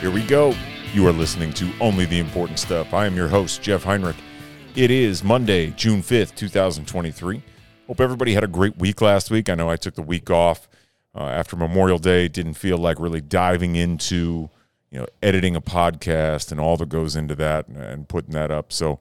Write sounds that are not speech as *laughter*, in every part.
Here we go. You are listening to Only the Important Stuff. I am your host, Jeff Heinrich. It is Monday, June 5th, 2023. Hope everybody had a great week last week. I know I took the week off uh, after Memorial Day, didn't feel like really diving into, you know, editing a podcast and all that goes into that and, and putting that up. So,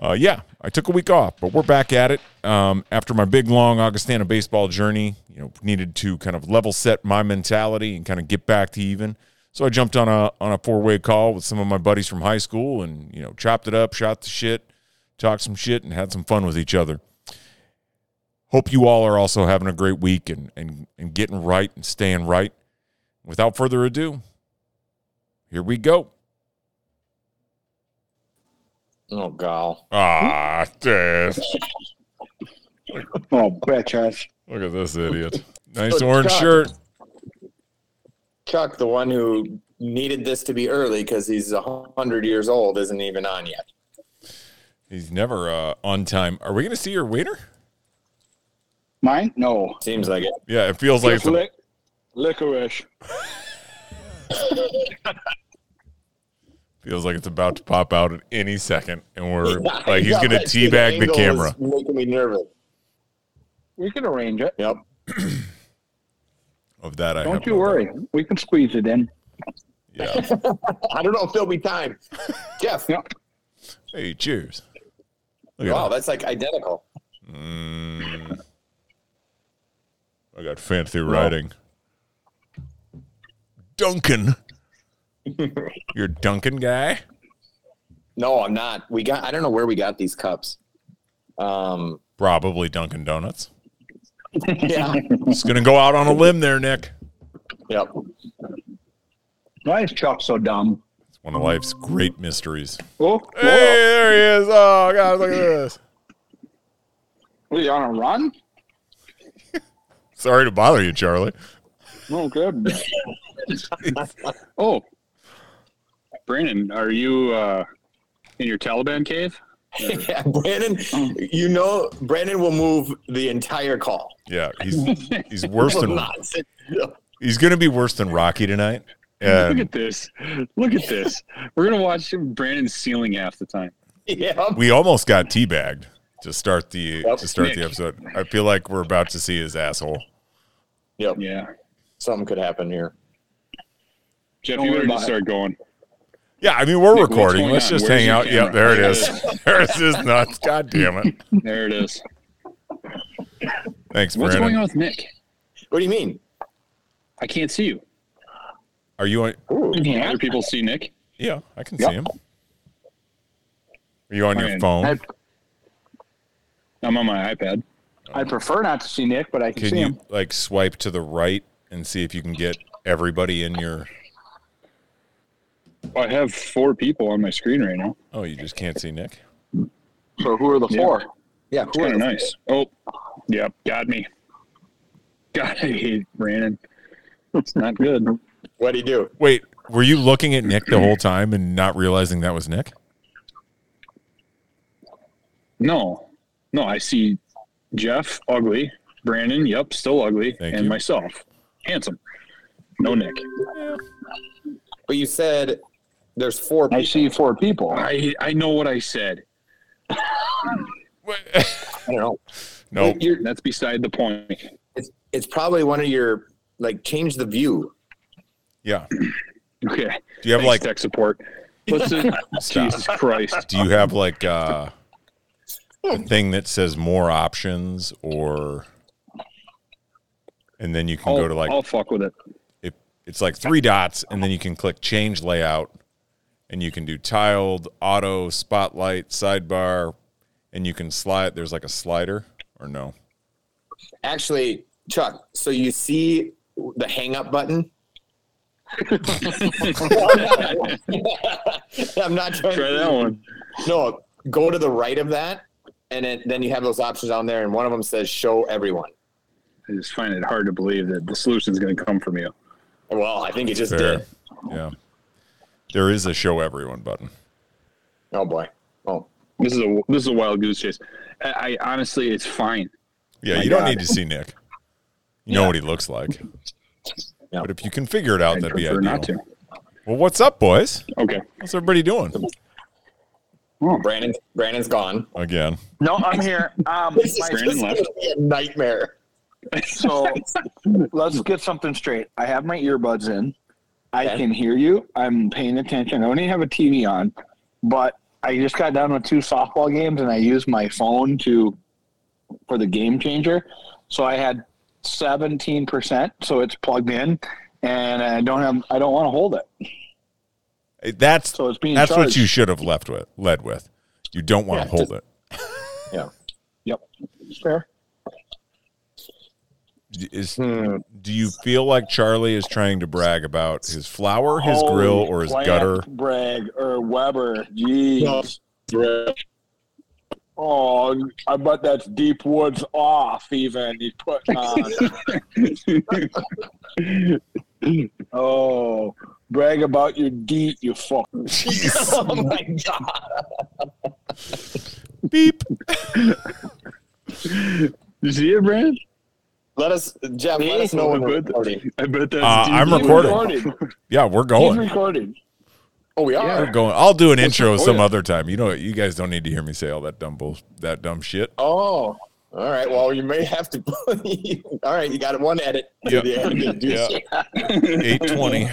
uh, yeah, I took a week off, but we're back at it. Um, after my big, long Augustana baseball journey, you know, needed to kind of level set my mentality and kind of get back to even. So I jumped on a on a four way call with some of my buddies from high school, and you know, chopped it up, shot the shit, talked some shit, and had some fun with each other. Hope you all are also having a great week and and and getting right and staying right. Without further ado, here we go. Oh, God. Ah, this. Oh, bitches. Look at this idiot. Nice Good orange God. shirt. Chuck, the one who needed this to be early because he's 100 years old, isn't even on yet. He's never uh, on time. Are we going to see your waiter? Mine? No. Seems like it. Yeah, it feels like it's Just a- lic- licorice. feels like it's about to pop out at any second, and *laughs* we're I like he's know, going to that shit teabag the angle camera. is Making me nervous. We can arrange it. Yep. Of that, I have Don't you no doubt. worry. We can squeeze it in. Yeah. I don't know if there'll *laughs* be time. Jeff. Yeah. hey, cheers. Look at Wow, that. that's like identical. Mm. I got fancy writing. Duncan, you're a Duncan guy. No, I'm not. We got. I don't know where we got these cups. Um. *laughs* Probably Dunkin' Donuts. Yeah. Just gonna go out on a limb there, Nick. yep. *laughs* Why is Chuck so dumb? It's one of life's great mysteries. Oh, Hey, there he is. Oh God, *laughs* look at this. whoa. Are you on a run? Sorry to bother you, Charlie. No good. oh. Brandon, are you uh, in your Taliban cave? yeah, Brandon. You know, Brandon will move the entire call. Yeah, *laughs* he's he's worse *laughs* Will than not sit *laughs* still. he's gonna be worse than Rocky tonight. Look And at this. Look at this. We're going to watch Brandon ceiling half the time. Yeah. we almost got teabagged to start the Yep. to start the Nick. episode. I feel like we're about to see his asshole. Yep. Yeah. Something could happen here. Jeff, Don't you worry better about just it. start going. Yeah, I mean we're Nick, what's recording. going Let's on? just Where's hang your out. camera? Yep, *laughs* there it There it is. There's his nuts. God damn it. There it is. Thanks, What's Brandon. going on with Nick? What do you mean? I can't see you. Are you on? Ooh. Can other people see Nick? Yeah, I can Yep. see him. Are you on your Brandon, phone? I, I'm on my iPad. I prefer not to see Nick, but I can, Can see you him. like swipe to the right and see if you can get everybody in your? I have four people on my screen right now. Oh, you just can't see Nick. So who are the Yeah. four? Yeah. It's kind of nice. Oh, yep. Got me. God, *laughs* I hate Brandon. It's not good. What do you do? Wait, were you looking at Nick the whole time and not realizing that was *laughs* Nick? No, no, I see Jeff, ugly. Brandon, yep, still ugly. Thank and you. myself, handsome. No Nick. But you said there's four. I People. see four people. I I know what I said. I don't know. no, You're- that's beside the point. It's it's probably one of your like change the view. yeah. Do Okay. you have Thanks, like? tech support. Let's just- *laughs* Stop. Jesus Christ. Do you have like uh, a thing that says more options or? And then you can I'll, go to like I'll fuck with it. it, it's like three dots, and then you can click change layout, and you can do tiled, auto, spotlight, sidebar, and you can slide. There's like a slider or no? Actually, Chuck, so you see the hang up button? *laughs* *laughs* *laughs* I'm not trying Try to- *laughs* that one. No, go to the right of that and it, then you have those options on there and one of them says show everyone. I just find it hard to believe that the solution's going to come from you. Well, I think it just Fair. did. Yeah. There is a show everyone button. Oh boy. Oh. This is a this is a wild goose chase. I, I honestly, it's fine. Yeah, My you don't God. need to see Nick. You know what he looks like. Yeah. But if you can figure it out, I that'd be prefer ideal. not to. Well, what's up, boys? Okay. How's everybody doing? Brandon, Brandon's gone. Again. No, I'm here. Um, *laughs* This is my- Brandon just left. gonna be a nightmare. *laughs* so let's get something straight. I have my earbuds in. I Okay. can hear you. I'm paying attention. I don't even have a TV on, but I just got done with two softball games and I used my phone to for the game changer. So I had 17%, so it's plugged in and I don't have I don't want to hold it. That's So it's being that's charged. what you should have left with led with. You don't want to Yeah, hold just- it. Fair. D- Is Hmm. do you feel like Charlie is trying to brag about his flour, his Oh, Holy grill, or his Plant, gutter? Bragg or Weber. Jeez. No. Oh, I bet that's Deep Woods off. Even he's *laughs* putting on. oh, brag about your deep, you fuck. *laughs* oh my god! Beep. You see it, Brandon? Let us, Jeff. Let us know when we're Good. recording. I bet that's. Uh, deep. I'm He's recording. *laughs* recorded. Yeah, we're He's going. recorded. Oh, we are. We're going. I'll do an intro oh, some yeah. other time. You know, what? you guys don't need to hear me say all that dumb bull, that dumb shit. *laughs* Oh, all right. Well, you may have to. *laughs* all right, you got one edit. Yep. Yeah, you can *laughs* do Yeah. shit. Eight twenty.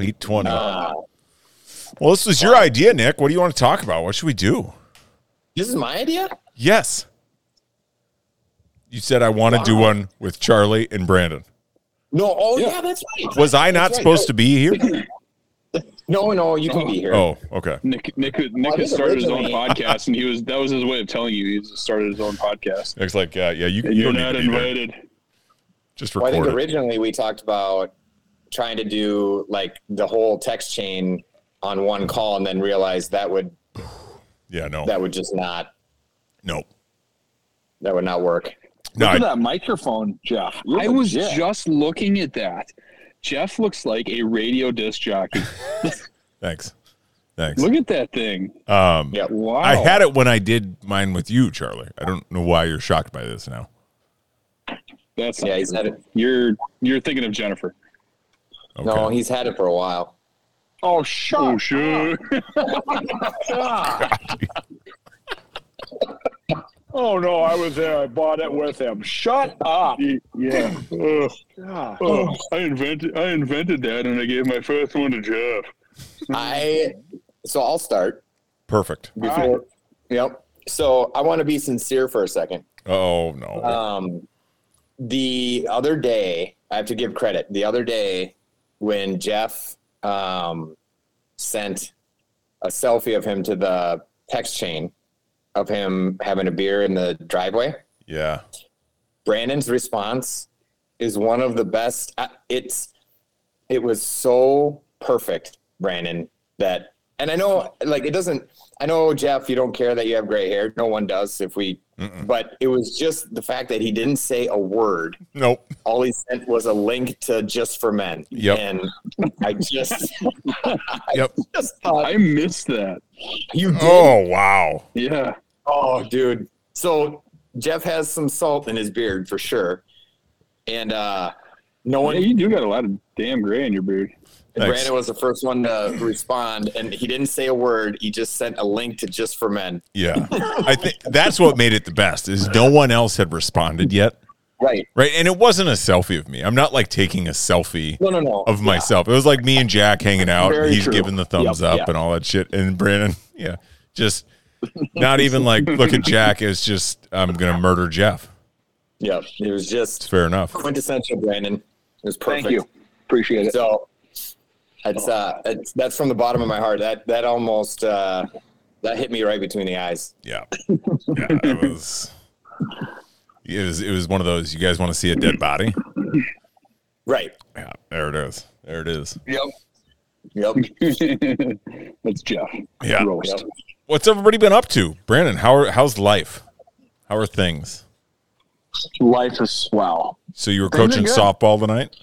Eight twenty. Uh, Well, this was your idea, Nick. What do you want to talk about? What should we do? this is my idea. Yes. You said I want to do Wow. one with Charlie and Brandon. No. Oh, yeah, Yeah. that's right. Was I not right. supposed to be here? No, no, you can be here. Oh, okay. Nick Nick Nick I had think started his own originally- podcast, and he was that was his way of telling you he just started his own podcast. Looks like uh, yeah, you And you you're don't need not to be there. invited. Just Well, I think record it. originally we talked about trying to do like the whole text chain on one call, and then realized that would Yeah, no, that would just not no, that would not work. no. Look at I, that microphone, Jeff. You're I was legit. just looking at that. Jeff looks like a radio *laughs* disc jockey. thanks, thanks. Look at that thing. Um, Yeah. Wow. I had it when I did mine with you, Charlie. I don't know why you're shocked by this now. That's Yeah, he's had it. You're you're thinking of Jennifer. Okay. No, he's had it for a while. Oh, shut Oh *laughs* sure. up. oh no, I was there. I bought it with him. Shut up. *laughs* yeah. Ugh. God. Oh, I invented I invented that, and I gave my first one to Jeff. I so I'll start Perfect. before. Yep. So I want to be sincere for a second. Oh no. Um, the other day, I have to give credit. The other day, when Jeff um, sent a selfie of him to the text chain of him having a beer in the driveway, yeah. Brandon's response is one of the best. I- It's it was so perfect, Brandon. That and I know, like it doesn't. I know Jeff, you don't care that you have gray hair. No one does. If we, Mm-mm. but it was just the fact that he didn't say a word. Nope. All he sent was a link to Just for Men. Yep. And I just, *laughs* Yep. just thought, I missed that. you did. Oh. Oh wow. Yeah. dude. So Jeff has some salt in his beard for sure. And uh, no Yeah, one you do got a lot of damn gray in your beard. Thanks. Brandon was the first one to respond, and he didn't say a word. He just sent a link to Just for Men. Yeah. I *laughs* think that's what made it the best is no one else had responded yet. Right. Right. And it wasn't a selfie of me. I'm not like taking a selfie No, no, no. of myself. It was like me and Jack hanging out. Very and he's true. giving the thumbs Yep, up yeah. and all that shit. And Brandon, *laughs* yeah, *laughs* just not even like look at Jack. It's just I'm gonna murder Jeff. Yeah. It was It's just fair enough. quintessential, Brandon. It was perfect. Thank you. Appreciate it. So it's, uh, it's, that's from the bottom of my heart. That that almost uh, that hit me right between the eyes. Yeah. Yeah. It was it was it was one of those you guys want to see a dead body? Right. Yeah, there it is. There it is. Yep. *laughs* Yep. That's Jeff. Yeah. Roast. Yep. What's everybody been up to? Brandon, how are how's life? How are things? Life is swell. So you were Things are coaching good. softball tonight?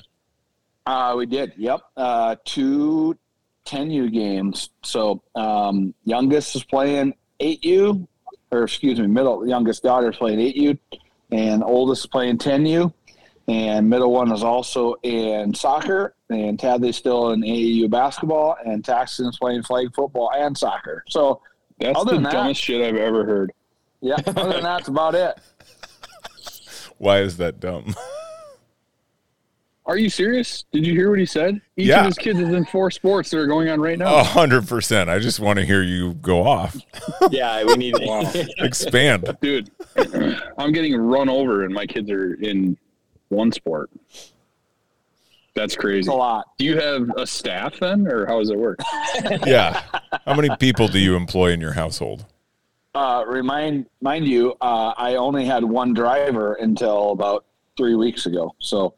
Uh, we did. Yep. Uh, two 10U games. So um, youngest is playing 8U, or excuse me, middle youngest daughter's playing 8U, and oldest is playing 10U. and middle one is also in soccer, and Tadley's still in AAU basketball, and Taxton's playing flag football and soccer. So, That's Other the than that- dumbest shit I've ever heard. yeah, other than that's about it. Why is that dumb? *laughs* *laughs* Are you serious? Did you hear what he said? Each Yeah. Oh. of his kids is in four sports that are going on right now. A hundred percent. I just want to hear you go off. Yeah, we need. Wow. *laughs* Expand. *laughs* Dude, I'm getting run over and my kids are in one sport. That's It's crazy. a lot. Do you have a staff then, or how does it work? Yeah. How many people do you employ in your household? Uh, remind mind you, uh, I only had one driver until about three weeks ago, so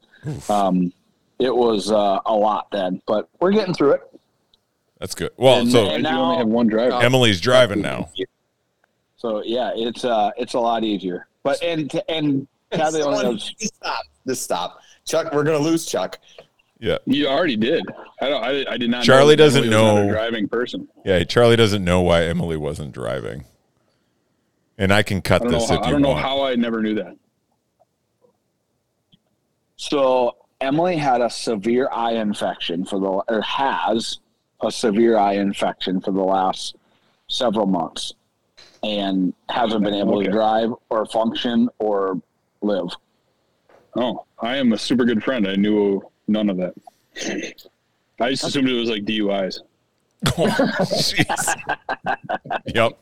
um, it was uh, a lot then. But we're getting through it. That's good. Well, And- so Why do you now- only have one driver? Emily's driving now. So yeah, it's uh, it's a lot easier. But and and Tadley only Someone- has just stop. Just stop. Chuck, we're gonna lose Chuck. You already did. I don't. I, I did not. Charlie that doesn't Emily was not a know. driving person. Yeah, Charlie doesn't know why Emily wasn't driving. And I can I cut don't know. this How, if I you don't know want. how I never knew that. So Emily had a severe eye infection for the or has a severe eye infection for the last several months and hasn't been able Okay. to drive or function or live. Oh, I am a super good friend. I knew none of that. I just assumed it was like DUIs. Jeez. yep.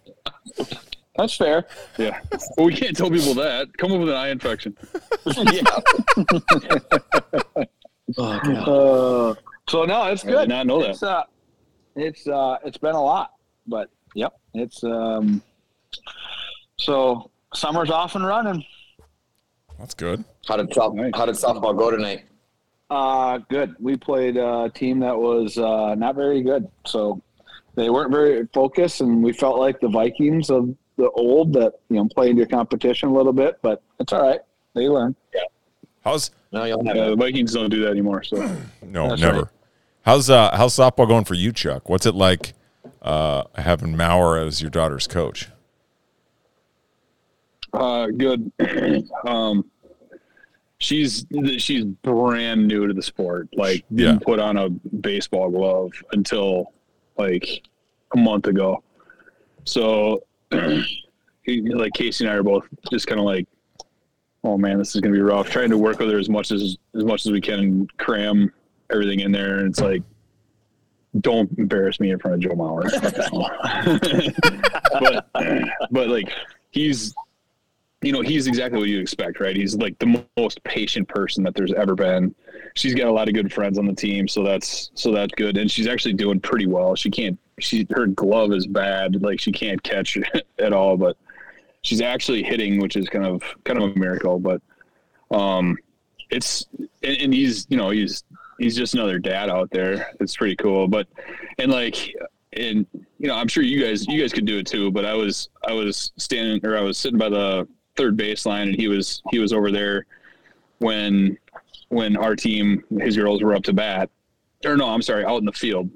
That's fair. Yeah. Well, Oh, we can't tell people that. Come up with an eye infection. yeah. Uh, so no, it's I did good. not know that. It's uh, it's uh, it's been a lot, but yep, it's um. So summer's off and running. That's good. How did soft, Nice. how did softball go tonight? Uh, good. We played a team that was uh, not very good, so they weren't very focused, and we felt like the Vikings of the old that you know play into competition a little bit, but it's all right. They learn. How's No, you'll have Yeah, it. the Uh, Vikings don't do that anymore. So no That's never. right. How's uh how's softball going for you, Chuck? What's it like uh having Maurer as your daughter's coach? uh, good. um, she's she's brand new to the sport. Like didn't put on a baseball glove until like a month ago. So *clears throat* like Casey and I are both just kind of like, oh man, this is gonna be rough. Trying to work with her as much as as much as we can and cram everything in there, and it's like. Don't embarrass me in front of Joe Mauer. *laughs* but, but like he's you know he's exactly what you expect right he's like the mo- most patient person that there's ever been she's got a lot of good friends on the team so that's so that's good and she's actually doing pretty well she can't she her glove is bad like she can't catch *laughs* at all but she's actually hitting which is kind of kind of a miracle but um it's and, and he's you know he's he's just another dad out there it's pretty cool but and like and you know i'm sure you guys you guys could do it too but i was i was standing or i was sitting by the third baseline and he was he was over there when when our team his girls were up to bat or no i'm sorry out in the field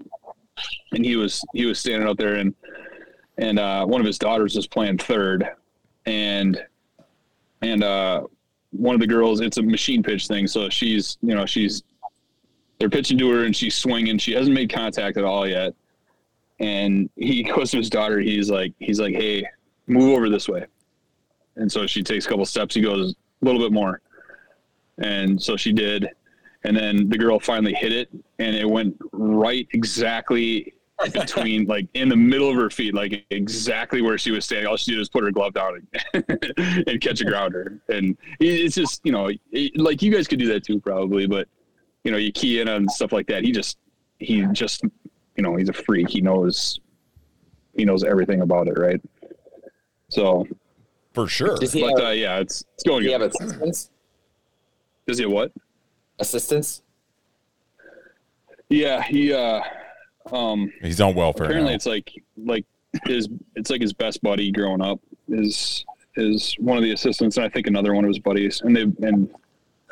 and he was he was standing out there and and uh, one of his daughters was playing third and and uh one of the girls it's a machine pitch thing so she's you know she's they're pitching to her and she's swinging she hasn't made contact at all yet and he *laughs* goes to his daughter he's like he's like hey move over this way and so she takes a couple steps he goes a little bit more and so she did and then the girl finally hit it and it went right exactly between like in the middle of her feet like exactly where she was standing all she did was put her glove down and, *laughs* and catch a grounder and it- it's just you know it- like you guys could do that too probably but you know you key in on stuff like that he just he just you know he's a freak he knows he knows everything about it right so For sure. Does he have, but uh, yeah it's it's going does he good have assistance? is it what Assistance? yeah he uh um He's on welfare. apparently now. it's like like his it's like his best buddy growing up is is one of the assistants and i think another one of his buddies and they and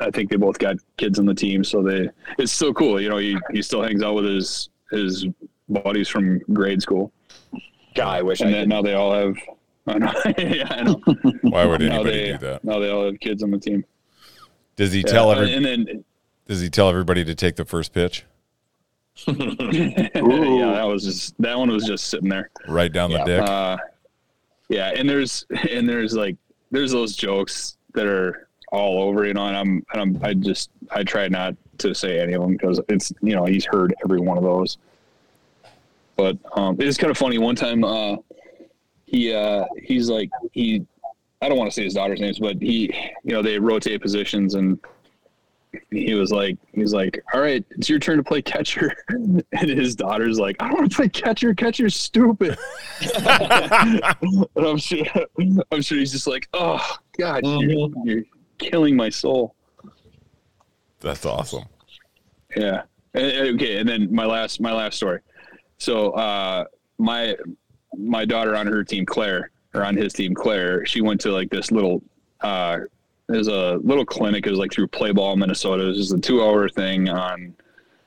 i think they both got kids on the team so they it's still cool you know he, he still hangs out with his his buddies from grade school God, I wish I and then did. now they all have *laughs* I know, yeah, I know. Why would now anybody they do that? now they all have kids on the team Does he tell Uh, every, and then *laughs* Does he tell everybody to take the first pitch Ooh. yeah, that was just that one was just sitting there. right down Yeah. the dick? Uh, yeah, and there's and there's like there's those jokes that are all over, you know. And I'm and I'm I just I try not to say any of them because it's you know he's heard every one of those. But um, it's kind of funny. One time, uh, he uh, he's like he I don't want to say his daughter's names, but he you know they rotate positions and. He was like, he's like, all right, it's your turn to play catcher, *laughs* and his daughter's like, I don't want to play catcher. Catcher's stupid. *laughs* *laughs* And I'm sure, I'm sure he's just like, oh God, you're, you're killing my soul. That's awesome. Yeah. And- and- okay. And then my last, my last story. So uh, my my daughter on her team, Claire, or on his team, Claire, she went to like this little. Uh, there's a little clinic. It was like through Play Ball Minnesota. It was just a two-hour thing on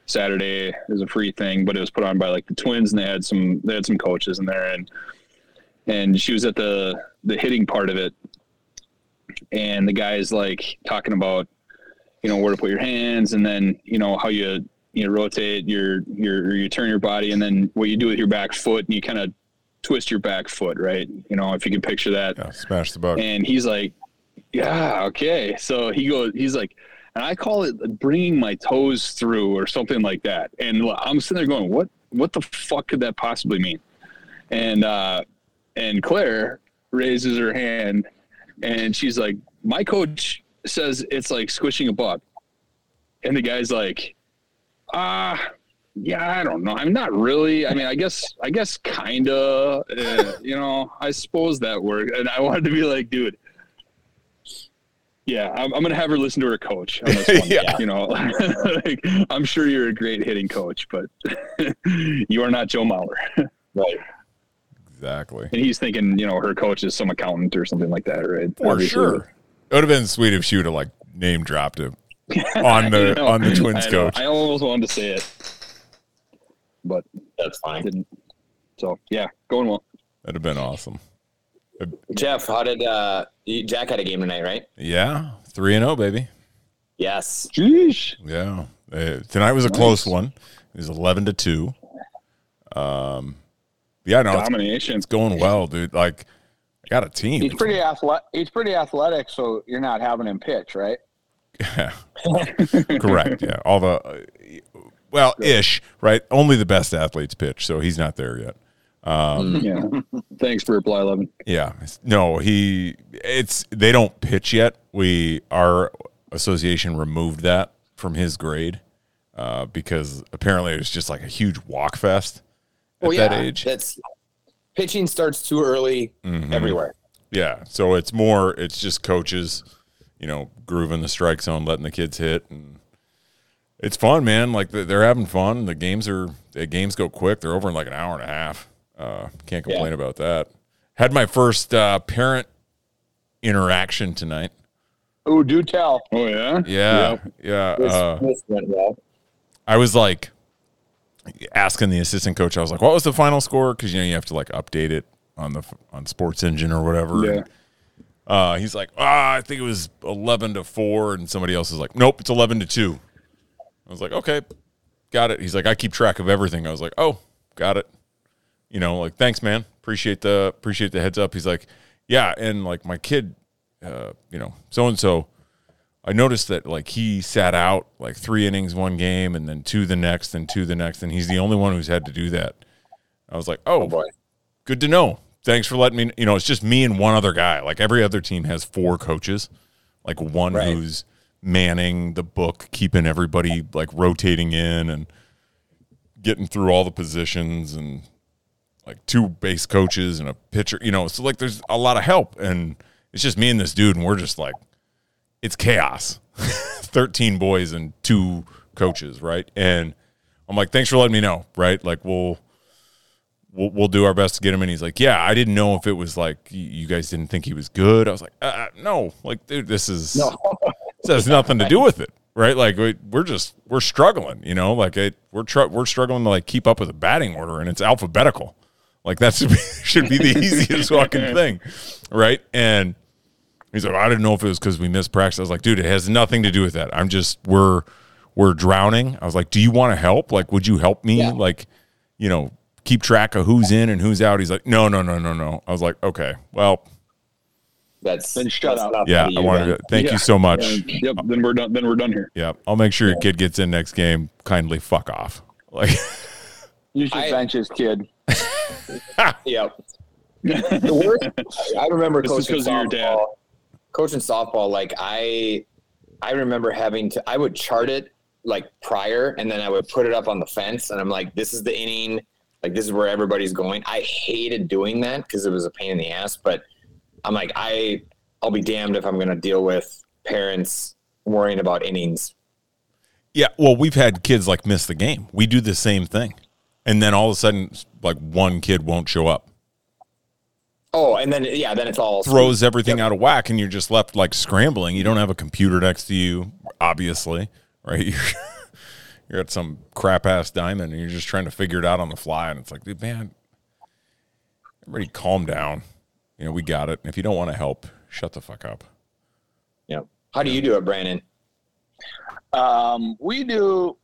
Saturday. It was a free thing, but it was put on by like the Twins, and they had some they had some coaches in there, and and she was at the the hitting part of it, and the guy's like talking about you know where to put your hands and then you know how you you rotate your your or you turn your body and then what you do with your back foot and you kind of twist your back foot right you know if you can picture that Yeah, smash the bug. and he's like, yeah, okay. So he goes, he's like, and I call it bringing my toes through or something like that. And I'm sitting there going, what, what the fuck could that possibly mean? And, uh, and Claire raises her hand and she's like, my coach says it's like squishing a bug. And the guy's like, ah, yeah, I don't know. I'm not really. I mean, I guess, I guess, kinda. Uh, you know, I suppose that worked. And I wanted to be like, dude, yeah, I'm, I'm gonna have her listen to her coach. On this one. *laughs* *laughs* Yeah. You know, *laughs* like, I'm sure you're a great hitting coach, but *laughs* you are not Joe Mauer. Right. Exactly. And he's thinking, you know, her coach is some accountant or something like that, right? For Obviously. sure. It would have been sweet if she would have like name dropped *laughs* him on I the know. on the Twins I know. coach. I almost wanted to say it, but That's I fine. didn't. So yeah, going well. That'd have been awesome. Jeff, how did uh, you- Jack had a game tonight, right? Yeah, three and zero, baby. Yes. Jeez. Yeah, Uh, tonight was a close one. It was eleven to two. Um, yeah, no, it's, Domination. it's going well, dude. Like, I got a team. *laughs* He's pretty athletic. He's pretty athletic, so you're not having him pitch, right? *laughs* Correct. Yeah. All the, uh, well, ish, right? Only the best athletes pitch, so he's not there yet. Yeah. Thanks for reply, Eleven. Yeah. No, he, it's, they don't pitch yet. We, our association removed that from his grade uh, because apparently it was just like a huge walk fest at Well, that age. That's pitching starts too early Mhm. everywhere. Yeah. So it's more, it's just coaches, you know, grooving the strike zone, letting the kids hit. And it's fun, man. Like th- they're having fun. The games are, the games go quick. They're over in like an hour and a half. Uh, can't complain about that. Had my first uh, parent interaction tonight. Ooh, do tell. Oh yeah. Yeah. Yeah. This, Uh, this went well. I was like asking the assistant coach, I was like, what was the final score? Cause you know, you have to like update it on the, f- on sports engine or whatever. Yeah. Uh, he's like, ah, I think it was eleven to four, and somebody else is like, nope, it's eleven to two. I was like, okay, got it. He's like, I keep track of everything. I was like, oh, got it. You know, like thanks, man. Appreciate the appreciate the heads up. He's like, yeah, and like my kid, uh, you know, so and so. I noticed that like he sat out like three innings one game, and then two the next, and two the next, and he's the only one who's had to do that. I was like, oh, Oh boy. good to know. Thanks for letting me. You know, it's just me and one other guy. Like every other team has four coaches, like one Right. who's manning the book, keeping everybody like rotating in and getting through all the positions, and like two base coaches and a pitcher. You know, so like there's a lot of help, and it's just me and this dude, and we're just like, it's chaos. *laughs* Thirteen boys and two coaches, right? And I'm like, thanks for letting me know, right? Like we'll we'll, we'll do our best to get him. And he's like, yeah, I didn't know if it was like y- you guys didn't think he was good. I was like, uh, uh, no, like dude, this is No. *laughs* this has nothing to do with it, right? Like we, we're just we're struggling, you know, like it, we're tr- we're struggling to like keep up with the batting order, and it's alphabetical. *laughs* Like that should be, should be the easiest fucking thing, right? And He's like, I didn't know if it was because we missed practice. I was like, dude, it has nothing to do with that. I'm just we're we're drowning. I was like, do you want to help? Like, would you help me? Yeah. Like, you know, keep track of who's in and who's out. He's like, no, no, no, no, no. I was like, okay, well, That's Then shut that's up. enough yeah. for I you wanted then. to thank Yeah. you so much. And, yep. Then we're done. Then we're done here. *laughs* Yeah, I'll make sure your kid gets in next game. Kindly fuck off. Like, *laughs* You should I- bench his kid. Yep. *laughs* the worst, I remember This is coaching 'cause of your dad. softball. Coaching softball, like I, I remember having to. I would chart it like prior, and then I would put it up on the fence, and I'm like, "This is the inning. Like this is where everybody's going." I hated doing that because it was a pain in the ass. But I'm like, I, I'll be damned if I'm going to deal with parents worrying about innings. yeah, well, we've had kids like miss the game. We do the same thing, and then all of a sudden, like one kid won't show up, Oh, and then yeah, then it's all throws everything out of whack, and you're just left like scrambling. You don't have a computer next to you, obviously, right? *laughs* You're, you're at some crap ass diamond, and you're just trying to figure it out on the fly. And it's like, dude, man, everybody, calm down. You know, we got it. And if you don't want to help, shut the fuck up. Yep. How do you do it, Brandon? Um, we do,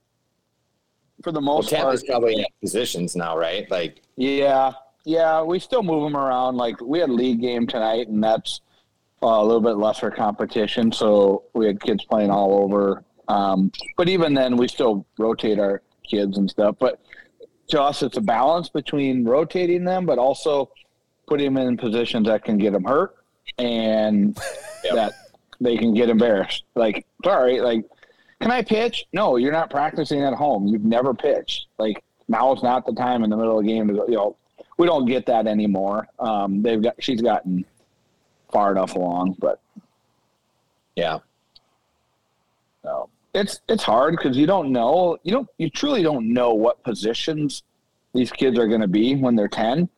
for the Well, most Tampa part, is probably in positions now, right? Like. Yeah, yeah, we still move them around. Like we had a league game tonight, and that's uh, a little bit lesser competition, so we had kids playing all over. Um, but even then, we still rotate our kids and stuff. But to us, it's a balance between rotating them, but also putting them in positions that can get them hurt and Yep. that they can get embarrassed. Like, sorry, like, can I pitch? No, you're not practicing at home. You've never pitched. Like, now is not the time in the middle of the game to go. You know, we don't get that anymore. Um, they've got she's gotten far enough along, but Yeah. no, uh, it's it's hard because you don't know. You don't. You truly don't know what positions these kids are going to be when they're ten.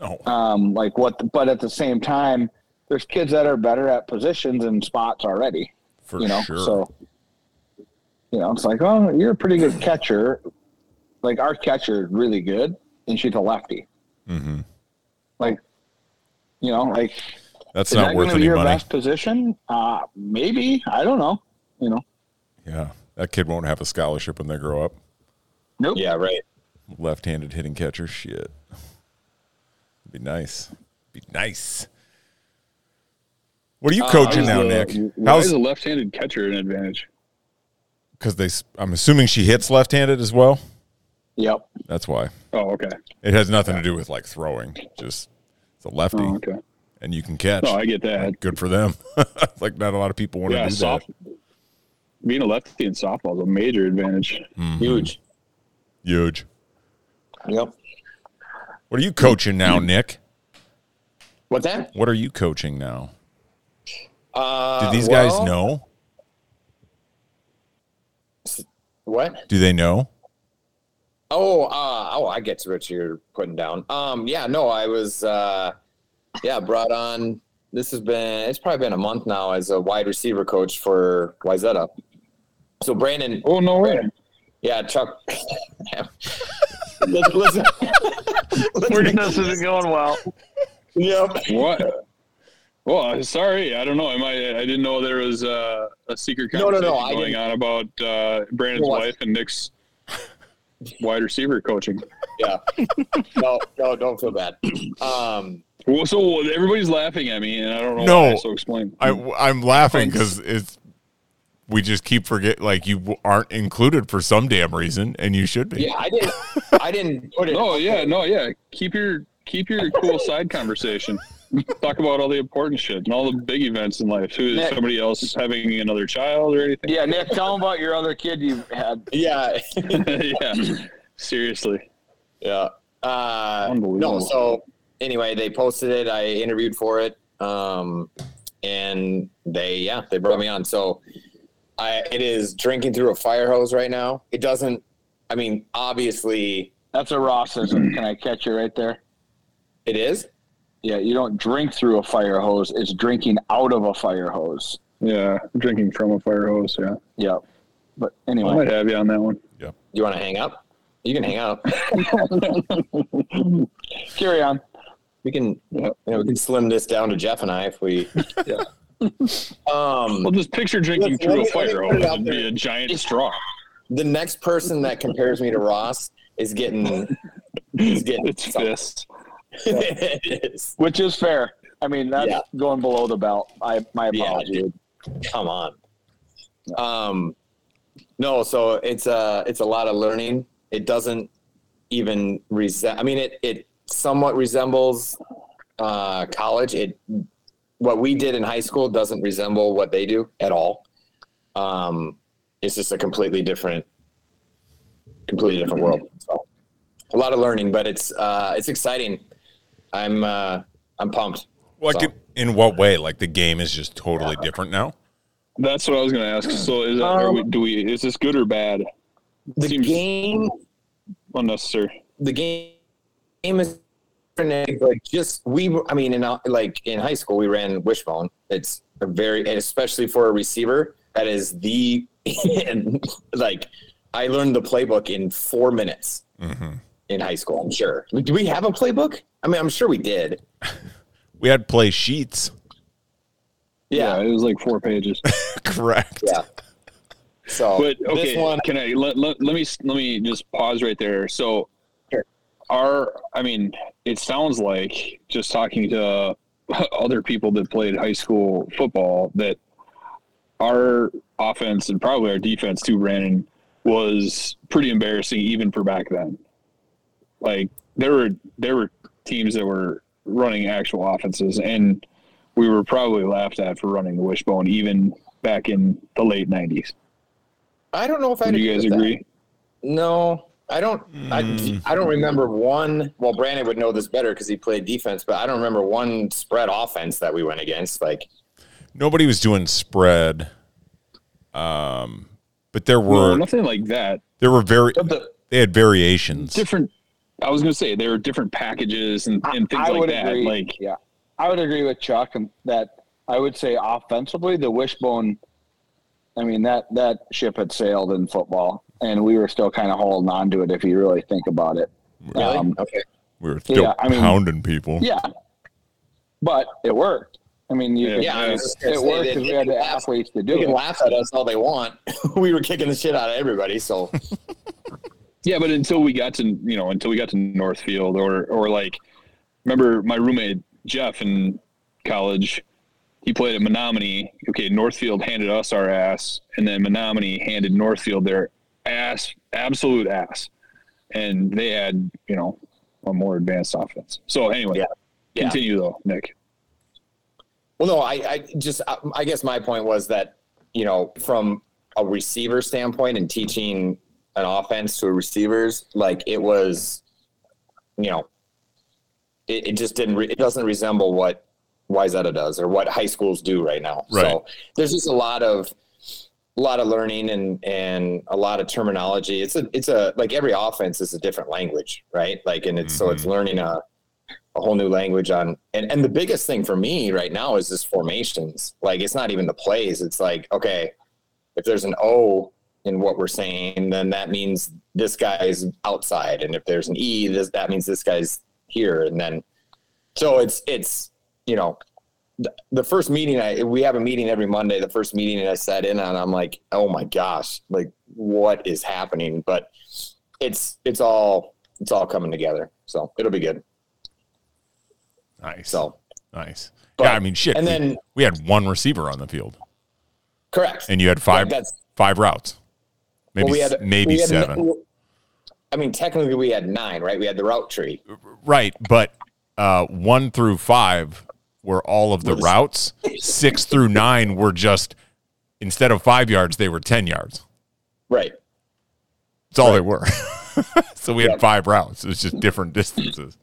No. um, like what but at the same time there's kids that are better at positions and spots already For you know sure. so you know it's like oh you're a pretty good catcher like our catcher is really good and she's a lefty Mhm. like you know like That's is not that worth going to be any your money. best position uh maybe i don't know you know Yeah. That kid won't have a scholarship when they grow up. nope Yeah. Right. Left handed hitting catcher. Shit. Be nice. Be nice. What are you coaching Why now, is Nick? the- Why How's is a left-handed catcher an advantage? because they? s- I'm assuming she hits left handed as well. yep That's why Oh, okay. it has nothing to do with like throwing. Just it's a lefty, Oh, okay. and you can catch. No, I get that. Good for them. *laughs* like not a lot of people want to Yeah, do soft. that. Being a lefty in softball is a major advantage. Huge. Mm-hmm. Huge. Yep. What are you coaching now, Nick? What's that? What are you coaching now? Do Uh, these well, guys know? What? Do they know? Oh, uh, oh, I get to what you're putting down. Um, yeah, no, I was, uh, yeah, brought on. This has been, it's probably been a month now as a wide receiver coach for Wyzetta. So Brandon, Oh no way! *laughs* yeah, Chuck. *laughs* let's listen. this isn't going well *laughs* Yep. What? Well, sorry, I don't know. Am I? I didn't know there was uh, a secret No, no, conversation no, I going didn't- on about uh, Brandon's There wasn't. wife and Nick's wide receiver coaching. Yeah. No, no, don't feel bad. Um, Well, so everybody's laughing at me, and I don't know. No. why, so explain. I, I'm laughing because it's we just keep forget like you aren't included for some damn reason, and you should be. yeah, I didn't, I didn't put it. no, yeah, no, yeah. Keep your keep your cool side conversation. *laughs* Talk about all the important shit and all the big events in life. Who is Nick. somebody else having another child or anything? yeah nick tell them about your other kid you had Yeah. *laughs* yeah. Seriously. Yeah. Uh, Unbelievable. No, so anyway, they posted it. I interviewed for it, um, and they yeah they brought me on. So I it is drinking through a fire hose right now. It doesn't. I mean, obviously that's a rossism can i catch you right there it is. Yeah, you don't drink through a fire hose. It's drinking out of a fire hose. Yeah. Drinking from a fire hose. Yeah. Yep. But I anyway, might have you on that one. You want to hang up? You can hang up. carry on. We can you know, we can slim this down to Jeff and I if we. Um, Well, just picture drinking Listen, let me- through a let me fire put it hose out and be there. a giant straw. the next person that compares me to Ross is getting is *laughs* getting It's fist. it *laughs* is. which is fair. I mean, that's Yeah. going below the belt. I my Yeah, apologies. dude. Come on. Um, no, so it's a it's a lot of learning. It doesn't even resemble. I mean, it it somewhat resembles uh, college. It what we did in high school doesn't resemble what they do at all. Um, it's just a completely different, completely different world. So a lot of learning, but it's uh, it's exciting. I'm uh, I'm pumped. Like So- in- in what way? Like the game is just totally different now. That's what I was going to ask. So, is that, are Um, we, do we? Is this good or bad? The Seems- game Unnecessary. the game game is different. like just we were- i mean in uh, like in high school we ran wishbone it's a very and especially for a receiver that is the *laughs* and like i learned the playbook in four minutes Mm-hmm. in high school i'm sure do we have a playbook i mean i'm sure we did We had play *laughs* sheets. yeah it was like four pages. Correct. yeah so But this okay, one can I let, let, let me let me just pause right there. So, Sure. our I mean, it sounds like just talking to *laughs* other people that played high school football that our offense and probably our defense too, Brandon, was pretty embarrassing even for back then. Like there were there were teams that were running actual offenses and we were probably laughed at for running the wishbone even back in the late 90s i don't know if i do you guys agree? No, I don't. Mm. I, I don't remember one. Well, Brandon would know this better because he played defense, but I don't remember one spread offense that we went against. Like, Nobody was doing spread. Um, but there No, were nothing like that. there were very the- they had variations. Different. I was gonna say there are different packages and, and things I like would that. agree. Like yeah, I would agree with Chuck and that I would say offensively the wishbone. I mean that that ship had sailed in football, and we were still kind of holding on to it if you really think about it. really? Um, okay. We were still Yeah, I mean- pounding people. Yeah, but it worked. I mean, you Yeah. could, Yeah, I was just gonna it say worked that because we they had can the laugh- athletes They to do can it. laugh at us all they want. *laughs* we were kicking the shit out of everybody. So, yeah, but until we got to you know until we got to Northfield or or like remember my roommate Jeff in college, he played at Menominee. Okay, Northfield handed us our ass, and then Menominee handed Northfield their ass, absolute ass, and they had you know a more advanced offense. So anyway, Yeah. Yeah. continue though, Nick. well, no, I, I just, I, I guess my point was that you know, from a receiver standpoint and teaching an offense to receivers, like it was, you know, it, it just didn't, re- it doesn't resemble what Wayzata does or what high schools do right now. Right. So there's just a lot of, a lot of learning and, and a lot of terminology. It's a, it's a, like every offense is a different language, right? Like, and it's, so it's learning a, a whole new language on, and, and the biggest thing for me right now is this formations. Like, it's not even the plays. It's like, okay, if there's an O in what we're saying, then that means this guy's outside, and if there's an E, this, that means this guy's here, and then so it's it's you know the, the first meeting I we have a meeting every Monday. The first meeting that I sat in on, I'm like, oh my gosh, like what is happening? But it's it's all it's all coming together, so it'll be good. Nice. So Nice. But- yeah, I mean shit. and we- then we had one receiver on the field. correct And you had Like, five that's five routes. Maybe well, we s- had maybe we had- seven. I mean, technically, we had nine, right? We had the route tree. Right, but uh, one through five were all of the Was- routes. Six through nine were just instead of five yards, they were ten yards. Right. That's all they were. *laughs* so we had Yep. five routes. It was just different distances.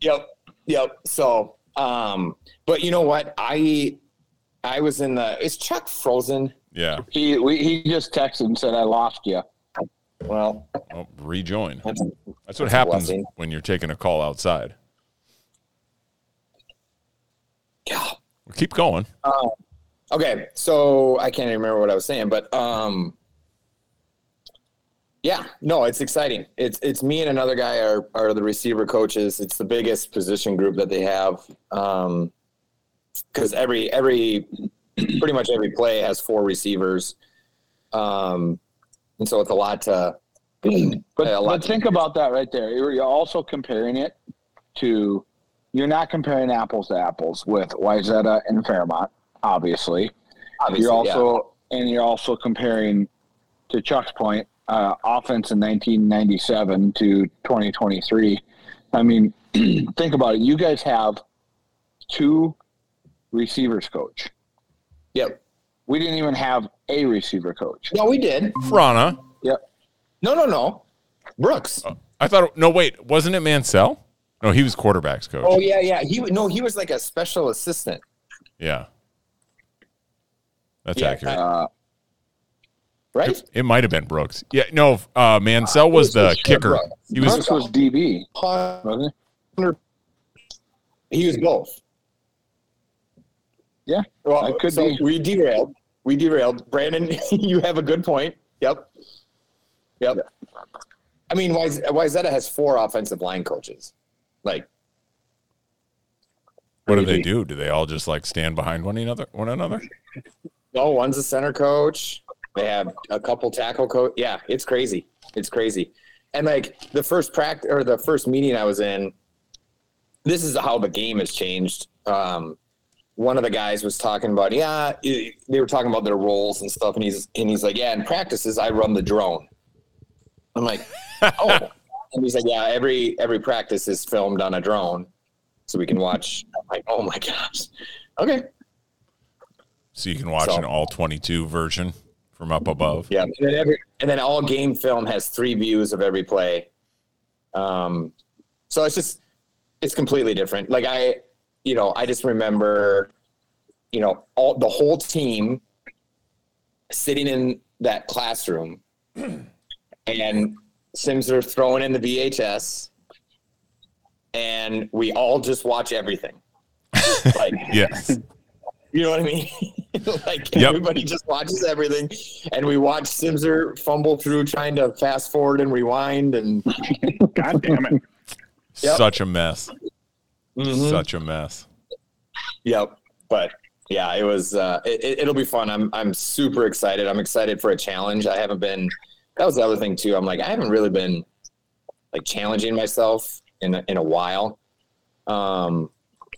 Yep. Yep. So, um, but you know what? I I was in the is Chuck frozen? Yeah. He we, he just texted and said, "I lost you." Well, Well, Oh, rejoin. that's, That's what a happens blessing. when you're taking a call outside. yeah. Well, keep going. Okay. So I can't even remember what I was saying, but um yeah, no, it's exciting. It's it's me and another guy are are the receiver coaches. It's the biggest position group that they have. Um because every every pretty much every play has four receivers. Um, and so it's a lot to. But, a lot but to- think about that right there. You're, you're also comparing it to, you're not comparing apples to apples with Wyzetta and Fairmont, obviously. obviously, you're yeah. also and you're also comparing to Chuck's point, uh, offense in 1997 to 2023. I mean, *clears throat* think about it. You guys have two receivers coach. Yep. We didn't even have a receiver coach. No, we did. Frana. No, no, no. Brooks. I thought. No, wait. Wasn't it Mansell? No, he was quarterbacks coach. Oh yeah, yeah. He no, he was like a special assistant. Yeah. That's Yeah, accurate. Uh, right? It, it might have been Brooks. Yeah, no, uh, Mansell was Brooks the was sure kicker. Brooks. He was Brooks was DB, wasn't he? He was both. Yeah, Well, that could so be. we derailed. We derailed. Brandon, *laughs* you have a good point. Yep. Yep. I mean, Wise- Wayzata has four offensive line coaches. Like, what do they do? Do they all just like stand behind one another? One another? no, Oh, one's a center coach. They have a couple tackle coach. Yeah, it's crazy. It's crazy. And like the first practice or the first meeting I was in, this is how the game has changed. Um, one of the guys was talking about, yeah, i- they were talking about their roles and stuff, and he's and he's like, yeah, in practices I run the drone. I'm like, oh, and he's like, yeah, every every practice is filmed on a drone, so we can watch. I'm like, oh my gosh, okay, So you can watch So- an all twenty-two version from up above. yeah. And then every and then all game film has three views of every play. Um, so it's just it's completely different. Like I, you know, I just remember, you know, all the whole team sitting in that classroom, *clears throat* and Sims are throwing in the VHS, and we all just watch everything. like Yes. you know what I mean? *laughs* like Yep. everybody just watches everything, and we watch Simser fumble through trying to fast forward and rewind, and *laughs* God damn it. *laughs* Yep. Such a mess. Mhm. Such a mess. yep. But yeah, it was. Uh, it, it, it'll be fun. I'm I'm super excited. I'm excited for a challenge. I haven't been. That was the other thing too. I'm like I haven't really been like challenging myself in a, in a while. Um,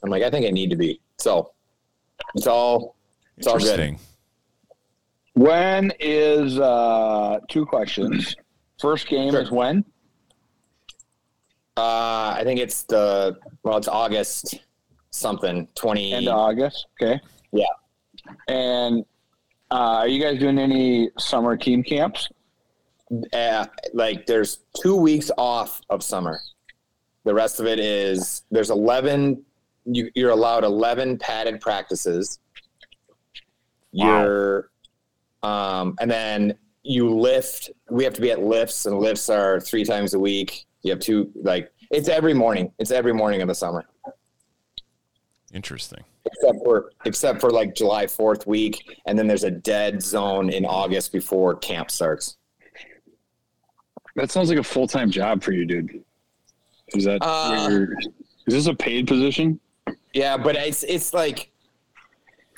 I'm like I think I need to be. So it's all it's all good. Interesting. When is uh, two questions? First game Sure. is when? Uh, I think it's the well, it's August something twenty. End of August. Okay. Yeah. And uh, are you guys doing any summer team camps? uh, like there's two weeks off of summer. The rest of it is there's 11. You, you're allowed 11 padded practices. Wow. You're, um, and then you lift. We have to be at lifts, and lifts are three times a week. You have two like it's every morning. It's every morning of the summer, Interesting. except for except for like July 4th week, and then there's a dead zone in August before camp starts. That sounds like a full time job for you, dude. Is that Uh, your, is this a paid position? Yeah, but it's it's like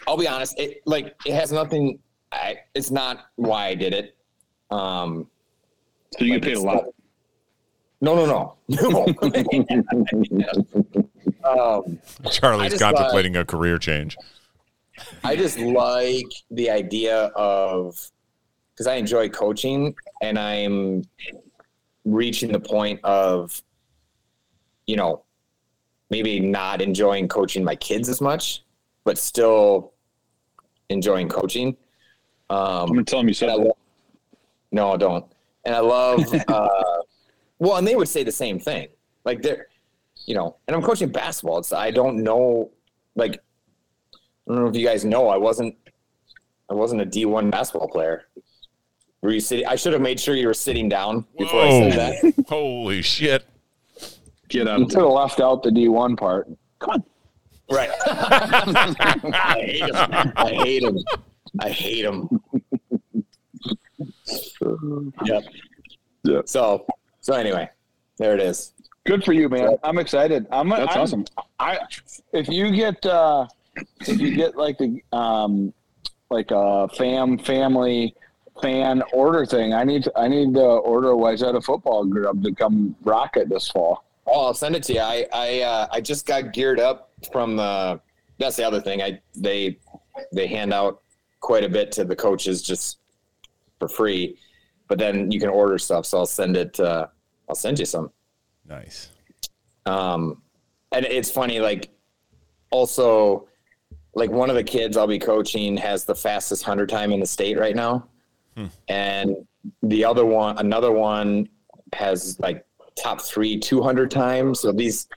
I'll be honest, it like it has nothing I it's not why I did it. Um So you like, get paid a it's lot. No, no, no. *laughs* No. *laughs* um, Charlie's just, uh, contemplating a career change. I just like the idea of because I enjoy coaching and I'm reaching the point of, you know, maybe not enjoying coaching my kids as much, but still enjoying coaching. I'm Um, gonna tell him you said and I that. love, no, I don't. And I love, uh, well, and they would say the same thing. Like they're, you know, and I'm coaching basketball. It's, I don't know, like, I don't know if you guys know, I wasn't, I wasn't a D1 basketball player. Were you sitting? I should have made sure you were sitting down before I said that. Holy shit. Get out You of could town. have left out the D one part. Um, Come on. Right. *laughs* I hate him. I hate him. I hate him. Yep. Yeah. So, so anyway, there it is. Good for you, man. I'm excited. I'm. That's I'm, awesome. I if you get uh, if you get like the um, like a fam family fan order thing. I need I need to order a Wayzata football grub to come rock it this fall. Oh, I'll send it to you. I I uh, I just got geared up from the. That's the other thing. I they they hand out quite a bit to the coaches just for free, but then you can order stuff. So I'll send it. Uh, I'll send you some. Nice. Um, and it's funny, like also like one of the kids I'll be coaching has the fastest hundred time in the state right now. Hmm. And the other one, another one has like top three, 200 times. So these,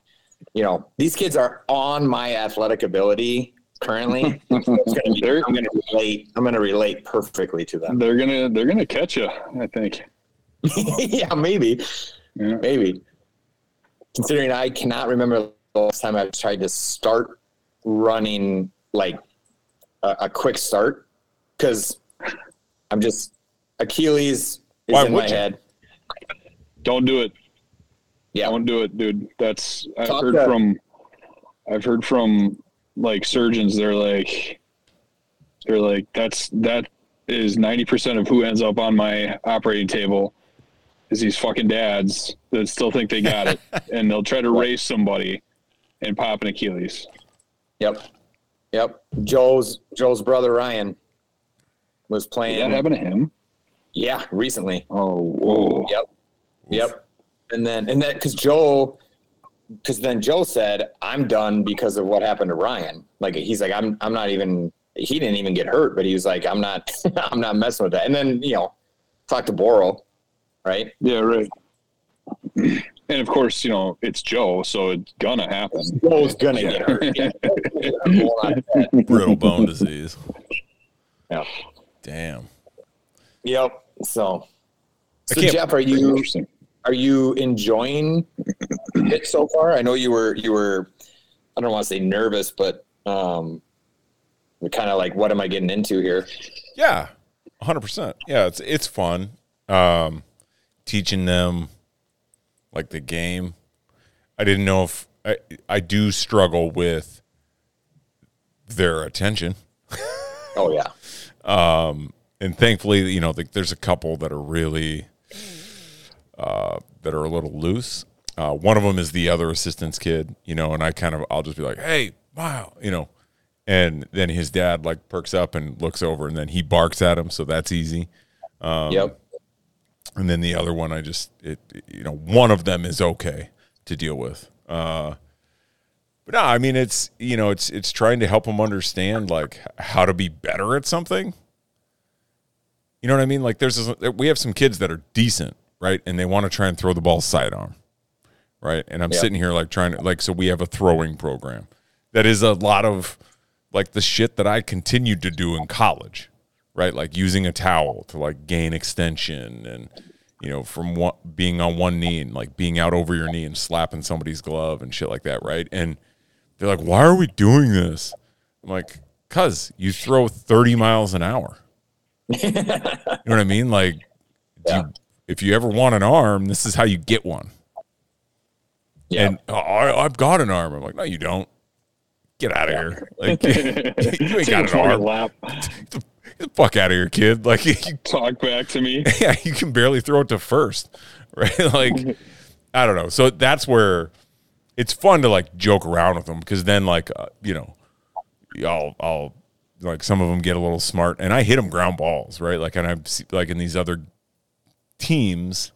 you know, these kids are on my athletic ability currently. So it's gonna be- I'm going to relate. I'm going to relate perfectly to them. They're gonna they're gonna catch you. I think. *laughs* yeah, maybe. Yeah. Maybe. Considering I cannot remember the last time I tried to start running like a, a quick start because I'm just Achilles is Why in would my you? head. Don't do it. Yeah. Don't do it, dude. That's I've Talk heard to- from I've heard from like surgeons, they're like they're like, that's that is ninety percent of who ends up on my operating table is these fucking dads that still think they got it and they'll try to race somebody and pop an Achilles. Yep. Yep. Joe's Joe's brother Ryan was Did playing. that happen to him? yeah, recently. Oh whoa. Yep. Yep. And then and then because Joe, because then Joe said, "I'm done because of what happened to Ryan." Like he's like, "I'm I'm not even." He didn't even get hurt, but he was like, "I'm not *laughs* I'm not messing with that." And then you know, talk to Boral, right? Yeah, right. *clears throat* And of course, you know, it's Joe, so it's gonna happen. Joe's gonna get hurt. Yeah. I'm going on to that. Brittle bone disease. *laughs* Yeah. Damn. *laughs* Yep. So, I so can't- Jeff, are you Interesting. are you enjoying it so far? I know you were you were I don't want to say nervous, but um kind of like what am I getting into here? Yeah, hundred percent. Yeah, it's it's fun. Um, teaching them like the game. I didn't know if I I do struggle with their attention, Oh yeah. and thankfully, you know, like there's a couple that are really uh, that are a little loose. Uh, one of them is the other assistant's kid, you know, and I kind of I'll just be like, "Hey, wow," you know, and then his dad like perks up and looks over, and then he barks at him, so that's easy. Um, yep. and then the other one i just it you know one of them is okay to deal with uh but no i mean it's you know it's it's trying to help them understand like how to be better at something you know what i mean like there's this, we have some kids that are decent right and they want to try and throw the ball sidearm right and i'm Yeah. sitting here like trying to like so we have a throwing program that is a lot of like the shit that i continued to do in college right? Like using a towel to like gain extension and you know from what being on one knee and like being out over your knee and slapping somebody's glove and shit like that, right? And they're like, "Why are we doing this?" I'm like, "Cuz you throw 30 miles an hour." you know what I mean? Like do you, if you ever want an arm, this is how you get one. Yeah. And oh, I, I've got an arm. I'm like, no, you don't. Get out of here. Like, *laughs* you ain't Take a got an fucking arm. lap. Get the fuck out of here, kid. Like, *laughs* you Talk back to me. *laughs* yeah, you can barely throw it to first, *laughs* right? like, I don't know. So that's where it's fun to like joke around with them because then, like, uh, you know, I'll, I'll, like, some of them get a little smart and I hit them ground balls, right? Like, and I'm se- like in these other teams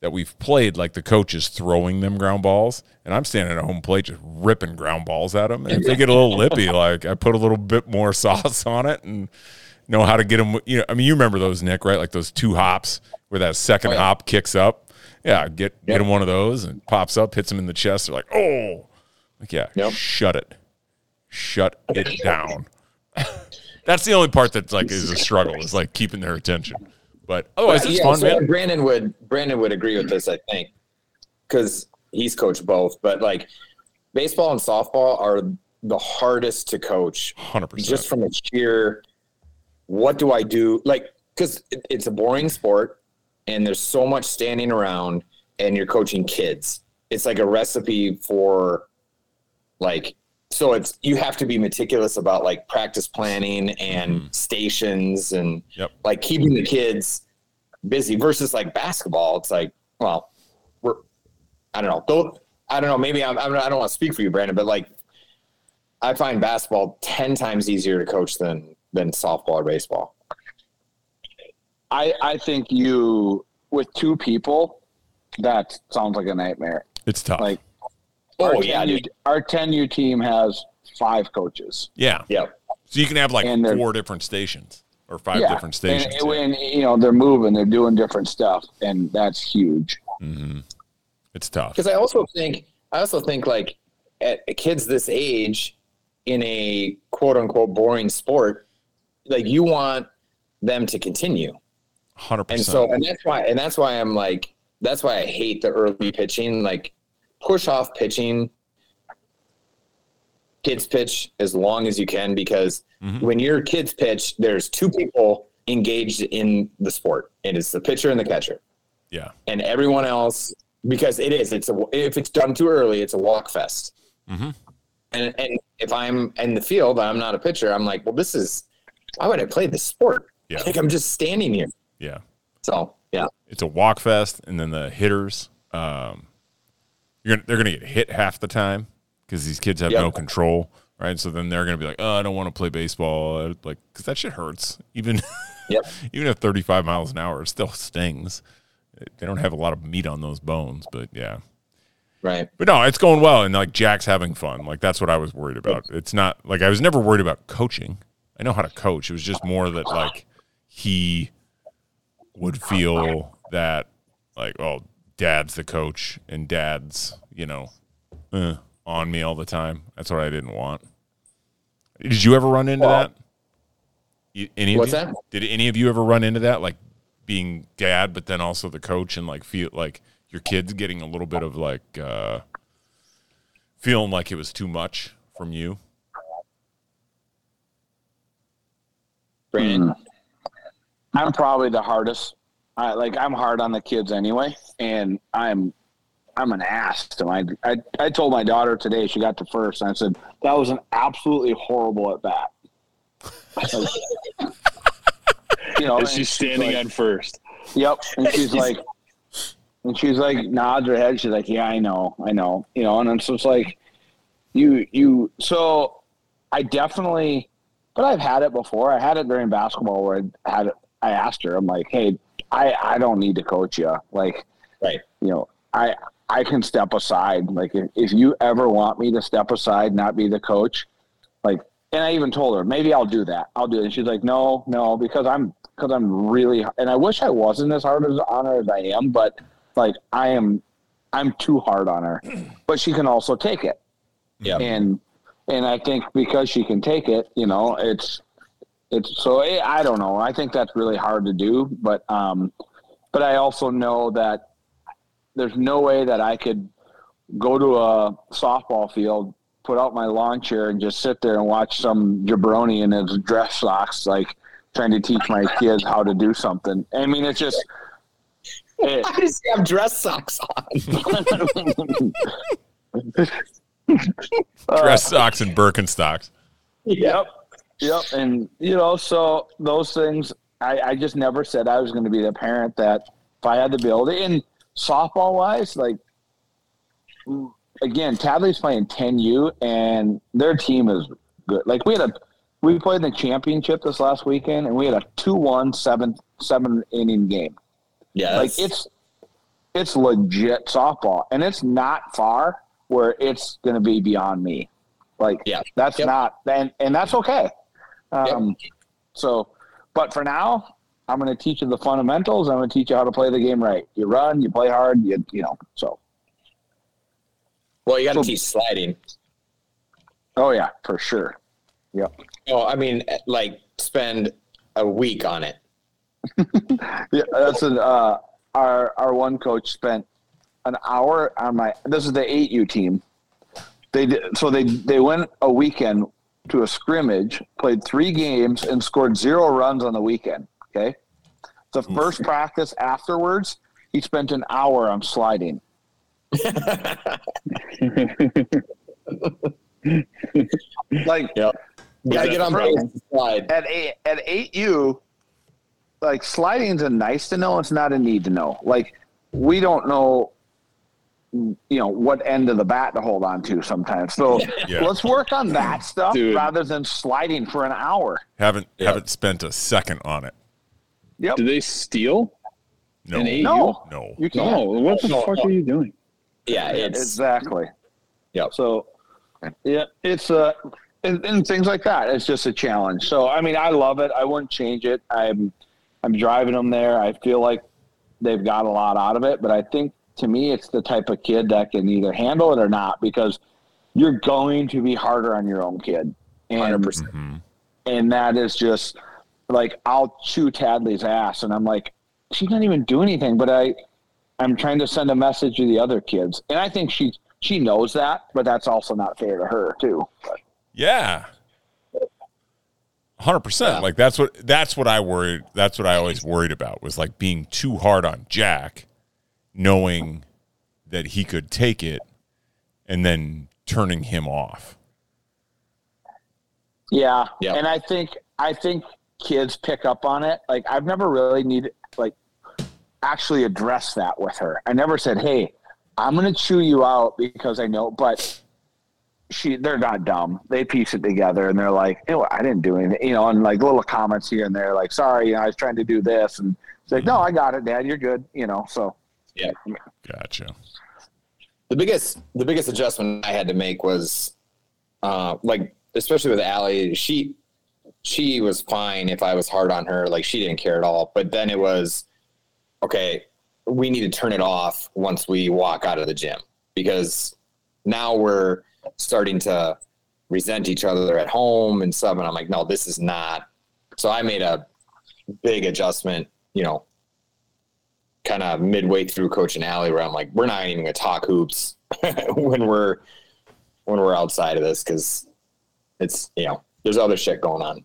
that we've played, like the coach is throwing them ground balls and I'm standing at home plate just ripping ground balls at them. And if they get a little *laughs* lippy, like, I put a little bit more sauce on it and, know how to get them. You know, I mean, you remember those, Nick, right? Like those two hops where that second Oh, yeah. hop kicks up. Yeah, get get him one of those and pops up, hits him in the chest. They're like, oh, like yeah, Yep. shut it, shut it down. *laughs* That's the only part that like is *laughs* a struggle is like keeping their attention. But otherwise, But, it's yeah, oh, fun, so man. Brandon would Brandon would agree with this, I think, because he's coached both. But like, baseball and softball are the hardest to coach, Hundred just percent. from a sheer. What do I do? Like, because it's a boring sport, and there's so much standing around, and you're coaching kids. It's like a recipe for, like, so it's you have to be meticulous about like practice planning and stations and Mm-hmm. Yep. like keeping the kids busy versus like basketball it's like well we're i don't know though i don't know maybe i'm, I'm i don't want to speak for you brandon but like i find basketball 10 times easier to coach than than softball or baseball I, I think you with two people, that sounds like a nightmare. It's tough. Like oh our yeah 10U dude. our ten U team has five coaches. yeah. yeah So you can have like And they're- four different stations or five different stations. And, and, you know they're moving, they're doing different stuff, and that's huge. hmm It's tough. because I also think I also think like at at kids this age in a quote unquote boring sport, like you want them to continue, Hundred and percent. so and that's why and that's why I'm like that's why I hate the early pitching, like push off pitching. Kids pitch as long as you can because Mhm. when your kids pitch, there's two people engaged in the sport, and it's the pitcher and the catcher yeah. and everyone else because it is it's a if it's done too early it's a walk fest Mhm. and and if i'm in the field and i'm not a pitcher i'm like well this is why would i play this sport Yeah. like i'm just standing here Yeah. so yeah It's a walk fest, and then the hitters, um, you're gonna, they're going to get hit half the time because these kids have Yep. no control, right? So then they're going to be like, "Oh, I don't want to play baseball," like because that shit hurts. Even *laughs* Yep. even at 35 miles an hour, it still stings. They don't have a lot of meat on those bones, but yeah. right But no, it's going well, and like Jack's having fun. Like that's what I was worried about. It's not like I was never worried about coaching. I know how to coach. It was just more that like he would feel that like oh, dad's the coach and dad's you know eh, on me all the time. That's what I didn't want. Did you ever run into Well- that? You- Any of What's you? that? Did any of you ever run into that like being dad, but then also the coach and like feel like your kids getting a little bit of like. uh feeling like it was too much from you. brandon Hmm. I'm probably the hardest. I like I'm hard on the kids anyway, and I'm I'm an ass to my. I I told my daughter today she got the first, and I said that was an absolutely horrible at bat. *laughs* Like, you know, and Is she she's standing like, on *laughs* first? Yep, and she's like, and she's like nods her head. She's like, yeah, I know, I know, you know, and I'm just like, you you. So I definitely, but I've had it before. I had it during basketball where I had it. I asked her, I'm like, hey, I I don't need to coach you, like, Right. you know, I I can step aside. Like, if, if you ever want me to step aside, not be the coach, like, and I even told her maybe I'll do that. I'll do it. And she's like, no, no, because I'm because I'm really and I wish I wasn't as hard as on her as I am, but like I am, I'm too hard on her. But she can also take it yeah and and I think because she can take it, you know, it's it's so eh, I don't know. I think that's really hard to do, but um, but I also know that there's no way that I could go to a softball field, put out my lawn chair, and just sit there and watch some jabroni in his dress socks, like trying to teach my kids how to do something. I mean, it's just. *laughs* eh, I just have dress socks on. uh, Dress socks and Birkenstocks. Yep. Yep, and you know, so those things, I, I just never said I was going to be the parent that if I had the ability. And softball wise, like again, Tadley's playing ten U, and their team is good. Like we had a, we played in the championship this last weekend, and we had a 2-1 seven seven inning game. Yeah. Like it's it's legit softball, and it's not far where it's going to be beyond me. Like yeah. that's Yep. not and and that's okay. Um, So, but for now, I'm going to teach you the fundamentals. I'm going to teach you how to play the game right. You run, you play hard, you you know. So, Well, you got to so- teach sliding. oh yeah, for sure. Yep. Oh, I mean, like spend a week on it. Yeah, that's an, uh, our our one coach spent an hour on my. This is the eight U team. They did, so they they went a weekend to a scrimmage, played three games, and scored zero runs on the weekend. Okay, the first practice afterwards, he spent an hour on sliding. like Gotta get on Bro. base to slide. at eight at eight U, like sliding's a nice to know. It's not a need to know. Like we don't know, you know, what end of the bat to hold on to sometimes. So Yeah. let's work on that stuff Dude. rather than sliding for an hour. Haven't Yeah. haven't spent a second on it. Yep. Do they steal? No, An eight? No, no. you can't. No. What the No, fuck no. are you doing? Yeah, it's Exactly. Yep. So, yeah, it's uh, and, and things like that. It's just a challenge. So, I mean, I love it. I wouldn't change it. I'm, I'm driving them there. I feel like they've got a lot out of it. But I think to me, it's the type of kid that can either handle it or not because you're going to be harder on your own kid. And 100%. Mhm. and that is just like I'll chew Tadley's ass, and I'm like, she didn't even do anything. But I, I'm trying to send a message to the other kids, and I think she she knows that, but that's also not fair to her too. Yeah. 100%. Yeah. Like that's what that's what I worried that's what I always worried about was like being too hard on Jack knowing that he could take it and then turning him off. Yeah, Yeah. and I think I think kids pick up on it. Like I've never really needed like actually address that with her. I never said, "Hey, I'm going to chew you out because I know," but she they're not dumb. They piece it together and they're like, "Oh, I didn't do anything," you know, and like little comments here and there, like, "Sorry, you know, I was trying to do this," and it's like, "No, I got it, Dad. You're good," you know. So Gotcha. the biggest the biggest adjustment I had to make was uh like especially with Allie, she she was fine if I was hard on her, like she didn't care at all. But then it was okay, we need to turn it off once we walk out of the gym because now we're starting to resent each other at home and stuff and I'm like, no, this is not so I made a big adjustment, you know, kind of midway through coaching alley where I'm like, we're not even gonna talk hoops *laughs* when we're when we're outside of this because it's you know there's other shit going on.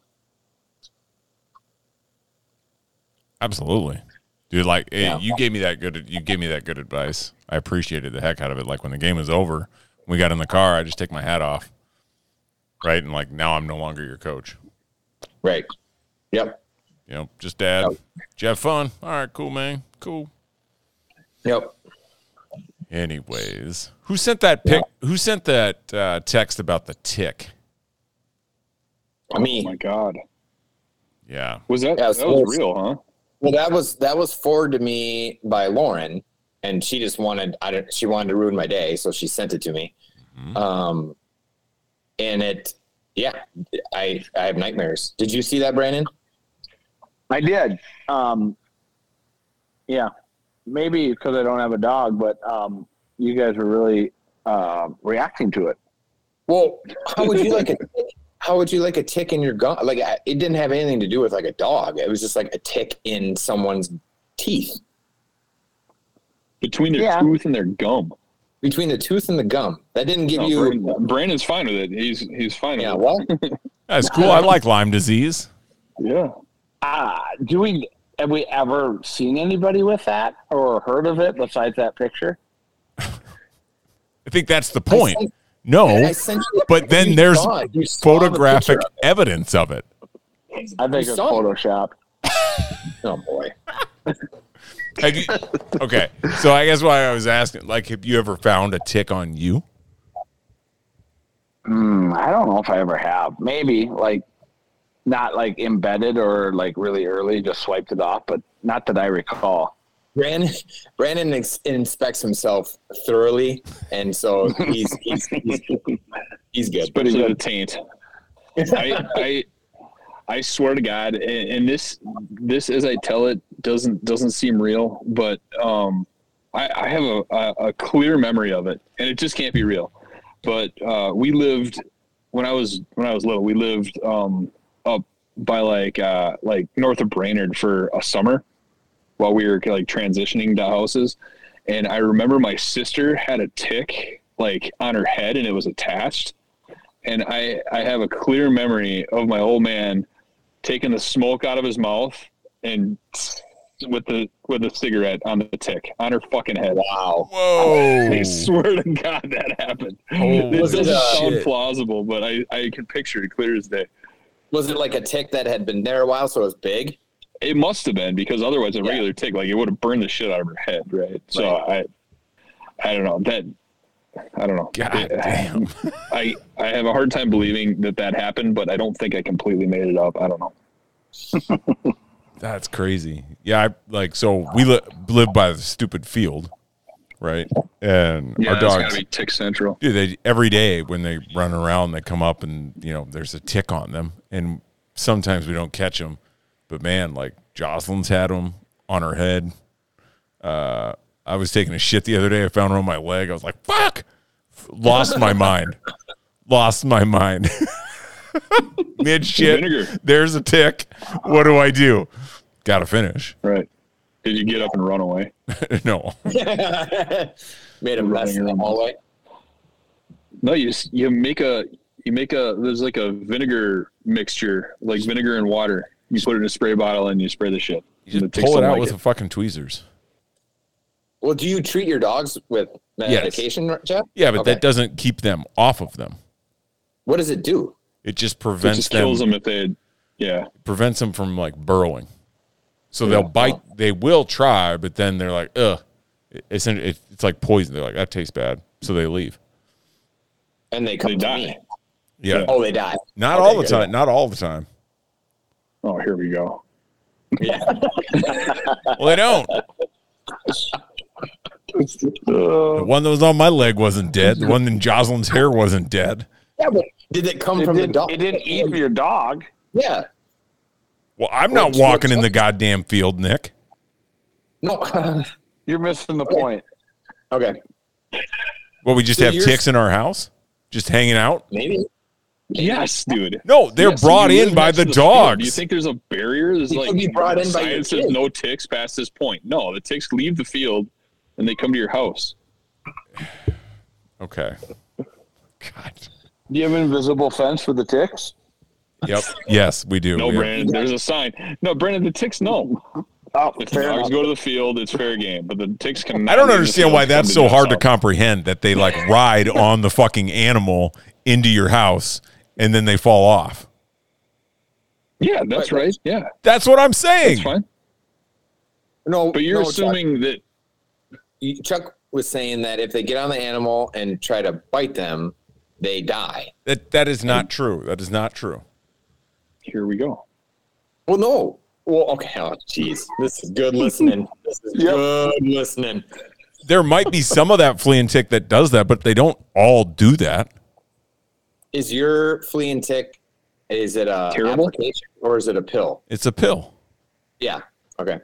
Absolutely. Dude, like eh, Yeah. you gave me that good you gave me that good advice. I appreciated the heck out of it. Like when the game was over, we got in the car, I just take my hat off. Right? And like now I'm no longer your coach. Right. Yep. You know, just dad. Yep. Did you have fun? All right, cool, man. Cool. Yep. Anyways, who sent that pic? Who sent that uh, text about the tick? I Oh mean, my god. Yeah, Was that Yeah, that was it's- real, huh? well, that was that was forwarded to me by Lauren, and she just wanted I don't she wanted to ruin my day, so she sent it to me. Mhm. Um, and it, yeah, I I have nightmares. Did you see that, Brandon? I did. Um, yeah, maybe because I don't have a dog, but um, you guys were really uh, reacting to it. Well, how would you like a how would you like a tick in your gum? Like I- it didn't have anything to do with like a dog. It was just like a tick in someone's teeth Between their Yeah. tooth and their gum. between the tooth and the gum. That didn't give No, you. Brandon- Brandon's fine with it. He's he's fine Yeah, with what? that's cool. *laughs* I like Lyme disease. it. Yeah. Ah, do we have we ever seen anybody with that or heard of it besides that picture? I think that's the I point. sent- I No, sent you- Oh. but then you there's saw it. You saw the photographic picture evidence of it. I think You it's saw it. Photoshop. of- Oh boy. Have *laughs* you- okay, so I guess why I was asking, like, have you ever found a tick on you? Hmm, I don't know if I ever have. Maybe like not like embedded or like really early, just swiped it off, but not that I recall. Brandon Brandon ex- inspects himself thoroughly, and so he's he's he's, he's good. But it's a taint. I, I I swear to God, and, and this this as I tell it doesn't doesn't seem real, but um, I, I have a, a, a clear memory of it, and it just can't be real. But uh, we lived when I was when I was little. We lived um, up by like uh, like north of Brainerd for a summer while we were like transitioning to houses, and I remember my sister had a tick like on her head, and it was attached and I, I have a clear memory of my old man taking the smoke out of his mouth and with the with a cigarette on the tick on her fucking head. Wow. Whoa. I swear to God that happened. Holy this doesn't sound shit. plausible, but I, I can picture it clear as day. Was it like a tick that had been there a while, so it was big? *laughs* It must have been because otherwise a Yeah. regular tick, like it would have burned the shit out of her head, right? So I I don't know. That I don't know. God It- damn. I, I have a hard time believing that that happened, but I don't think I completely made it up. I don't know. That's crazy. Yeah, I like so we li- live by the stupid field, right? And our dogs, tick central. dude, they every day when they run around, they come up and you know there's a tick on them, and sometimes we don't catch them. But man, like Jocelyn's had them on her head. Uh, I was taking a shit the other day. I found one on my leg. I was like, "Fuck!" Lost my mind. Lost my mind. *laughs* Mid Vinegar. shit. There's a tick. What do I do? Got to finish. *laughs* Right. Did you get up and run away? no. Made a mess in the hallway. No, you s- you make a you make a there's like a vinegar mixture, like vinegar and water. You put it in a spray bottle and you spray the shit. You And just the ticks pull it don't out like with the fucking tweezers. Well, do you treat your dogs with medication, Jeff? Yeah, but Okay. that doesn't keep them off of them. What does it do? It just It prevents just them, kills them if they, yeah. prevents them from like burrowing. So they'll bite. They will try, but then they're like, ugh. It- It's in- it- it's like poison. They're like that tastes bad, so they leave. And they come They to die. me. Yeah, Oh, they die. not Okay, all the good. time. Not all the time. Oh, here we go. Well, they don't. The one that was on my leg wasn't dead. The one in Jocelyn's hair wasn't dead. Yeah, but did it come It from the didn't, dog? it didn't eat your dog. Yeah. Well, I'm not What's- walking in what's- the goddamn field, Nick. No. *laughs* You're missing the point. okay. Well, we just So have you're- ticks in our house, just hanging out. Maybe. Yes, dude. No, they're Yes, brought you live in by next the to field. dogs. Do you think there's a barrier? There's You like could be brought in by your science says kid. no ticks past this point. No, the ticks leave the field and they come to your house. okay. *laughs* God. Do you have an invisible fence for the ticks? Yep. yes, we do. No, We have- Brandon, there's a sign. No, Brandon, the ticks. No, Oh, if the fair dogs enough. go to the field, it's fair game. But the ticks can. I don't understand why that's so hard to comprehend that they like ride *laughs* on the fucking animal into your house and then they fall off. Yeah, that's right. Yeah, That's what I'm saying. it's fine. No, But you're no, assuming that Chuck, Chuck was saying that if they get on the animal and try to bite them, they die. That that is not true. That is not true. here we go. Well, no. Well, okay. Oh, jeez. This is good *laughs* listening. This is Yep. good listening. There might be some of that flea and tick that does that, but they don't all do that. Is your flea and tick? Is it a Terrible? application or is it a pill? It's a pill. Yeah. Okay.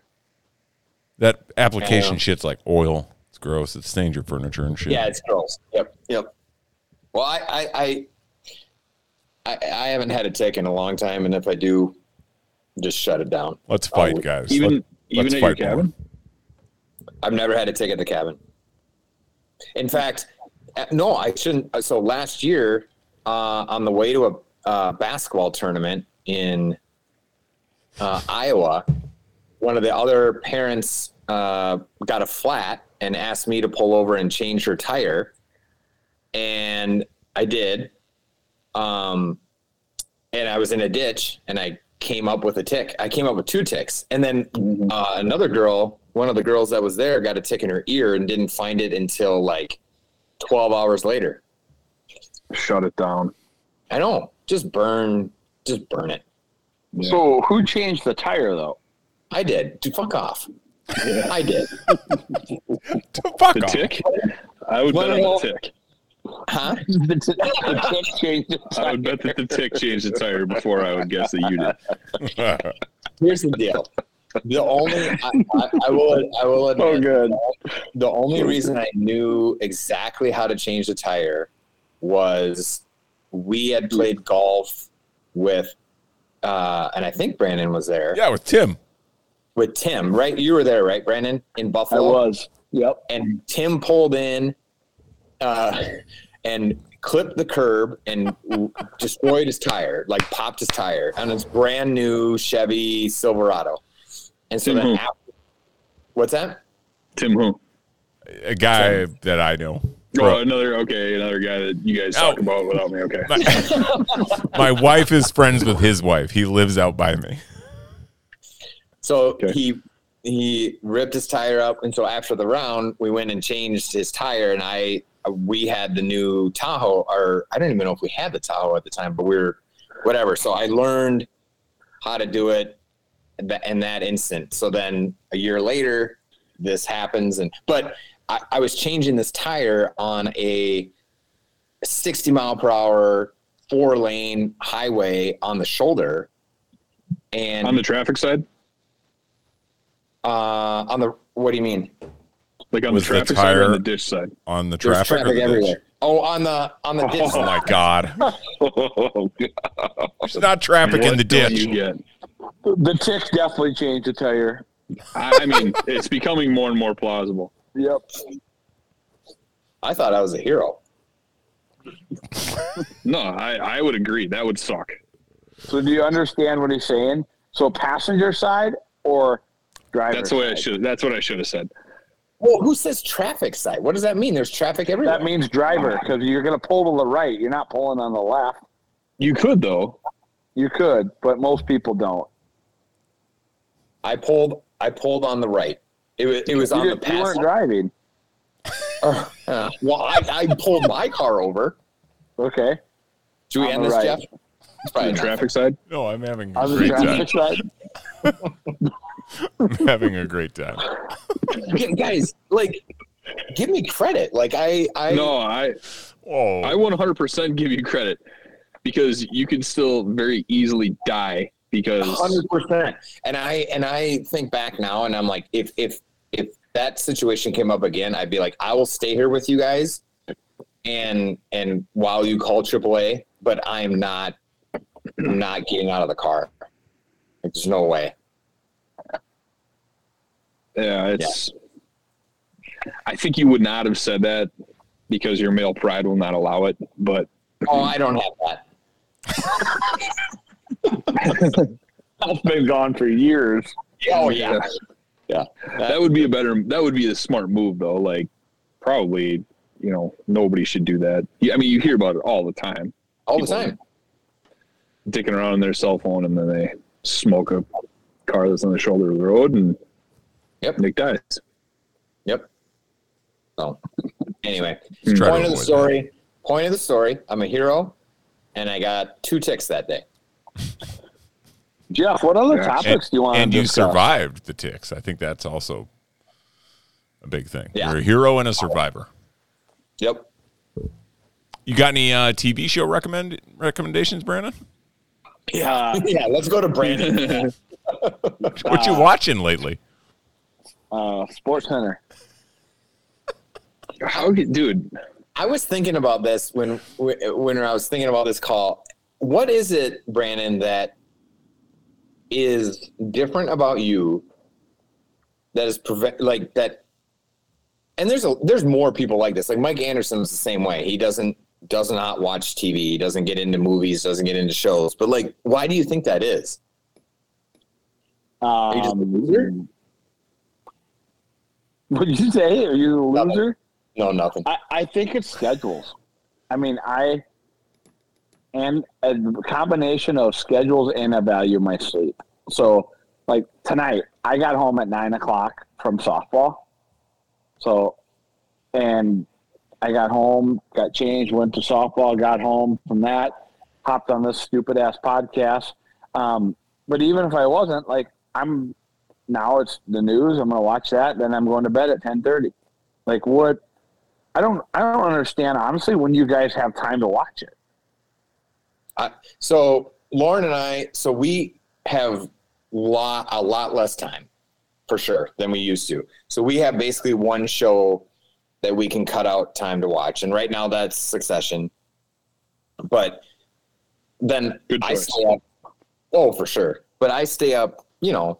That application Yeah. shit's like oil. It's gross. It stains your furniture and shit. Yeah, it's girls. Yep. Yep. Well, I, I, I, I, I haven't had a tick in a long time, and if I do, just shut it down. Let's fight, Oh, guys. Even Let- even let's at your fight more. cabin. I've never had a tick at the cabin. In fact, uh, no, I shouldn't. uh, So last year, uh, on the way to a uh, basketball tournament in uh, Iowa, one of the other parents uh, got a flat and asked me to pull over and change her tire, and I did. Um, and I was in a ditch, and I came up with a tick. I came up with two ticks, and then uh, another girl, one of the girls that was there, got a tick in her ear and didn't find it until like 12 hours later. Shut it down. I know. Just burn, just burn it. So who changed the tire though? I did. Dude, fuck off. I did. *laughs* Fuck The off. tick. I would bet on the *laughs* tick. Huh? *laughs* the t- the tick changed the I tire. would bet that the tick changed the tire before I would guess that you did. Here's the deal. The only I, I, I will I will admit Oh, good. the only reason I knew exactly how to change the tire was we had played golf with uh, and I think Brandon was there *laughs* yeah, with Tim. with Tim, right? You were there, right, Brandon, in I Buffalo. was. Yep. and Tim pulled in uh, and clipped the curb and w- destroyed his tire, like popped his tire on his brand new Chevy Silverado. And so then Mm-hmm. Mhm. after, What's that? Tim who? A guy that I know. Oh, Bro, another okay, another guy that you guys Oh. talk about without me. Okay, *laughs* my wife is friends with his wife. He lives out by me. So Okay. he he ripped his tire up, and so after the round, we went and changed his tire, and I we had the new Tahoe, or I don't even know if we had the Tahoe at the time, but we were whatever. So I learned how to do it tha- in that instant. So then a year later, this happens, and but I, I was changing this tire on a sixty mile per hour four lane highway on the shoulder. And on the traffic side, uh, on the what do you mean? like on Was the the traffic side or on tire- the ditch *laughs* side. On the There's traffic. or traffic, the ditch? everywhere. Oh, on the on the ditch. Oh side. my god! Oh, There's not traffic in the ditch. You get. The tick definitely changed the tire. I, I mean, it's becoming more and more plausible. Yep. I thought I was a hero. No, I, I would agree. That would suck. So do you understand what he's saying? So passenger side or driver? That's the way I side? should. That's what I should have said. Well, who says traffic side? What does that mean? There's traffic everywhere. That means driver because you're going to pull to the right. You're not pulling on the left. You could though. You could, but most people don't. I pulled. I pulled on the right. It was. It was on you, the didn't- you pass. weren't driving. Uh, well, I, I pulled my car over. Okay. Should we On end the this, right. Jeff? Probably The not. traffic side. No, I'm having a On the great time. traffic side. I'm *laughs* having a great time. Yeah, Guys, like, give me credit. Like, I. I No, I Oh, I 100% give you credit because you can still very easily die because hundred percent. And I and I think back now, and I'm like, if if if that situation came up again, I'd be like, I will stay here with you guys, and and while you call AAA, but I'm not, I'm not getting out of the car. Like, there's no way. yeah, it's. I think you would not have said that because your male pride will not allow it. But Oh, I don't have that. *laughs* I've been gone for years. Oh yeah, that would be a better. That would be a smart move though. Like probably you know nobody should do that. Yeah, I mean you hear about it all the time, all the time. dicking around on their cell phone and then they smoke a car that's on the shoulder of the road and Yep. *laughs* Nick dies. Yep. So, anyway, Just try to point of the avoid that. story. Point of the story. I'm a hero, and I got two ticks that day. Jeff, what other Yeah. topics and, do you want and to you discuss? survived the ticks. I think that's also a big thing. Yeah. You're a hero and a survivor. Yep. You got any uh, TV show recommend recommendations, Brandon? Yeah. *laughs* Yeah, let's go to Brandon. What you watching lately? Uh, Sports Center. How could, dude? I was thinking about this when when I was thinking about this call. What is it, Brandon, that is different about you that is prevent like that? And there's a there's more people like this. Like Mike Anderson is the same way. He doesn't does not watch TV. He doesn't get into movies. Doesn't get into shows. But like, why do you think that is? you just a loser? Um, what did you say? Are you a Nothing. loser? No, nothing. I, I think it's schedules. I mean, I and a combination of schedules and I value my sleep. So, like tonight, I got home at nine o'clock from softball. So, and I got home, got changed, went to softball, got home from that, hopped on this stupid ass podcast. Um, but even if I wasn't, like I'm now, it's the news. I'm going to watch that. Then I'm going to bed at ten thirty. Like what? I don't I don't understand honestly when you guys have time to watch it. So Lauren and I, so we have lot a lot less time for sure than we used to. So we have basically one show that we can cut out time to watch, and right now that's Succession. But then Good I choice. stay up. Oh, for sure. But I stay up, you know,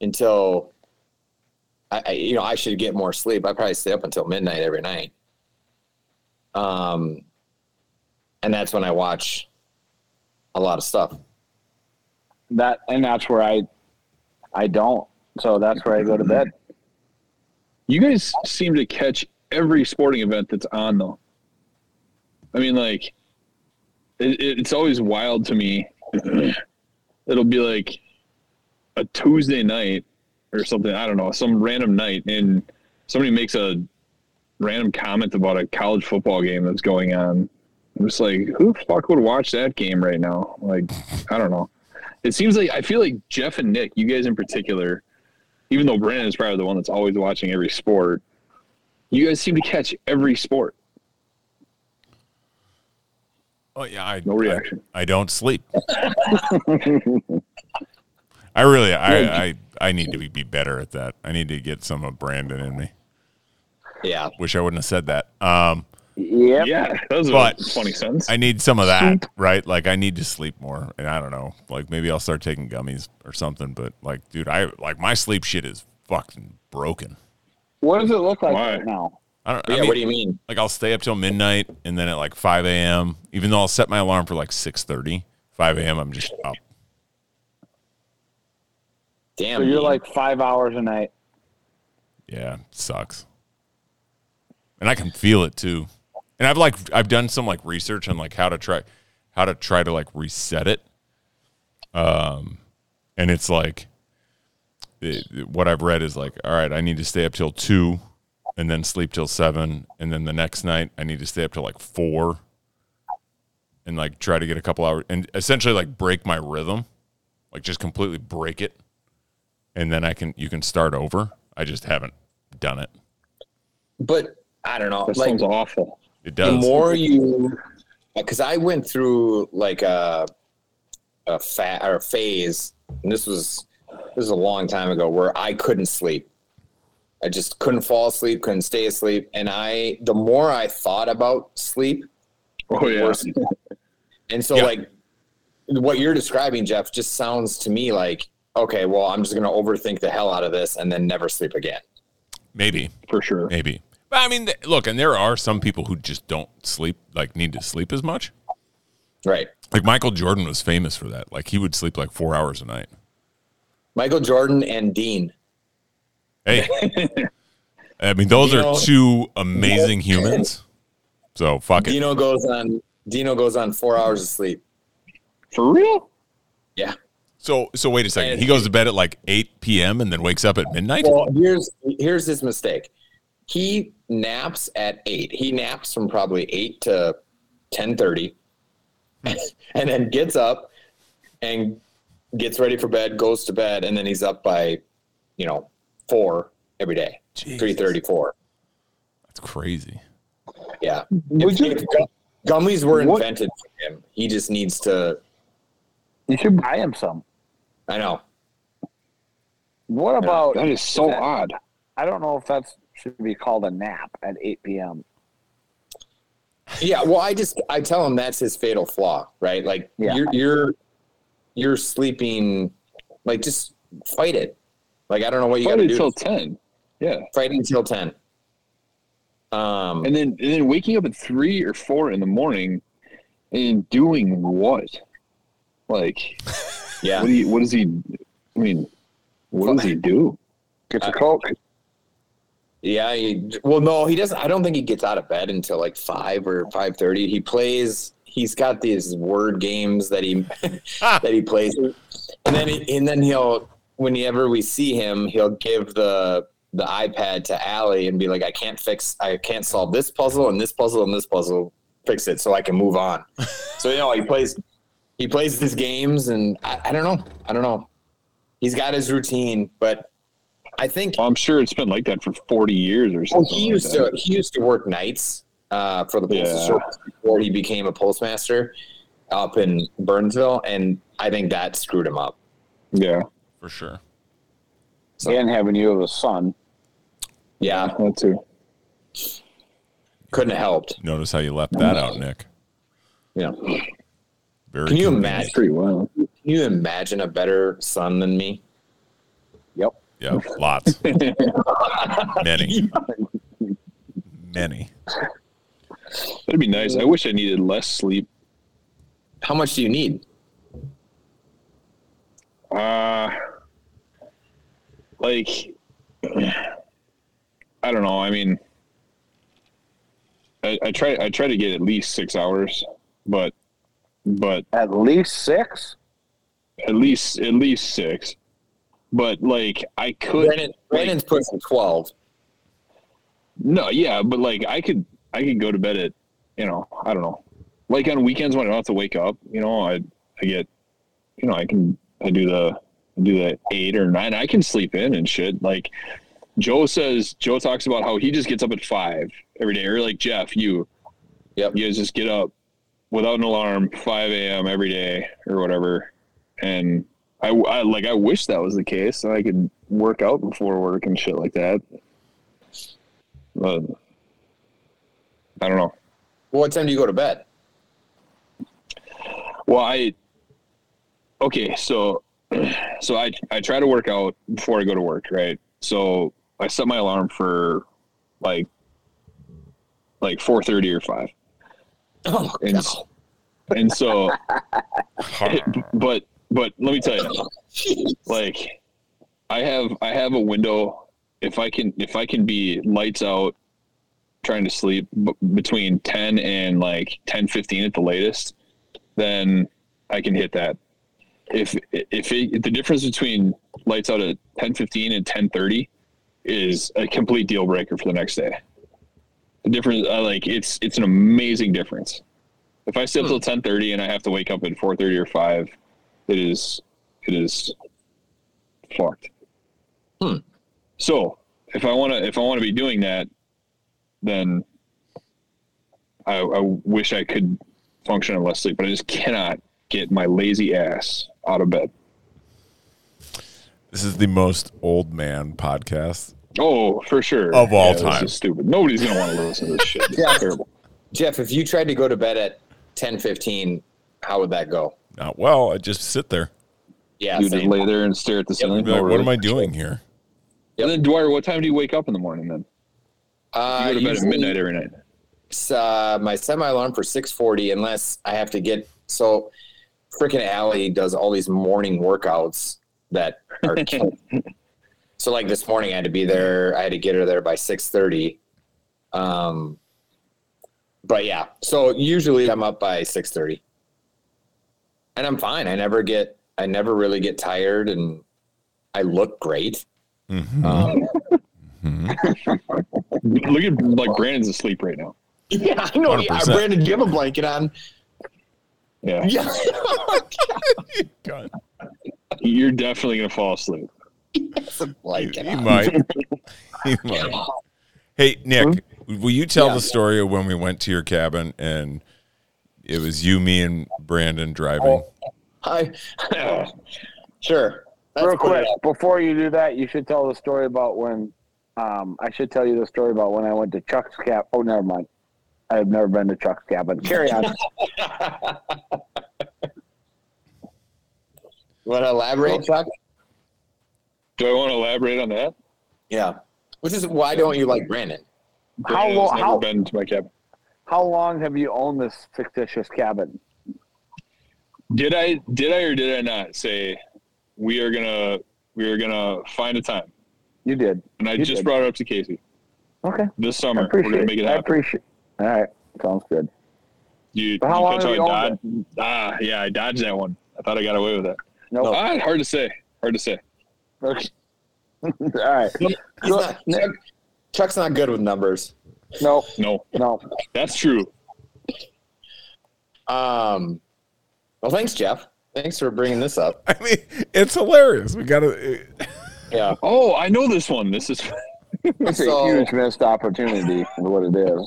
until I, I you know I should get more sleep. I probably stay up until midnight every night. Um, and that's when I watch a lot of stuff. That and that's where I I don't. So that's where I go to bed. You guys seem to catch every sporting event that's on though. I mean, like, it, it- it's always wild to me. *clears throat* It'll be like a Tuesday night or something. I don't know, some random night, and somebody makes a random comment about a college football game that's going on. I'm just like, who the fuck would watch that game right now? Like, I don't know. It seems like I feel like Jeff and Nick, you guys in particular, even though Brandon is probably the one that's always watching every sport, you guys seem to catch every sport. Oh yeah, I No reaction. I, I don't sleep. I really, I, I, I need to be- be better at that. I need to get some of Brandon in me. Yeah. Wish I wouldn't have said that. Um, Yep. Yeah, that was But- a funny sentence. I need some of that, right? Like I need to sleep more, and I don't know. Like maybe I'll start taking gummies or something. But like, dude, I like my sleep shit is fucking broken. What does it look like Why? right now? I don't. Yeah. I mean, what do you mean? like I'll stay up till midnight, and then at like five a.m., even though I'll set my alarm for like 6.30, 5 a.m. I'm just up. Damn. So you're Dean. like five hours a night. Yeah, it sucks. And I can feel it too. And I've like I've done some like research on like how to try how to try to like reset it. Um and it's like it- it- what I've read is like all right, I need to stay up till 2 and then sleep till 7 and then the next night I need to stay up till like 4 and like try to get a couple hours and essentially like break my rhythm. Like just completely break it and then I can you can start over. I just haven't done it. but I don't know. that Like sounds awful. It the does. more you, because I went through like a a fat or a phase, and this was this was a long time ago where I couldn't sleep. I just couldn't fall asleep, couldn't stay asleep, and I the more I thought about sleep, Oh yeah, worse. And so, Yeah. like, what you're describing, Jeff, just sounds to me like, okay, well, I'm just going to overthink the hell out of this and then never sleep again. Maybe, *laughs* for sure. maybe. But I mean, th- look, and there are some people who just don't sleep, like need to sleep as much. Right. Like Michael Jordan was famous for that. Like he would sleep like four hours a night. Michael Jordan and Dean. *laughs* Hey, I mean, those are Dino- two amazing humans. So fuck it. Dino goes on. Dino goes on four hours of sleep. For real? Yeah. So so wait a second. He goes to bed at like eight p.m. and then wakes up at midnight. Well, here's here's his mistake. He naps at eight. He naps from probably eight to ten thirty, *laughs* and then gets up and gets ready for bed, goes to bed, and then he's up by, you know, four every day. Three thirty four. That's crazy. Yeah. Would If- you? if gu- gummies were What- invented for him. He just needs to. You should buy him some. I know. What about? That is so Is that- odd. I don't know if that should be called a nap at 8 p.m. Yeah, well, I just I tell him that's his fatal flaw, right? Like Yeah. you're you're you're sleeping, like just fight it. Like I don't know what you got Probably to do. until ten. Yeah, fight until ten. Um, and then and then waking up at three or four in the morning, and doing what? Like, yeah, what do you? What does he? I mean, what does he do? Get Uh, your coke. yeah. He, well, no, he doesn't. I don't think he gets out of bed until like five or five thirty. He plays. He's got these word games that he *laughs* that he plays, and then he, and then he'll whenever we see him, he'll give the the iPad to Allie and be like, "I can't fix, I can't solve this puzzle and this puzzle and this puzzle. Fix it so I can move on." so you know, he plays he plays these games, and I, I don't know, I don't know. He's got his routine, but I think Well, I'm sure it's been like that for forty years or well, something. Oh, he like used that. to he used to work nights uh, for the postal Yeah. service before he became a postmaster up in Burnsville, and I think that screwed him up. Yeah, for sure. And having you have a son. Yeah, that too. couldn't have helped. Notice how you left that out, Nick. Yeah. Very. Can you convenient. imagine? Pretty wild. Can you imagine a better son than me? Yep. Yeah, *laughs* lots. Many. Many. That'd be nice. I wish I needed less sleep. How much do you need? Uh like I I don't know. I mean, I, I try I try to get at least six hours, but but At least six. at least at least six. But like I could Brandon, Brandon's pushing twelve. No, yeah, but like I could I could go to bed at you know, I don't know. Like on weekends when I don't have to wake up, you know, I I get you know, I can I do the I do the eight or nine. I can sleep in and shit. Like Joe says Joe talks about how he just gets up at five every day, or like Jeff, you Yep. you guys just get up without an alarm, five AM every day or whatever. And I, I like I wish that was the case so I could work out before work and shit like that. But I don't know. Well, what time do you go to bed? Well, I okay, so so I I try to work out before I go to work, right? So I set my alarm for like like four thirty or five, Oh, and s- and so but but let me tell you, like I have I have a window. If I can if I can be lights out, trying to sleep b- between ten and like ten fifteen at the latest, then I can hit that. If if it, the difference between lights out at ten fifteen and ten thirty is a complete deal breaker for the next day. The difference, I like it's it's an amazing difference. If I stay up till ten thirty and I have to wake up at four thirty or five, it is it is fucked. Hmm. So if I want to if I want to be doing that, then I, I wish I could function on less sleep, but I just cannot get my lazy ass out of bed. This is the most old man podcast. Oh, for sure. Of all this time. is stupid. Nobody's gonna want to listen to this shit. *laughs* It's Yeah. terrible. Jeff, if you tried to go to bed at ten fifteen, how would that go? Not Uh, well. I just sit there. Yeah, you just same. lay there and stare at the ceiling. I'd be like, Oh, what really? am I doing here? And then Dwyer, what time do you wake up in the morning? Then you Uh, go to bed at usually midnight every night. it's, uh, my semi alarm for six forty, unless I have to get. So, freaking Allie does all these morning workouts that are. killing me. so, like this morning, I had to be there. I had to get her there by six thirty. Um, but yeah, so usually I'm up by six thirty, and I'm fine. I never get. I never really get tired, and I look great. Mhm. Uh-huh. Um, Mhm. Look at like Brandon's asleep right now. *laughs* Yeah, I know. Yeah, 100%. Brandon, do you have a blanket on? *laughs* Yeah, Yeah. *laughs* God, you're definitely gonna fall asleep. *sighs* It's a you, blanket you on. *laughs* might. You might. Hey Nick, Hmm? will you tell Yeah. the story of when we went to your cabin and it was you, me, and Brandon driving? Oh. I, sure. That's uh, Real cool. quick, before you do that, you should tell the story about when. Um, I should tell you the story about when I went to Chuck's cab. Oh, never mind. I've never been to Chuck's cabin. Carry *laughs* on. You want to elaborate, Chuck? Do I want to elaborate on that? Yeah. Which is why don't you like Brandon? How Brandon's lo- never how- been to my cabin. How long have you owned this fictitious cabin? Did I? Did I or did I not say we are gonna we are gonna find a time? You did. And I You just did. brought it up to Casey Okay. I this summer. We're appreciate gonna it. make it I happen. appreciate All right. Sounds good. You, you But how long catch have on you owned Dod- Ah, yeah, I dodged that one. I thought I got away with it. Nope. Ah, hard to say. Hard to say. *laughs* Okay. All right. He's not, Chuck, Chuck's not good with numbers. No, No, no. that's true. Um, well, thanks, Jeff. Thanks for bringing this up. *laughs* I mean, it's hilarious. We gotta. eh, Yeah. Oh, I know this one. This is *laughs* It's So- a huge missed opportunity, is what it is.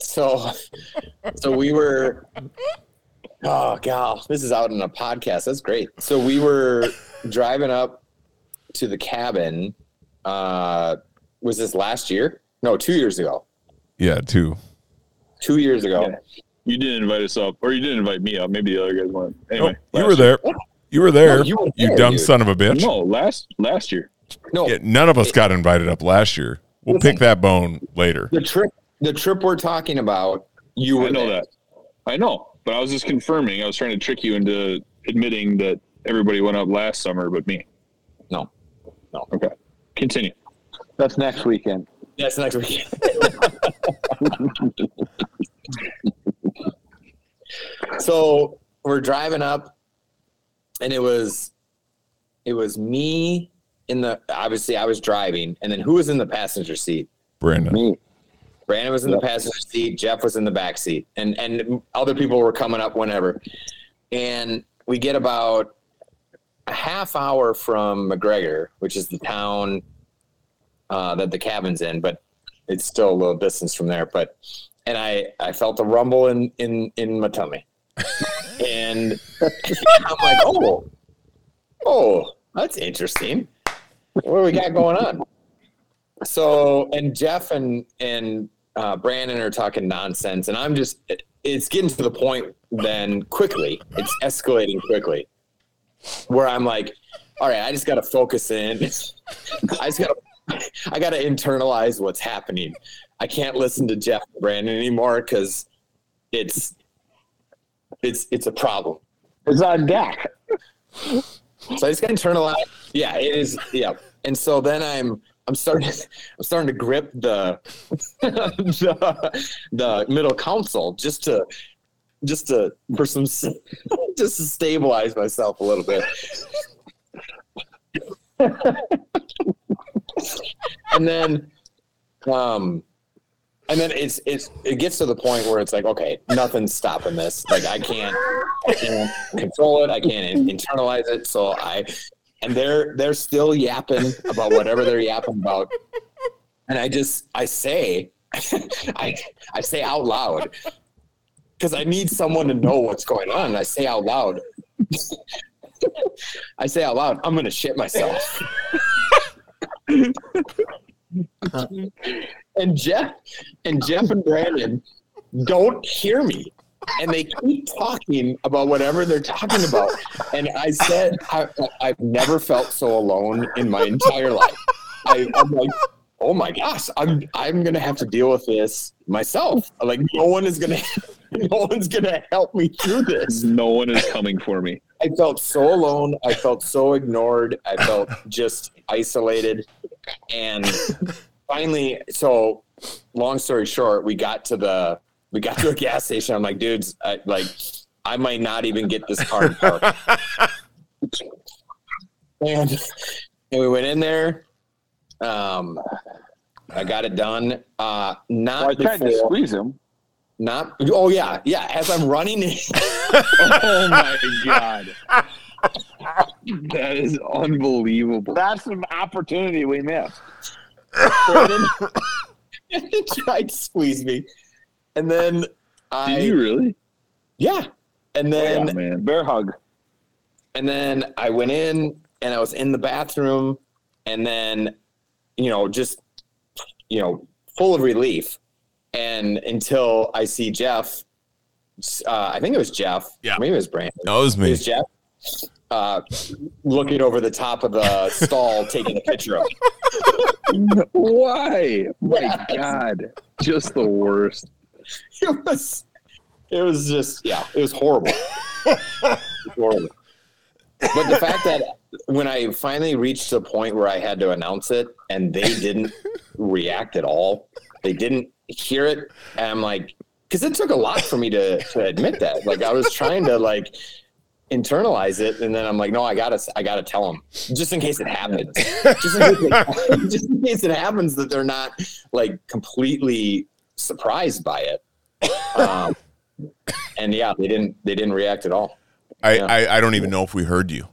So, *laughs* so we were. Oh god, this is out in a podcast. That's great. So we were driving up to the cabin. Uh, was this last year? No, two years ago. Yeah, too. Two years ago. you didn't invite us up, or you didn't invite me up. Maybe the other guys went. Oh, Anyway, you last were there. You were there. No, you you were there, dumb dude. son of a year. bitch. No, last last year. No, Yeah, none of us got invited up last year. We'll pick that bone later. the trip. The trip we're talking about. You were I know there. that. I know, but I was just confirming. I was trying to trick you into admitting that everybody went up last summer, but me. No. No. Okay. Continue. That's next weekend. Yes, next week. *laughs* so we're driving up, and it was, it was me in the. Obviously, I was driving, and then who was in the passenger seat? Brandon. Me. Brandon was in the passenger seat. Jeff was in the back seat, and and other people were coming up whenever. And we get about a half hour from McGregor, which is the town uh, that the cabin's in, but it's still a little distance from there. But and I I felt a rumble in in in my tummy, and I'm like, oh, oh, that's interesting. What do we got going on? So and Jeff and and uh, Brandon are talking nonsense, and I'm just it- it's getting to the point then quickly. It's escalating quickly, where I'm like, all right, I just got to focus in. *laughs* I just got to *laughs* I got to internalize what's happening. I can't listen to Jeff and Brandon anymore because it's it's it's a problem. It's on deck. So I just got internalized. Yeah, it is. Yeah, and so then I'm I'm starting *laughs* I'm starting to grip the *laughs* the, the middle console just to just to for some s- *laughs* just to stabilize myself a little bit. *laughs* and then um and then it's it's it gets to the point where it's like okay nothing's stopping this like i can't I can't control it. I can't in- internalize it. So I, and they're they're still yapping about whatever they're yapping about, and I just I say, *laughs* I I say out loud because I need someone to know what's going on. and I say out loud. I say out loud, I'm gonna shit myself. and Jeff and Jeff and Brandon don't hear me and they keep talking about whatever they're talking about. And I said, I, I've never felt so alone in my entire life. I, I'm like, oh my gosh, I'm I'm gonna have to deal with this myself. Like no one is gonna, *laughs* no one's gonna help me through this. No one is coming for *laughs* me. I felt so alone. I felt so ignored. I felt just isolated. And finally, so long story short, we got to the we got to a gas station. I'm like, dudes, I, like I might not even get this car parked. and and we went in there. Um, I got it done. Uh, not Well, I tried to before- squeeze him. not. Oh yeah, yeah. As I'm running in, Oh my *laughs* god. That is unbelievable. That's an opportunity we missed. *laughs* Brandon tried to squeeze me. And then Did I you really? yeah. And then yeah, man. Bear hug. and then I went in and I was in the bathroom and then you know just you know full of relief and until I see Jeff uh, I think it was Jeff Yeah. maybe it was Brandon That was it me. was Jeff uh, looking over the top of the stall taking a picture of me. Why? My Yes. god. Just the worst. *laughs* it was it was just yeah it was horrible horrible but the fact that when i finally reached the point where i had to announce it and they didn't react at all they didn't hear it and i'm like because it took a lot for me to, to admit that like i was trying to like internalize it and then i'm like no i gotta i gotta tell them just in case it happens just in case it, *laughs* just in case it happens that they're not like completely surprised by it um, and yeah, they didn't they didn't react at all. I, Yeah. I, I don't even know if we heard you.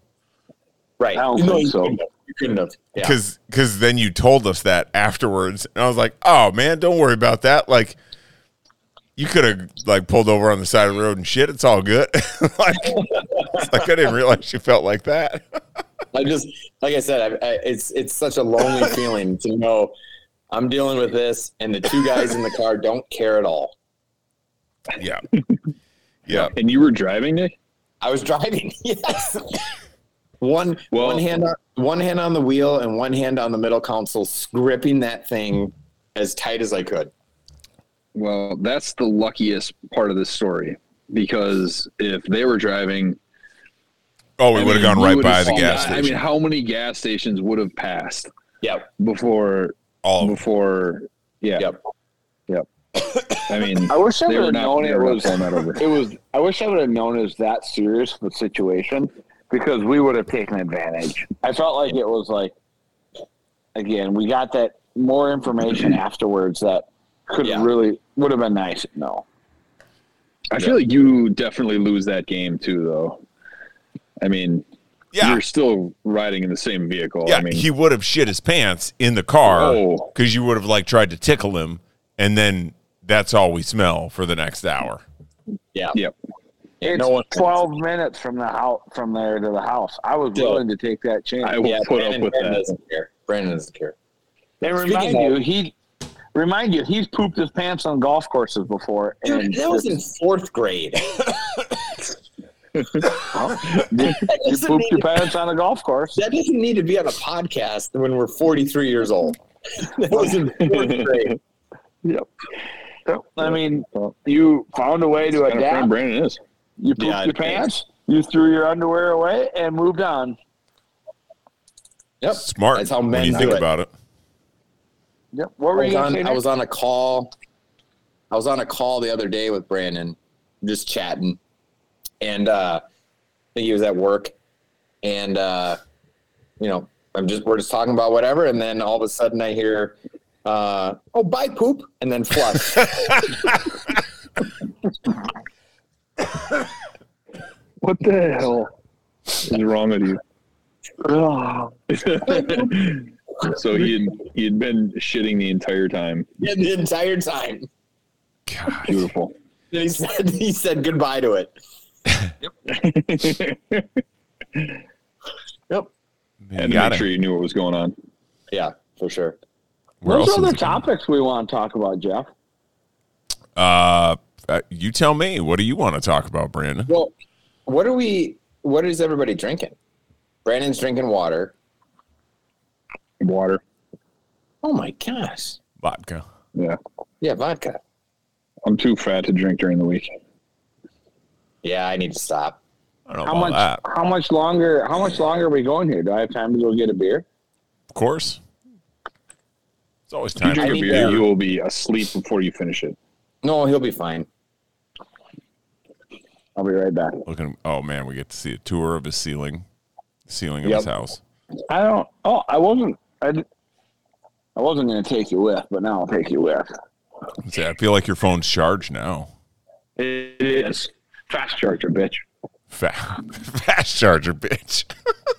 Right? I don't No, think you so. couldn't have. You couldn't have. Yeah. Because then you told us that afterwards. And I was like, oh, man, don't worry about that. Like, you could have like pulled over on the side of the road and shit. It's all good. *laughs* like, it's like, I didn't realize you felt like *laughs* that. I just like I said, I, I, it's it's such a lonely feeling to know I'm dealing with this, and the two guys in the car don't care at all. yeah. Yeah. And you were driving, Nick? I was driving. *laughs* Yes. One Well- one hand on, one hand on the wheel and one hand on the middle console, gripping that thing as tight as I could. Well, that's the luckiest part of this story because if they were driving, Oh, we I would have mean, gone you right would've by the seen gas that. station. I mean, how many gas stations would have passed Yeah. before all of them. before Yeah. Yep. *coughs* I mean, I wish I they would were have not, known they it were not was pulling that *laughs* over. it was I wish I would have known it was that serious of a situation because we would have taken advantage. I felt like it was like again, we got that more information afterwards that could Yeah. have really would have been nice to know. I feel like you definitely lose that game too, though. I mean, Yeah, you're still riding in the same vehicle. yeah. I mean, he would have shit his pants in the car Oh. because you would have like tried to tickle him, and then that's all we smell for the next hour. Yeah. Yep. It's No one- twelve minutes from the house from there to the house. I was Still. willing to take that chance. I will yeah, put Brandon- up with Brandon that. Doesn't care. Brandon doesn't care. and speaking remind of- you, he remind you, he's pooped his pants on golf courses before. Dude, and that was in fourth grade. that, *laughs* you doesn't pooped your need, pants on a golf course. that doesn't need to be on a podcast when we're 43 years old. That was in fourth *laughs* grade. I mean, you found a way to kind of friend adapt. Brandon is. You pooped Yeah, your thanks. pants. You threw your underwear away and moved on. Yep. Smart. That's how when men you do think it. about it. Yep. What I were was, you on, going to say? I Nick? was on a call. I was on a call the other day with Brandon, just chatting, and uh, I think he was at work, and uh, you know, I'm just we're just talking about whatever, and then all of a sudden I hear, uh, "Oh, bye, poop," and then *laughs* flush. *laughs* what the hell? What's wrong with *laughs* you? Ugh. so he had, he had been shitting the entire time. the entire time, Beautiful. And he said he said goodbye to it. Yep. Man, and you got make it. sure you knew what was going on. Yeah, for sure. Where else Those are is the it going? topics we want to talk about, Jeff. Uh, uh, you tell me. What do you want to talk about, Brandon? Well, what are we? What is everybody drinking? Brandon's drinking water. Water. Oh my gosh! Vodka. Yeah. Yeah, vodka. I'm too fat to drink during the week. Yeah, I need to stop. I don't know How about much? uh, that. How much longer? How much longer are we going here? Do I have time to go get a beer? Of course. It's always If you time. drink for a need beer, to- you will be asleep before you finish it. No, he'll be fine. I'll be right back. Looking. Oh man, we get to see a tour of his ceiling, ceiling of Yep. his house. I don't. Oh, I wasn't. I, di- I wasn't going to take you with, but now I'll take you with. See, I feel like your phone's charged now. It is. Fast charger, bitch. Fa- *laughs* fast charger, bitch.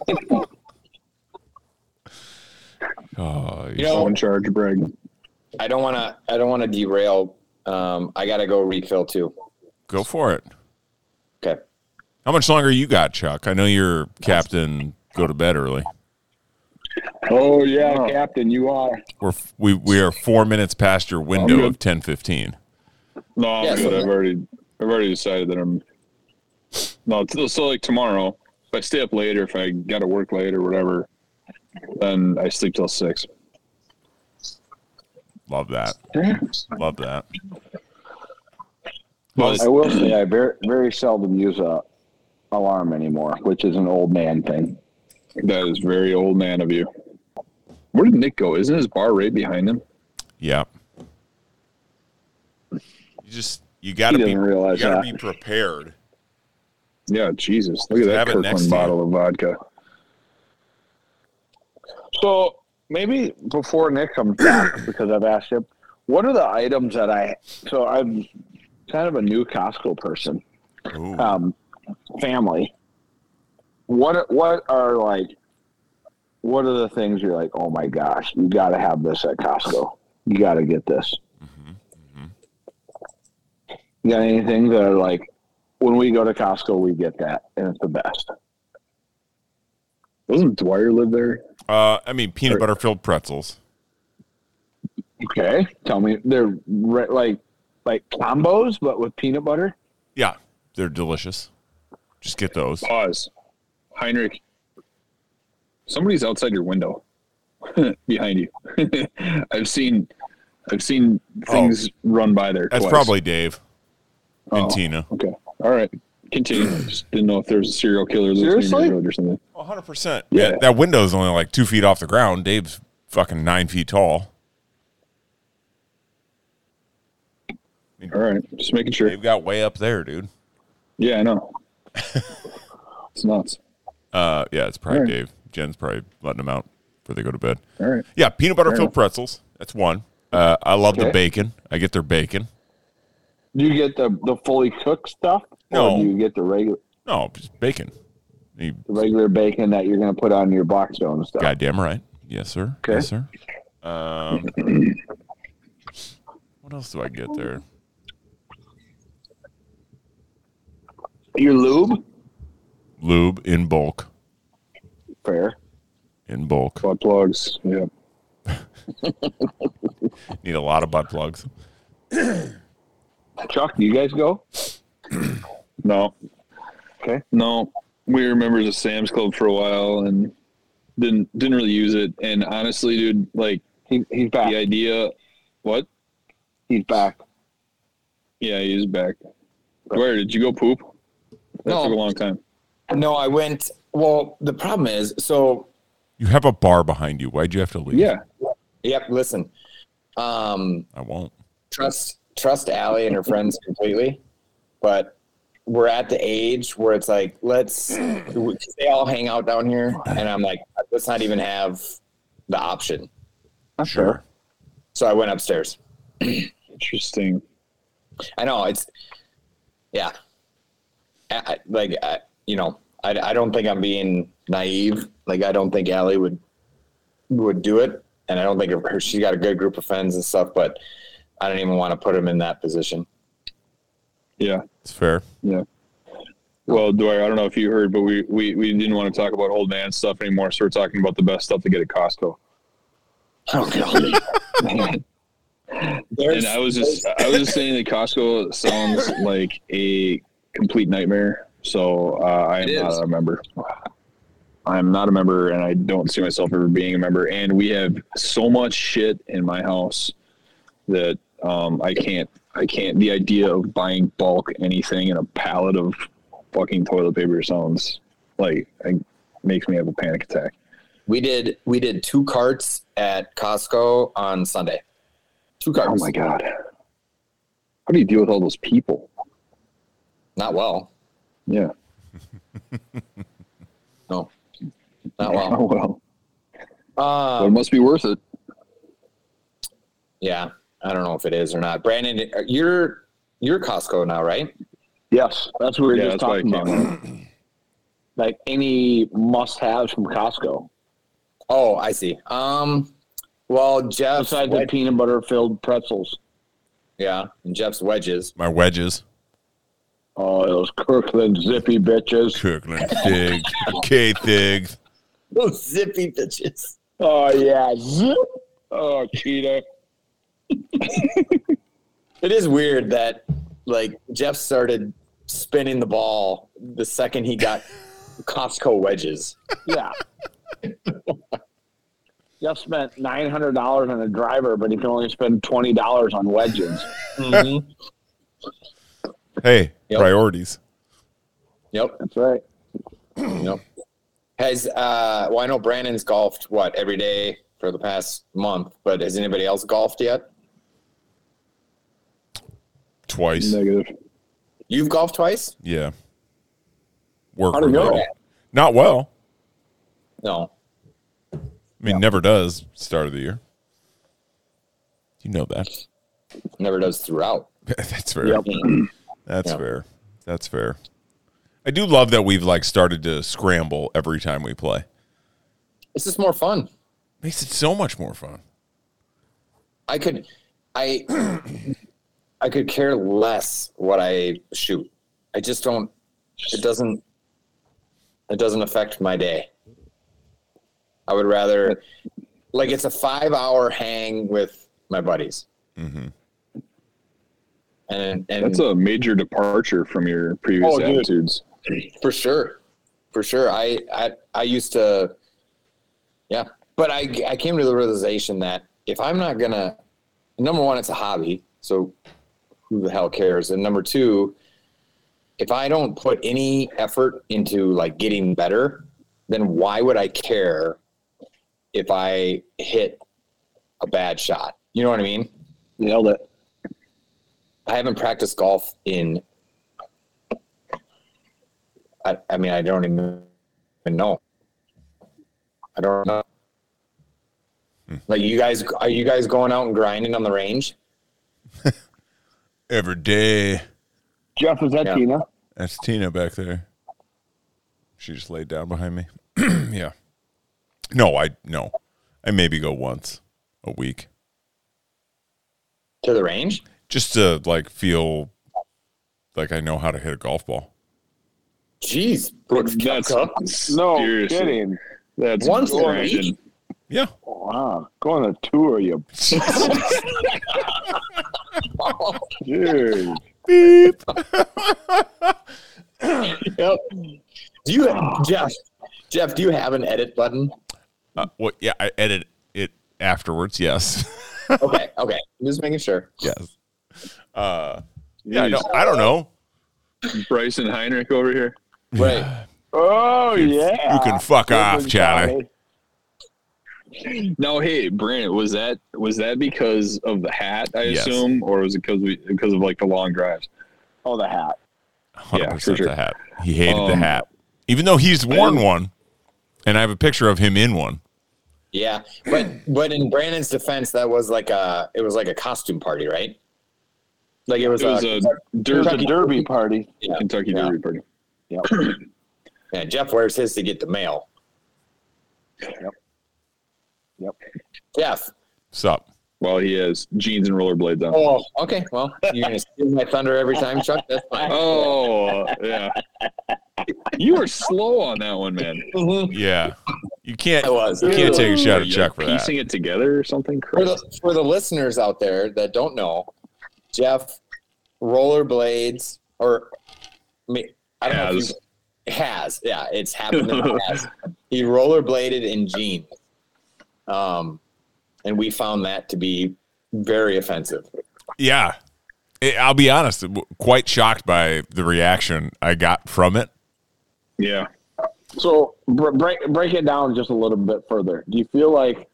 *laughs* oh, You know, One charge, Greg. I don't want to. I don't want to derail. Um, I gotta go refill too. go for it. Okay. How much longer you got, Chuck? I know you're captain. Go to bed early. Oh, yeah. Captain, you are. We're f- we we are four minutes past your window good. of ten fifteen. No, I'm Yeah, good. so I've that- already I've already decided that I'm no. t- So like tomorrow, if I stay up late or if I got to work late or whatever, then I sleep till six. Love that. Love that. But I will say I very very seldom use a alarm anymore, which is an old man thing. that is very old man of you. Where did Nick go? Isn't his bar right behind him? Yeah. You just you He gotta be doesn't you realize gotta that. be prepared. Yeah, Jesus! Look at Have that it next Kirkland to you. bottle of vodka. So maybe before Nick comes back, because I've asked him, what are the items that I? So I'm kind of a new Costco person, Ooh. um, family. What what are like? What are the things you're like? Oh my gosh, you got to have this at Costco. You got to get this. Mm-hmm. You got anything that are like? When we go to Costco, we get that, and it's the best. Doesn't Dwyer live there? Uh, I mean peanut butter filled pretzels. Okay, tell me they're re- like like combos, but with peanut butter. Yeah, they're delicious. Just get those. Pause. Heinrich, somebody's outside your window *laughs* behind you. *laughs* I've seen I've seen things run by there. Oh. That's twice. probably Dave and Oh, Tina. Okay. All right. Continue. Just didn't know if there was a serial killer loose in your Seriously? neighborhood or something. 100%. Yeah. Yeah, that window's only like two feet off the ground. Dave's fucking nine feet tall. All right, just making sure. They've got way up there, dude. Yeah, I know. it's nuts. Uh, yeah, it's probably All right. Dave. Jen's probably letting them out before they go to bed. All right. Yeah, peanut butter Fair filled enough. pretzels. That's one. Uh, I love the Okay. bacon. I get their bacon. Do you get the the fully cooked stuff? No. Or do you get the regular No, just bacon. You the regular bacon that you're going to put on your box stone and stuff? goddamn right. Yes, sir. Okay. Yes, sir. Um, what else do I get there? Your lube? Lube in bulk. Fair. In bulk. Butt plugs. Yeah. Need a lot of butt plugs. Chuck, do you guys go? No. Okay. No. We were members of Sam's Club for a while and didn't didn't really use it. And honestly, dude, like He, he's back. the idea what? He's back. Yeah, he is back. Where did you go poop? That No. took a long time. No, I went. Well, the problem is, so You have a bar behind you. Why'd you have to leave? Yeah. yep. Listen, um, I won't. trust trust Allie and her friends completely, but we're at the age where it's like let's they all hang out down here, and I'm like, let's not even have the option. That's Sure. So I went upstairs. Interesting. I know it's, yeah, I, I- like I, you know, I, I don't think I'm being naive. Like I don't think Allie would would do it, and I don't think her, she's got a good group of friends and stuff. But I don't even want to put him in that position. Yeah. It's fair. Well, Dwyer, I don't know if you heard, but we, we, we didn't want to talk about old man stuff anymore, so we're talking about the best stuff to get at Costco. Oh god. There's- *laughs* and I was just I was just saying that Costco sounds like a complete nightmare. So uh, I am It not is. a member. I'm not a member, and I don't see myself ever being a member. And we have so much shit in my house that um, I can't. I can't. The idea of buying bulk anything and a pallet of fucking toilet paper sounds like it makes me have a panic attack. we did we did two carts at Costco on Sunday. Two carts. Oh my god! How do you deal with all those people? Not well. Yeah. No. Not Oh *laughs* well. *laughs* well. Well, it Um, must be worth it. yeah. I don't know if it is or not. Brandon, you're you're Costco now, right? Yes, that's what we were Yeah, just that's why talking I about. Like any must-haves from Costco, Oh, I see. Um, well, Jeff's besides the wed- peanut butter filled pretzels. yeah, and Jeff's wedges. *laughs* My wedges. Oh, those Kirkland zippy bitches. Kirkland Thig. K Thig. Those zippy bitches. Oh yeah, zip. Oh cheetah. It is weird that like Jeff started spinning the ball the second he *laughs* got Costco wedges. Yeah. Jeff spent nine hundred dollars on a driver, but he can only spend twenty dollars on wedges. Mm-hmm. Mhm. Hey, Yep. priorities. Yep. That's right. Yep. Has uh well I know Brandon's golfed what every day for the past month, but has anybody else golfed yet? Twice. Negative. You've golfed twice? Yeah. Work How'd it go? related. Not well. No. I mean, never does start of the year. You know that. *laughs* Never does throughout. That's fair. Yep. *clears throat* That's Yep. fair. That's fair. I do love that we've like started to scramble every time we play. It's just more fun. Makes it so much more fun. I could, I, *clears throat* I could care less what I shoot. I just don't. It doesn't. It doesn't affect my day. I would rather, like, it's a five-hour hang with my buddies, Mm-hmm. and and That's a major departure from your previous Oh, dude. attitudes. for sure, for sure. I I I used to, yeah. But I I came to the realization that if I'm not gonna, number one, it's a hobby, so who the hell cares? And number two, if I don't put any effort into like getting better, then why would I care if I hit a bad shot? You know what I mean? Nailed it. I haven't practiced golf in. I, I mean, I don't even, even know. I don't know. Like you guys, are you guys going out and grinding on the range? Every day. Jeff, was that Yeah. Tina? That's Tina back there. She just laid down behind me. *clears throat* yeah. No, I no. I maybe go once a week To the range? just to like feel like I know how to hit a golf ball. Jeez, Brooks That's Koepka. No seriously, kidding. That's Once a grinding. week? Yeah. Wow, go on a tour, you dude. Beep. Yep. Do you, Jeff? Jeff, do you have an edit button? Uh, well, yeah, I edit it afterwards. Yes. *laughs* Okay, okay, just making sure. yes. Uh, yeah, I, know, I don't know. Bryson Heinrich over here. Right. Oh yeah, You can fuck off, Good Charlie. guy. Now, hey, Brandon, was that was that because of the hat? I Yes. assume, or was it because we because of like the long drives? Oh, the hat. 100% Yeah, for sure. the hat. He hated the Um, hat. Even though he's worn one, and I have a picture of him in one. Yeah, but but in Brandon's defense, that was like a it was like a costume party, right? Like it was, It was a, a There's derby, a derby party. Kentucky Yeah. Derby party. yeah, Jeff wears his to get the mail. Yep. Jeff. Sup? Well, he has jeans and rollerblades on. Oh, okay. Well, you're gonna steal my thunder every time, Chuck. That's fine. *laughs* Oh, yeah. You were slow on that one, man. Mhm. Yeah. You can't I was. You can't take a shot at You're Chuck for that. piecing it together or something. For Christ. the, for the listeners out there that don't know, Jeff rollerblades or I mean, I don't know if Has. you, has yeah, it's happened. in the *laughs* past. He rollerbladed in jeans, um, and we found that to be very offensive. Yeah. I- I'll be honest, w- quite shocked by the reaction I got from it. Yeah. So br- break break it down just a little bit further. Do you feel like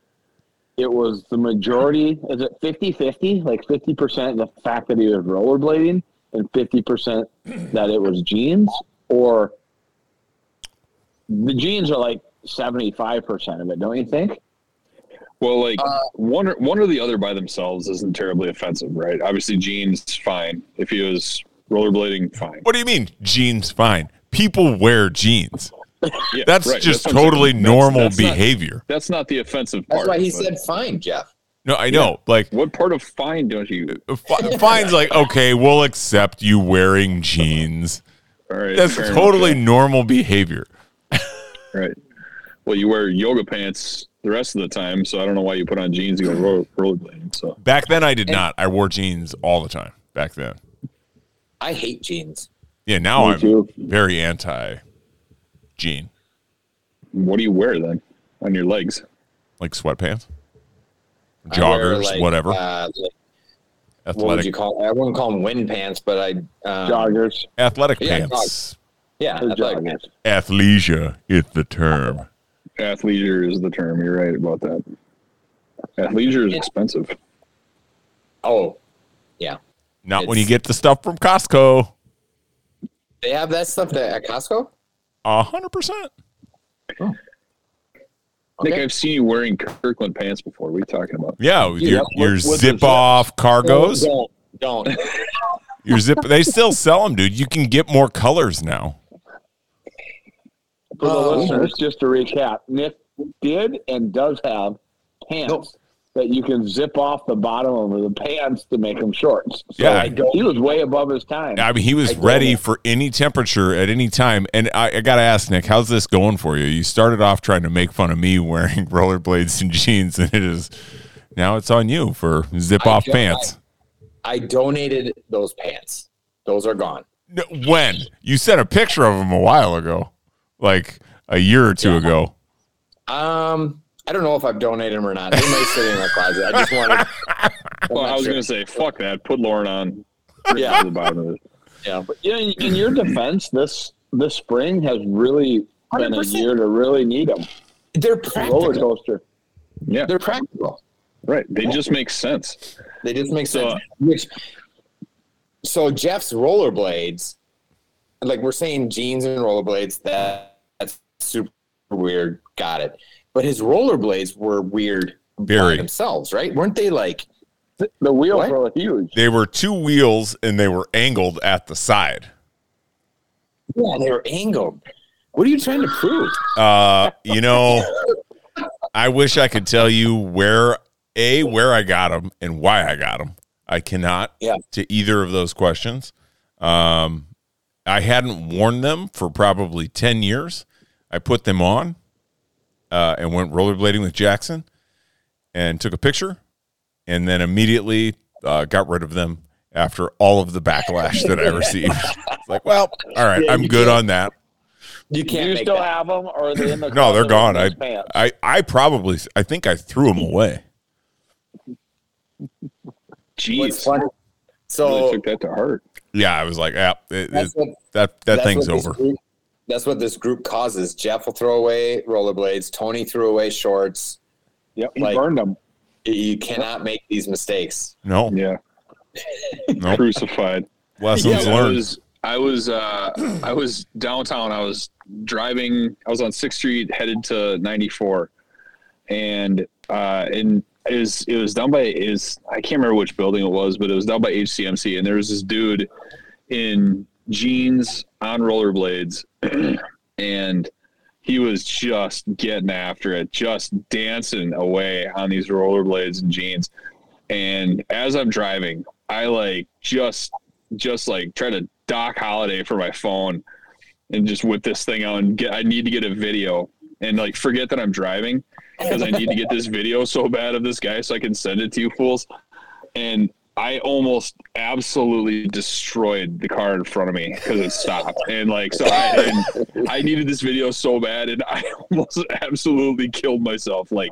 it was the majority? Is it 50-50? Like fifty percent the fact that he was rollerblading and fifty percent that it was jeans, or the jeans are like seventy five percent of it, don't you think? Well, like Uh, one or one or the other by themselves isn't terribly offensive, right? Obviously, jeans fine. If he was rollerblading, fine. What do you mean jeans fine? People wear jeans. Yeah, That's right, just what I'm saying. totally That's- normal that's not- behavior. that's not the offensive That's part. why he but- said, "Fine, Jeff." No, I know. Like "What part of fine don't you?" f- fine's like, okay, we'll accept you wearing jeans. All right, That's fair enough, totally yeah, normal behavior. right. Well, you wear yoga pants the rest of the time, so I don't know why you put on jeans and go roller, rollerblading. So Back then I did not. I wore jeans all the time back then. I hate jeans. Yeah, now Me I'm too. very anti jean, what do you wear then on your legs? like sweatpants, I wear, joggers, like, whatever, Uh, like, what would athletic you call? I wouldn't call them wind pants, but I Uh, um, Joggers, athletic Yeah, pants. Yeah, They're athletic joggers. Athleisure is the term. Athleisure is the term. You're right about that. Athleisure is Yeah. expensive. Oh, Not when It's- you get the stuff from Costco. they have that stuff that, at Costco. A hundred percent. Nick, Okay. I've seen you wearing Kirkland pants before. What are you talking about? Yeah, your, what- your what's the zip zip? off cargos. Don't, don't. don't. Your zip. They still sell them, dude. You can get more colors now. For the Oh. listeners, just to recap, Nick did and does have pants Nope. that you can zip off the bottom of the pants to make them shorts. So Yeah. I don't- he was way above his time. I mean, he was I get ready it. for any temperature at any time. And I, I gotta ask, Nick, how's this going for you? You started off trying to make fun of me wearing *laughs* rollerblades and jeans, and it is now it's on you for zip I off don't- pants. I donated those pants. Those are gone. No, when you sent a picture of them a while ago, like a year or two ago. Um, I don't know if I've donated them or not. They might sit in my closet. I just wanted. I'm Well, not Oh, I was sure. gonna say, fuck that. Put Lauren on. *laughs* Yeah. To the bottom *laughs* of it. Yeah, but Yeah, in, in your defense, this this spring has really been a 100%. year to really need them. they're Roller practical. coaster. Yeah, They're practical. right. They just make sense. They just make So, sense. Which so Jeff's rollerblades, like we're saying jeans and rollerblades, that that's super weird. Got it. But his rollerblades were weird by Very. themselves, right? Weren't they like The, the wheels What? were huge. They were two wheels and they were angled at the side. yeah, they were angled. What are you trying to prove? Uh, you know, I wish I could tell you where a where I got them and why I got them. I cannot Yeah. to either of those questions. Um, I hadn't worn them for probably ten years. I put them on uh, and went rollerblading with Jackson and took a picture, and then immediately uh, got rid of them after all of the backlash that I received. it's like, well, all right, I'm good on that. You Do can't you make still that. have them, or are they in the? No, they're closet gone. with I, those pants? I, I probably, I think I threw them away. What's Jeez, funny? really So took that to heart. Yeah, I was like, yeah, it, that's it, what that that That's thing's what this over. group- that's what this group causes. Jeff will throw away rollerblades. Tony threw away shorts. Yep, he like- burned them. You cannot make these mistakes. No, *laughs* Yeah, Nope. crucified. lessons Yeah, I learned. was I was uh, I was downtown. I was driving. I was on Sixth Street, headed to ninety four, and uh, and it was it was down by is I can't remember which building it was, but it was down by HCMC, and there was this dude in jeans on rollerblades, *clears throat* and he was just getting after it, just dancing away on these rollerblades and jeans. And as I'm driving, I like just just like try to dock holiday for my phone and just whip this thing out and get I need to get a video and like forget that I'm driving because I need to get this video so bad of this guy so I can send it to you fools. And I almost absolutely destroyed the car in front of me because it stopped. And like so I and I needed this video so bad and I *laughs* almost absolutely killed myself. Like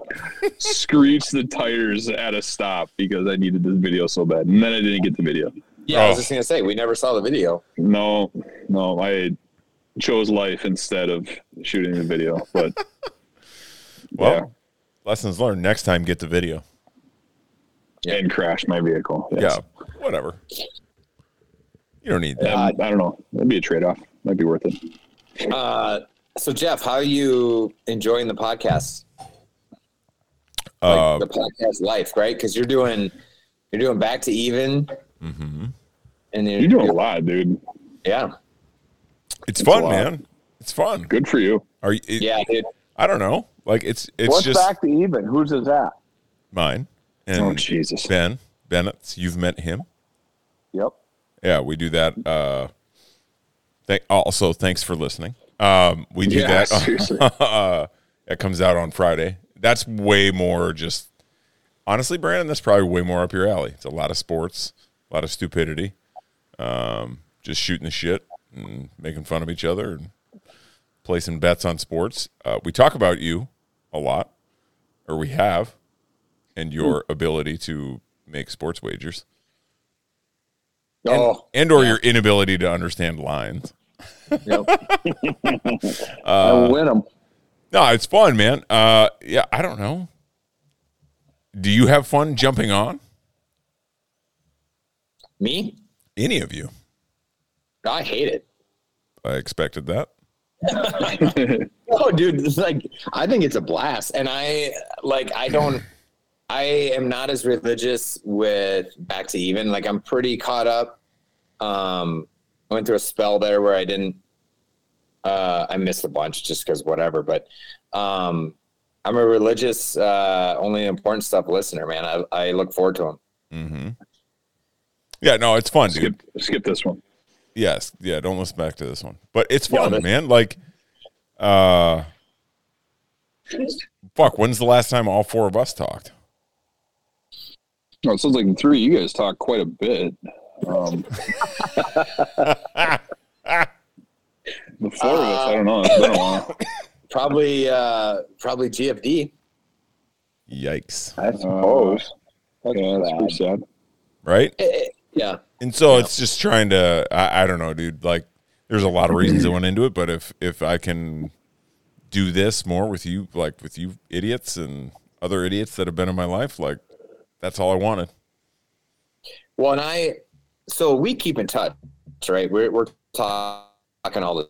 screeched the tires at a stop because I needed this video so bad. And then I didn't get the video. Yeah, I was Oh. just gonna say we never saw the video. No, no, I chose life instead of shooting the video. But *laughs* Well, lessons learned. Next time, get the video. yeah, and crashed my vehicle. Yes. Yeah, whatever. You don't need that. Um, I don't know. That'd be a trade off. Might be worth it. Uh, so Jeff, how are you enjoying the podcast? Like Uh, the podcast life, right? Because you're doing you're doing back to even, mhm. and you're, You're doing a lot, dude. yeah, It's fun, a lot. man. It's fun. Good for you. Are you? it- yeah, dude. I don't know. Like it's it's What's just back to even? Whose is that? mine Oh and Jesus. Ben Bennett's. You've met him. Yep. Yeah, we do that. Uh, thank also thanks for listening. Um, we do Yeah, that. *laughs* seriously. uh, that comes out on Friday. That's way more just honestly, Brandon. That's probably way more up your alley. It's a lot of sports, a lot of stupidity, um, just shooting the shit and making fun of each other and placing bets on sports. Uh, we talk about you a lot, or we have, and your Hmm. ability to make sports wagers and, Oh, and or your inability to understand lines. I win them. No, it's fun, man. Uh, yeah, I don't know. Do you have fun jumping on? me? Oh, Any of you? I hate it. I expected that. No, Oh, dude, it's like I think it's a blast, and I like I don't, I am not as religious with back to even. Like I'm pretty caught up. Um, I went through a spell there where I didn't, uh, I missed a bunch just because whatever. But um, I'm a religious, uh, only important stuff listener, man. I, I look forward to them. Mm-hmm. Yeah, no, it's fun, dude. skip skip this one. Yes, yeah. Don't listen back to this one, but it's Yeah, fun, that's- man. Like, uh, fuck. When's the last time all four of us talked? No, Oh, it sounds like the three of you guys talk quite a bit. *laughs* Um, the four of us, I don't know. It's been a *laughs* while. Probably, uh, probably GFD. Yikes! I suppose. That's Yeah, that's bad. pretty sad. Right? Eh, eh, Yeah, And so it's just trying to I, I don't know, dude. Like there's a lot of reasons I went into it, but if if I can do this more with you, like with you idiots and other idiots that have been in my life, like that's all I wanted. Well, and I so we keep in touch, right? We're we're talking all the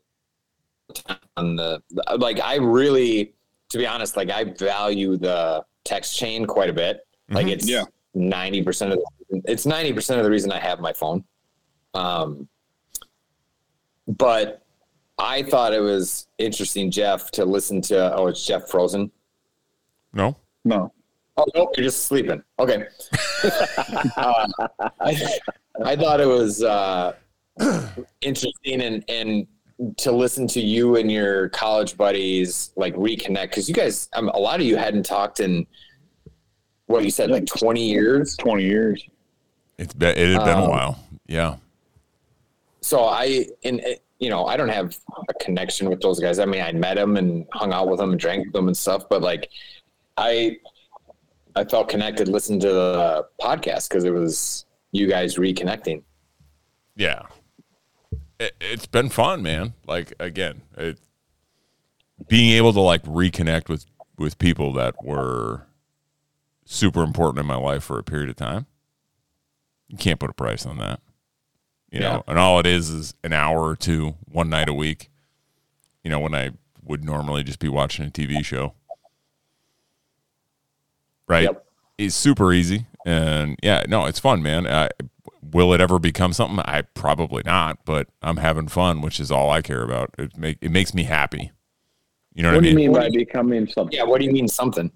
time on the like. I really, to be honest, like I value the text chain quite a bit. Like it's Yeah. ninety percent of the, it's ninety percent of the reason I have my phone. Um, but I thought it was interesting, Jeff, to listen to. Oh, it's Jeff Frozen. No. No. Oh, nope, you're just sleeping. Okay. Uh, I, I thought it was uh, *clears throat* interesting and, and to listen to you and your college buddies like reconnect because you guys, um, a lot of you hadn't talked in what you said, like 20 years. Twenty years. It's been, it had been a Um, while. Yeah. So I, and uh, you know, I don't have a connection with those guys. I mean, I met them and hung out with them and drank with them and stuff, but like I, I felt connected listening to the podcast because it was you guys reconnecting. Yeah. It, it's been fun, man. Like again, it, being able to like reconnect with with people that were super important in my life for a period of time. You can't put a price on that. You know, and all it is is an hour or two, one night a week. You know, when I would normally just be watching a TV show. Right? Yep. It's super easy and yeah no it's fun man I, will it ever become something i probably not but i'm having fun which is all i care about it, make, it makes me happy you know what, What do i you mean, mean by becoming something? Yeah, what do you mean something?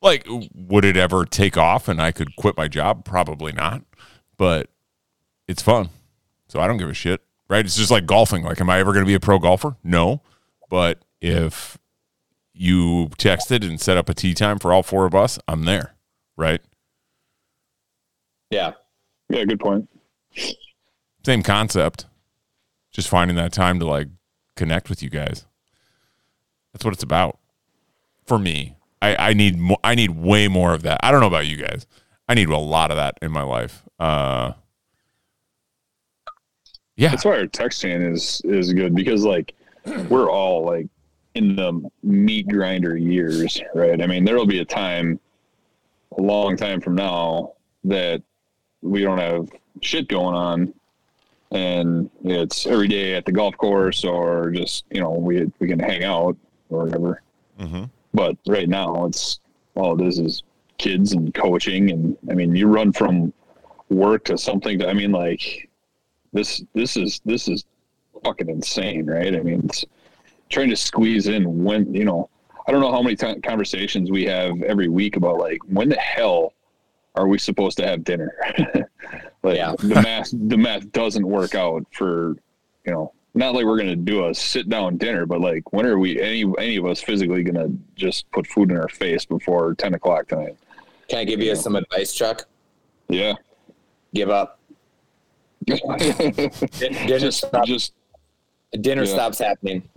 like would it ever take off and i could quit my job probably not but it's fun so i don't give a shit right it's just like golfing like am i ever going to be a pro golfer no but if you texted and set up a tea time for all four of us i'm there right Yeah. Yeah, good point. same concept just finding that time to like connect with you guys that's what it's about for me i i need mo- i need way more of that i don't know about you guys i need a lot of that in my life uh yeah That's why our text chain is is good because like we're all like in the meat grinder years, right? I mean, there'll be a time, a long time from now, that we don't have shit going on, and it's every day at the golf course or just you know we we can hang out or whatever. Mhm. But right now, it's all it is is kids and coaching, and I mean, you run from work to something. To, I mean, like this this is this is fucking insane, right? I mean, it's trying to squeeze in when you know. I don't know how many t- conversations we have every week about like when the hell are we supposed to have dinner? *laughs* like Yeah. the math the math doesn't work out for you know not like we're gonna do a sit down dinner, but like when are we any any of us physically gonna just put food in our face before ten o'clock tonight? Can I give you some advice, Chuck? Yeah. Give up. *laughs* Din- Dinner, just stop, just dinner yeah. stops happening.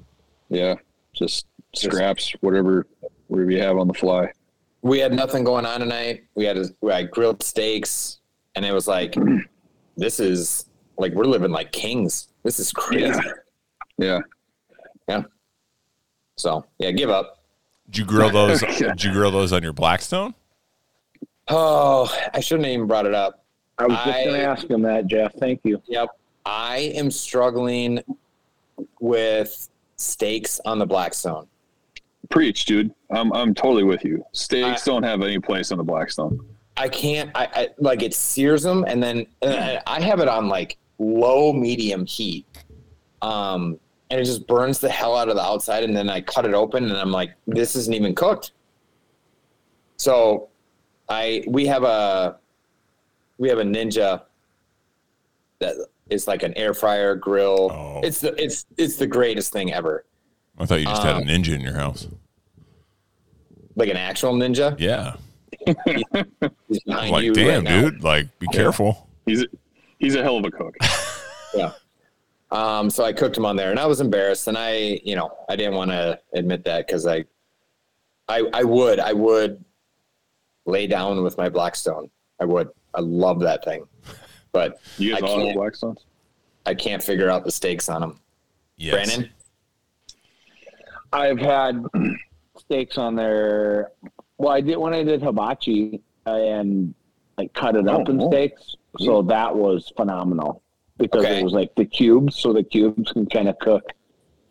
Yeah, just scraps, whatever, whatever you have on the fly. We had nothing going on tonight. We had a, I grilled steaks, and it was like, this is like we're living like kings. This is crazy. Yeah. Yeah, So yeah, give up. did you grill those Yeah. did you grill those on your blackstone Oh, I shouldn't have even brought it up. I was just going I- to ask him that, Jeff. Thank you. Yep. I am struggling with steaks on the Blackstone. preach, dude. I'm I'm totally with you. Steaks don't have any place on the Blackstone. I can't. I, I like it sears them, and then and I- I have it on like low medium heat, um, and it just burns the hell out of the outside. And then I cut it open, and I'm like, this isn't even cooked. So, I we have a we have a ninja that is like an air fryer grill. Oh. It's the it's it's the greatest thing ever. i thought you just had Uh, a ninja in your house Like an actual ninja. yeah He's behind like you damn right now. dude like be careful He's he's a hell of a cook. Um, so I cooked them on there, and I was embarrassed, and I, you know, I didn't want to admit that because I, I, I would, I would lay down with my Blackstone. I would. I love that thing, but You guys I all have can't. Blackstones? I can't figure out the stakes on them. yes Brandon, I've had *clears throat* steaks on there. Well, I did when I did hibachi, and like cut it up in steaks. So that was phenomenal because Okay. it was like the cubes, so the cubes can kind of cook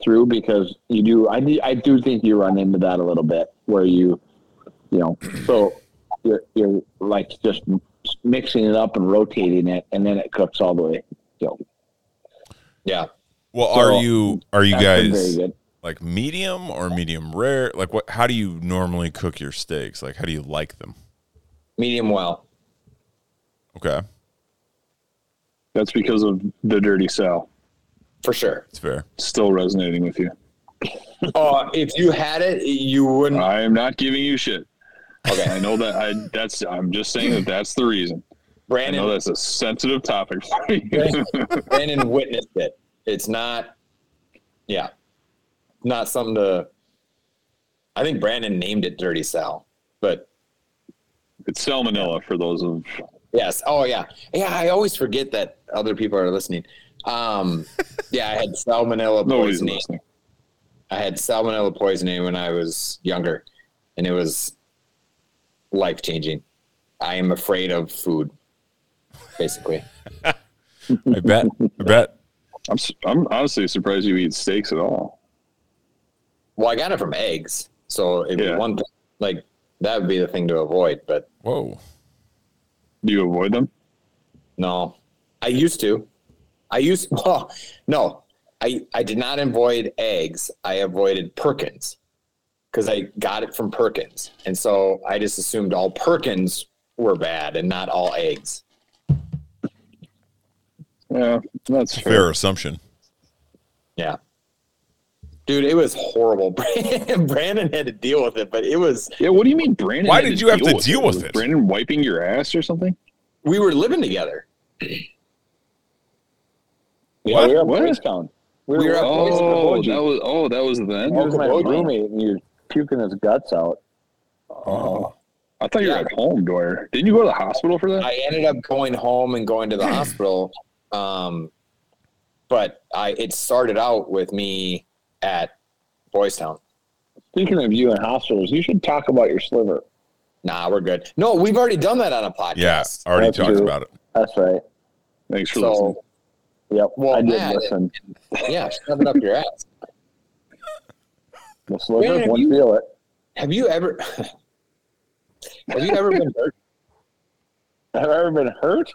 through because you do. I do- I do think you run into that a little bit where you, you know, so you're you're like just mixing it up and rotating it, and then it cooks all the way. So Yeah. Well, So, are you are you that's been very guys good. like medium or medium rare? Like what? How do you normally cook your steaks? Like how do you like them? Medium well. Okay, That's because of the dirty cell For sure. it's fair. still resonating with you. Oh, if you had it, you wouldn't. Uh, I am not giving you shit. Okay. I know that. I that's. I'm just saying that that's the reason. I know Brandon, that's a sensitive topic for you. Right. Brandon witnessed it. It's not, yeah, not something to. I think Brandon named it Dirty Sal, but *laughs* it's salmonella for those of yes. Oh, yeah. Yeah, I always forget that other people are listening. Um, *laughs* yeah, I had salmonella nobody's poisoning. listening. I had salmonella poisoning when I was younger, and it was life changing. I am afraid of food, basically. I bet. I bet. I'm su- I'm honestly surprised you eat steaks at all. well, I got it from eggs, so it'd Yeah. be one thing, like that would be the thing to avoid. But Whoa. Do you avoid them? no, I used to. I used *laughs* well, no, I I did not avoid eggs. I avoided Perkins because I got it from Perkins, and so I just assumed all Perkins were bad and not all eggs. Yeah, that's fair. Fair assumption. Yeah. Dude, it was horrible. *laughs* Brandon had to deal with it, but it was Yeah, what do you mean, Brandon? Why had did you have to deal with Was it? Brandon wiping your ass or something? we were living together. Yeah, we were at What? Boystown. We were at Boys in the Oh, Bogey. that was oh, that was then. He was my Okaboji. roommate, and you're puking his guts out. Oh, I thought you Yeah. were at home, Dwyer. Didn't you go to the hospital for that? I ended up going home and going to the hospital. Um, but I it started out with me at Boys Town. Speaking of you in hospitals, you should talk about your sliver. Nah, we're good. No, we've already done that on a podcast. Yeah, I already That's talked true. about it. That's right. Thanks for listening. So Yep. Well, I did Matt- listen. yeah, shove it up your ass. The sliver Brandon, won't you- feel it. Have you ever *laughs* have you ever been hurt? Have I ever been hurt?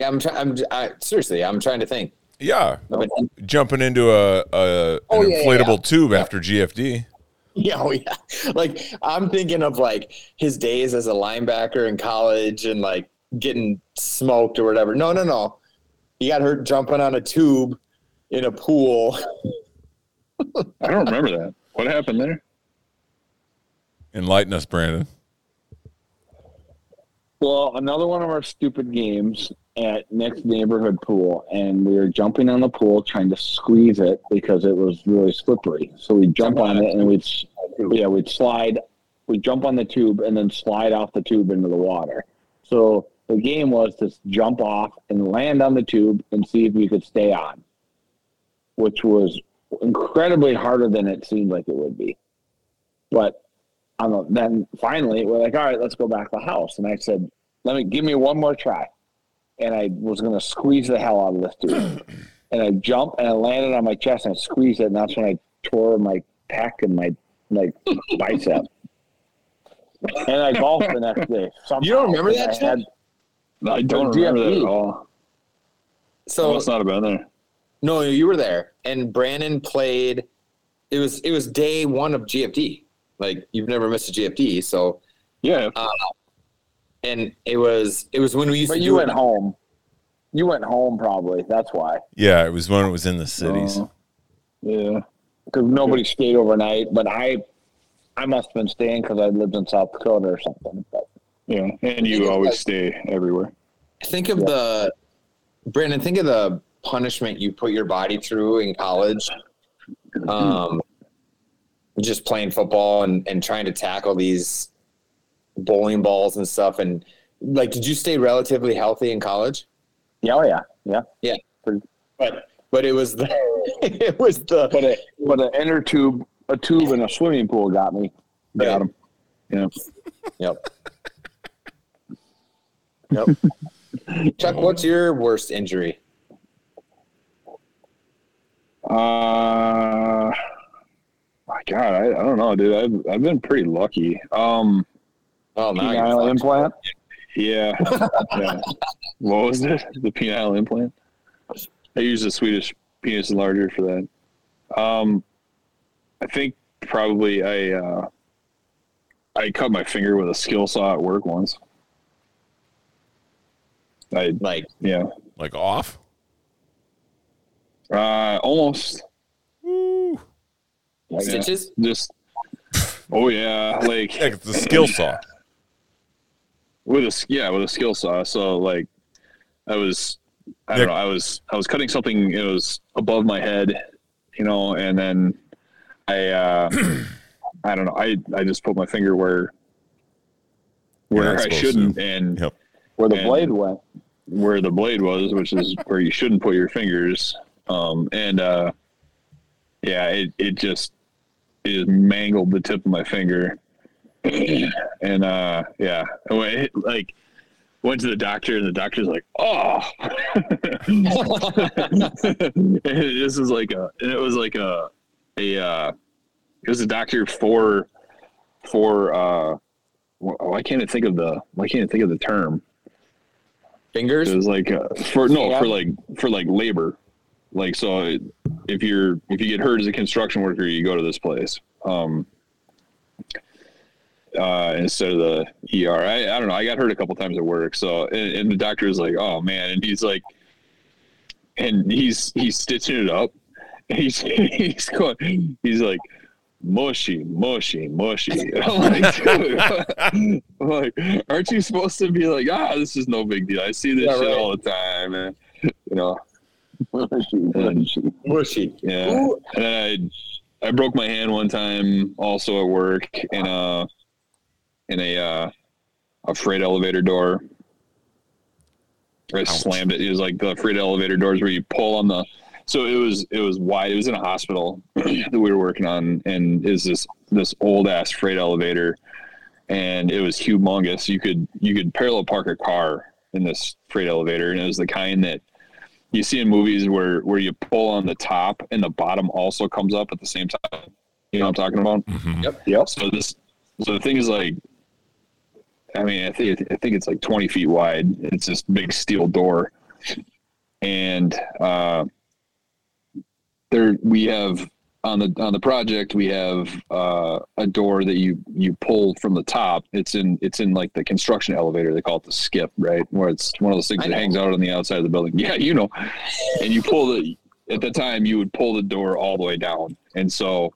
Yeah, I'm trying. I'm I, seriously, I'm trying to think. Yeah, I've been- jumping into a, a an Oh, yeah, yeah, inflatable tube after GFD. *laughs* Yeah, oh yeah. Like I'm thinking of like his days as a linebacker in college and like getting smoked or whatever. No, no, no. He got hurt jumping on a tube in a pool. I don't remember that. What happened there? Enlighten us, Brandon. Well, another one of our stupid games at next neighborhood pool, and we were jumping on the pool trying to squeeze it because it was really slippery. So we jump on it and we'd s- yeah we'd slide, we jump on the tube and then slide off the tube into the water. So the game was to s- jump off and land on the tube and see if you could stay on, which was incredibly harder than it seemed like it would be. But on the, then finally we're like, all right, let's go back to the house. And I said, let me give me one more try. And I was gonna squeeze the hell out of this *clears throat* dude. and I jumped and I landed on my chest and I squeezed it, and that's when I tore my pec and my like *laughs* bicep. And I golfed the next day. Somehow. You don't remember And that, I Chip? had- I don't GFD. remember E. that at all. I So must not have been there. no, you were there. And Brandon played it was it was day one of GFD. Like you've never missed a GFD, so Yeah, and it was it was when we used But to you do went it. home. You went home probably. That's why. Yeah, it was when it was in the cities. uh, Oh. yeah. because nobody stayed overnight. But I, I must have been staying because I lived in South Dakota or something. But Yeah, and Think you it's always like- stay everywhere. Think of the Brandon. Think of the punishment you put your body through in college, um, just playing football and and trying to tackle these bowling balls and stuff. And like, did you stay relatively healthy in college? yeah, oh yeah, yeah. But but it was the *laughs* it was the But it, But an inner tube. a tube in a swimming pool got me. *laughs* Yeah. him. yep. Yep. Chuck, what's your worst injury? Uh, my God, I, I don't know, dude. I've I've been pretty lucky. Um, Oh, now you're Penile fucked. implant. yeah. *laughs* yeah. What was it? The penile implant. I used the Swedish penis enlarger for that. Um, I think probably I uh, I cut my finger with a skill saw at work once. I like yeah. Like off? Uh, almost. Yeah. stitches. Just. Oh yeah, like Yeah, 'cause the skill saw. with a s- yeah with a skill saw. So like, I was I Nick- don't know. I was I was cutting something. It was above my head, you know, and then *clears throat* I uh, I don't know. I I just put my finger where You're not where I supposed shouldn't to. and Yep. Where the And- blade went. where the blade was, which is where you shouldn't put your fingers. Um, and uh, yeah, it, it just it just mangled the tip of my finger. *clears throat* and uh, yeah, I went, it, like went to the doctor, and the doctor's like, "Oh," *laughs* And this is like a, and it was like a a uh, it was a doctor for for uh, wh- why can't I think of the why can't I think of the term? Fingers. It was like uh, for no Yeah. for like for like labor, like so it- if you're if you get hurt as a construction worker, you go to this place. Um, uh, instead of the ER, I, I don't know. I got hurt a couple times at work, so and, and the doctor was like, "Oh man," and he's like, and he's he's stitching it up. *laughs* He's he's going. He's like, mushy, mushy, mushy. *laughs* And I'm like, dude, I'm like, aren't you supposed to be like, ah, this is no big deal. I see this Yeah, shit right. all the time, and *laughs* you know, Mushy. yeah. Ooh. And then I I broke my hand one time also at work in a in a uh, a freight elevator door. I slammed it. It was like the freight elevator doors where you pull on the. So it was it was wide. It was in a hospital *clears throat* that we were working on, and is this this old ass freight elevator, and it was humongous. You could you could parallel park a car in this freight elevator, and it was the kind that you see in movies where where you pull on the top and the bottom also comes up at the same time. You know what I'm talking about? Yep. Yep. So this so the thing is like I mean, I think I think it's like 20 feet wide. It's this big steel door, and uh, there we have on the on the project we have uh, a door that you you pull from the top. It's in it's in like the construction elevator. They call it the skip, right? Where it's one of those things I that know. hangs out on the outside of the building. Yeah, you know. And you pull the at the time you would pull the door all the way down, and so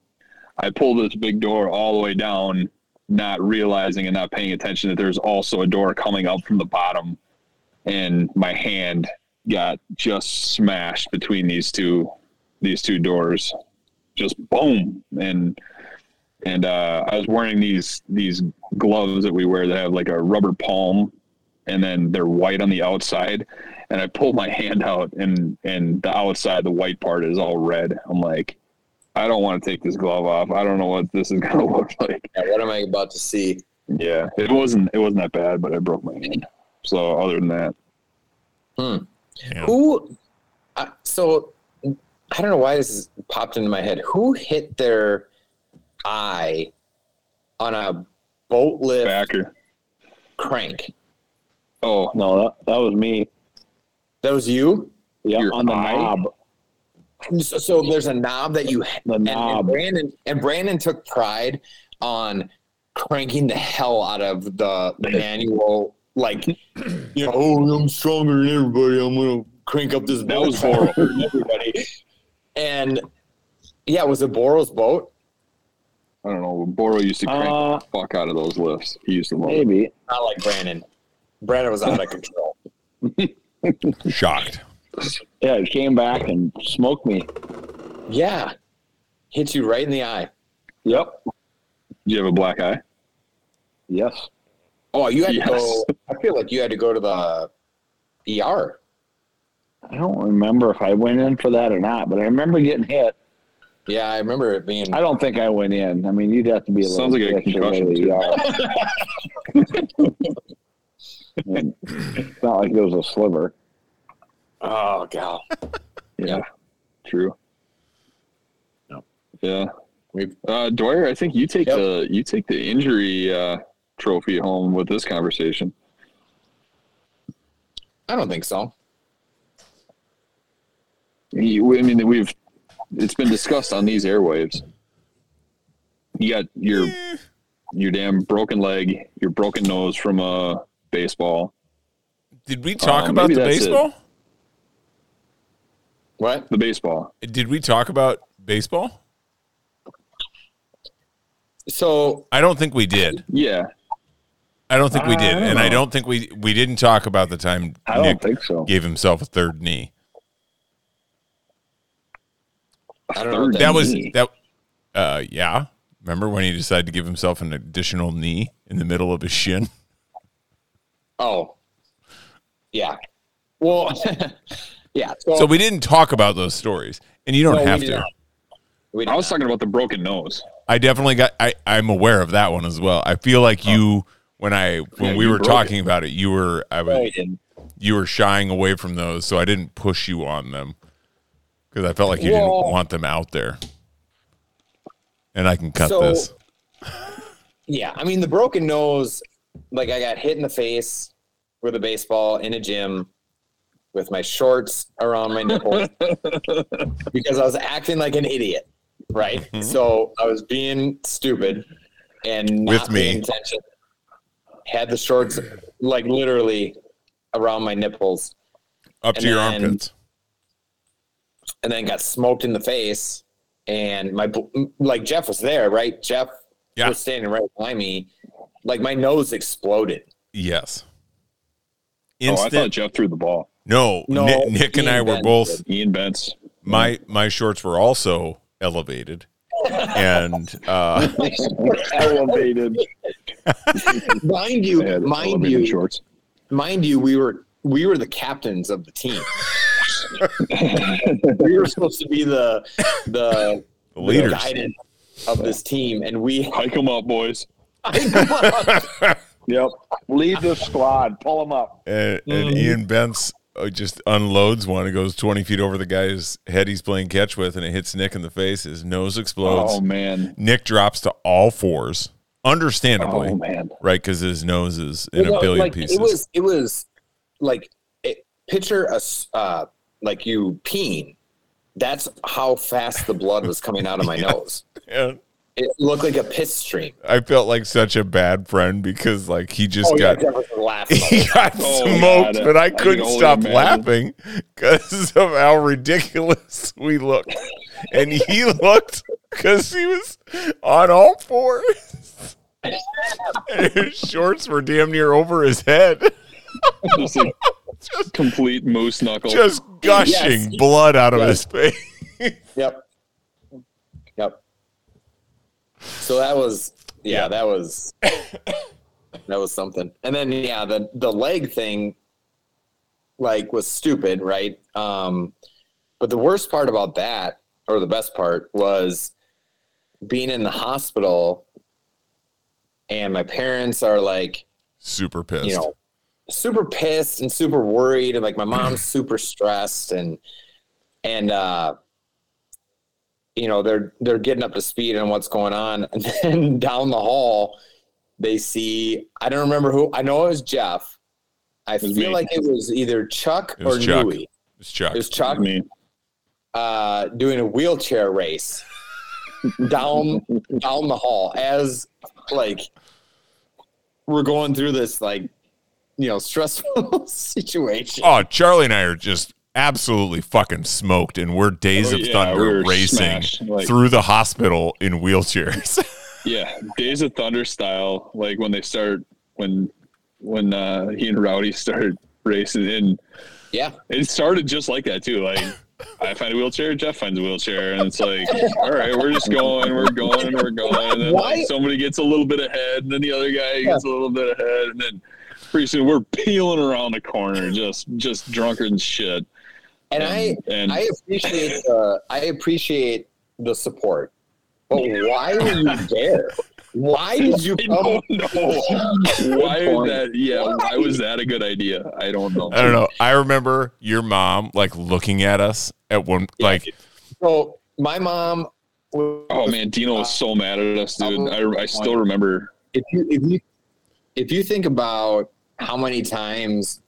I pulled this big door all the way down not realizing and not paying attention that there's also a door coming up from the bottom and my hand got just smashed between these two these two doors just boom and and uh, i was wearing these these gloves that we wear that have like a rubber palm and then they're white on the outside and i pulled my *laughs* hand out and and the outside the white part is all red i'm like i don't want to take this glove off i don't know what this is going to *laughs* look like Yeah, what am I about to see? yeah, it wasn't it wasn't that bad, but I broke my hand. So other than that, Yeah. Who? I so I don't know why this has popped into my head. Who hit their eye on a boat lift backer. crank? Oh, No, that, that was me. That was you. Yeah, Your on the eye? knob. So, so there's a knob that you The and, and knob. Brandon and Brandon took pride on cranking the hell out of the manual. *clears throat* Like, you know, oh, I'm stronger than everybody. I'm gonna crank up this. that *laughs* was boat." horrible. everybody. And yeah, was it Boro's boat? I don't know. Boro used to crank Uh, the fuck out of those lifts. He used to love it. Maybe. Not like Brandon. Brandon was out of control. Shocked. Yeah, it came back and smoked me. Yeah. Hit you right in the eye. Yep. Did you have a black eye? Yes. Oh, you had to Yes. go. I feel like you had to go to the ER. I don't remember if I went in for that or not, but I remember getting hit. Yeah, I remember it being. I don't think I went in. I mean, you'd have to be a Sounds little like a dick to go to concussion, the too. ER. And It's not like it was a sliver. Oh god, Yeah. Yeah. True. Yep. Yeah. We- Uh, Dwyer, I think you take Yep. the you take the injury uh, trophy home with this conversation. I don't think so. You, I mean, we've it's been discussed on these airwaves. You got your Eh, your damn broken leg, your broken nose from a baseball, Did we talk Um, about maybe the that's it. baseball? What? the baseball. Did we talk about baseball? So I don't think we did. Yeah, I don't think we did, I don't and I know. don't think we we didn't talk about the time I don't Nick *laughs* think so. gave himself a third knee. I don't know. what That was knee? that. Uh, yeah. Remember when he decided to give himself an additional knee in the middle of his shin? Oh, yeah. Well, *laughs* yeah. So, So we didn't talk about those stories, and you don't No, we have did to. not. we I was talking about the broken nose. I definitely got. I I'm aware of that one as well. I feel like you when I when Yeah, we you were broke talking about it, you were I was No, Oh, we didn't. you were shying away from those, so I didn't push you on them because I felt like you Well- didn't want them out there. And I can cut So- this. Yeah, I mean the broken nose, like I got hit in the face with a baseball in a gym with my shorts around *laughs* my nipples because I was acting like an idiot, right? Mm-hmm. So I was being stupid and not With me. paying attention. Had the shorts like literally around my nipples Up and to your then- armpits. and then got smoked in the face and my bl- like Jeff was there, right? Jeff Yeah. was standing right behind me. Like my nose *laughs* exploded. Yes. Oh, I Instant. thought Jeff threw the ball. no, No, Nick, Nick and Ian I were Benz both did. Ian Bents. my my shorts were also *laughs* elevated. and uh Elevated. mind you, Yeah, the mind elevated you, shorts. mind you, we were we were the captains of the team. *laughs* we were supposed to be the the, the leaders. the guidance of this team, and we *laughs* Hike them up, boys. Yep. Lead the squad. Pull them up. and, Mm-hmm. and Ian Bence uh, just unloads one. It goes 20 feet over the guy's head he's playing catch with, and it hits Nick in the face. His nose explodes. Oh man. Nick drops to all fours, understandably, Oh man. right? Because his nose is in Well, a billion like, pieces. It was it was like it, picture a s- uh, like you peeing. That's how fast the blood was coming out *laughs* of my nose. *laughs* And It looked like a piss stream. I felt like such a bad friend because, like, he just Oh yeah, got. Jefferson laughed. *laughs* He got Oh, smoked, God. but I I can couldn't only stop imagine. laughing because of how ridiculous we looked. And he *laughs* looked because he was on all fours. And his shorts were damn near over his head, Just a complete moose knuckle. just gushing Yes. blood out of Yes. his face. Yep. Yep. So that was yeah, Yeah. that was that was something. And then yeah, the the leg thing like was stupid, right? Um but the worst part about that or the best part was being in the hospital and my parents are like Super pissed. you know, super pissed and super worried, and like my mom's super stressed, and and uh, you know they're they're getting up to speed on what's going on, and then *laughs* down the hall they see I don't remember who I know it was Jeff. I was feel me. like it was either Chuck It was or Chuck. Nui. it's Chuck. It was Chuck I mean, uh, doing a wheelchair race down down the hall as like we're going through this like you know stressful *laughs* situation. Oh, Charlie and I are just absolutely fucking smoked, and we're days Oh, of yeah, we thunder were racing smashed, like- through the hospital in wheelchairs. yeah, Days of Thunder style. Like when they start when when uh, he and Rowdy *laughs* started racing, and Yeah, it started just like that too. Like I find a wheelchair, Jeff finds a wheelchair, and it's like, all right, we're just going, we're going, we're going. And then Why- like, somebody gets a little bit ahead, and then the other guy gets a little bit ahead, and then pretty soon we're peeling around the corner, just just drunker than shit. and I and I appreciate the I appreciate the support, but why were you there? Why did you *laughs* I come? don't Oh. know. why point. that? Yeah, why was that a good idea? I don't know. I don't know. I remember your mom like looking at us at one like So my mom. was- Oh man, Dino was so mad at us, dude. I, I still remember. if you if you if you think about how many times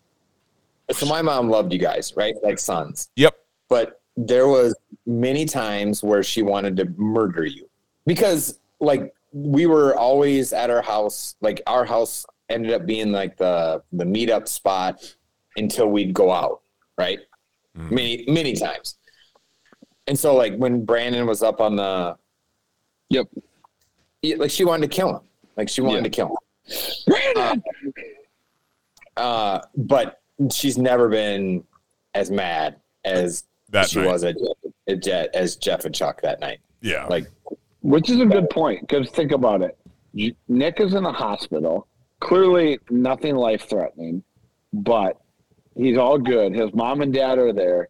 so my mom loved you guys right like sons Yep. but there was many times where she wanted to murder you because like we were always at our house like our house ended up being like the the meetup spot until we'd go out right Mm. many many times and so like when brandon was up on the Yep. yeah, like she wanted to kill him like she wanted Yeah. to kill him Brandon! uh, but she's never been as mad as that she night. was at, at Je- as Jeff and Chuck that night. yeah. like- Which is a good point because think about it. J- Nick is in the hospital. Clearly, nothing life threatening, but he's all good. His mom and dad are there,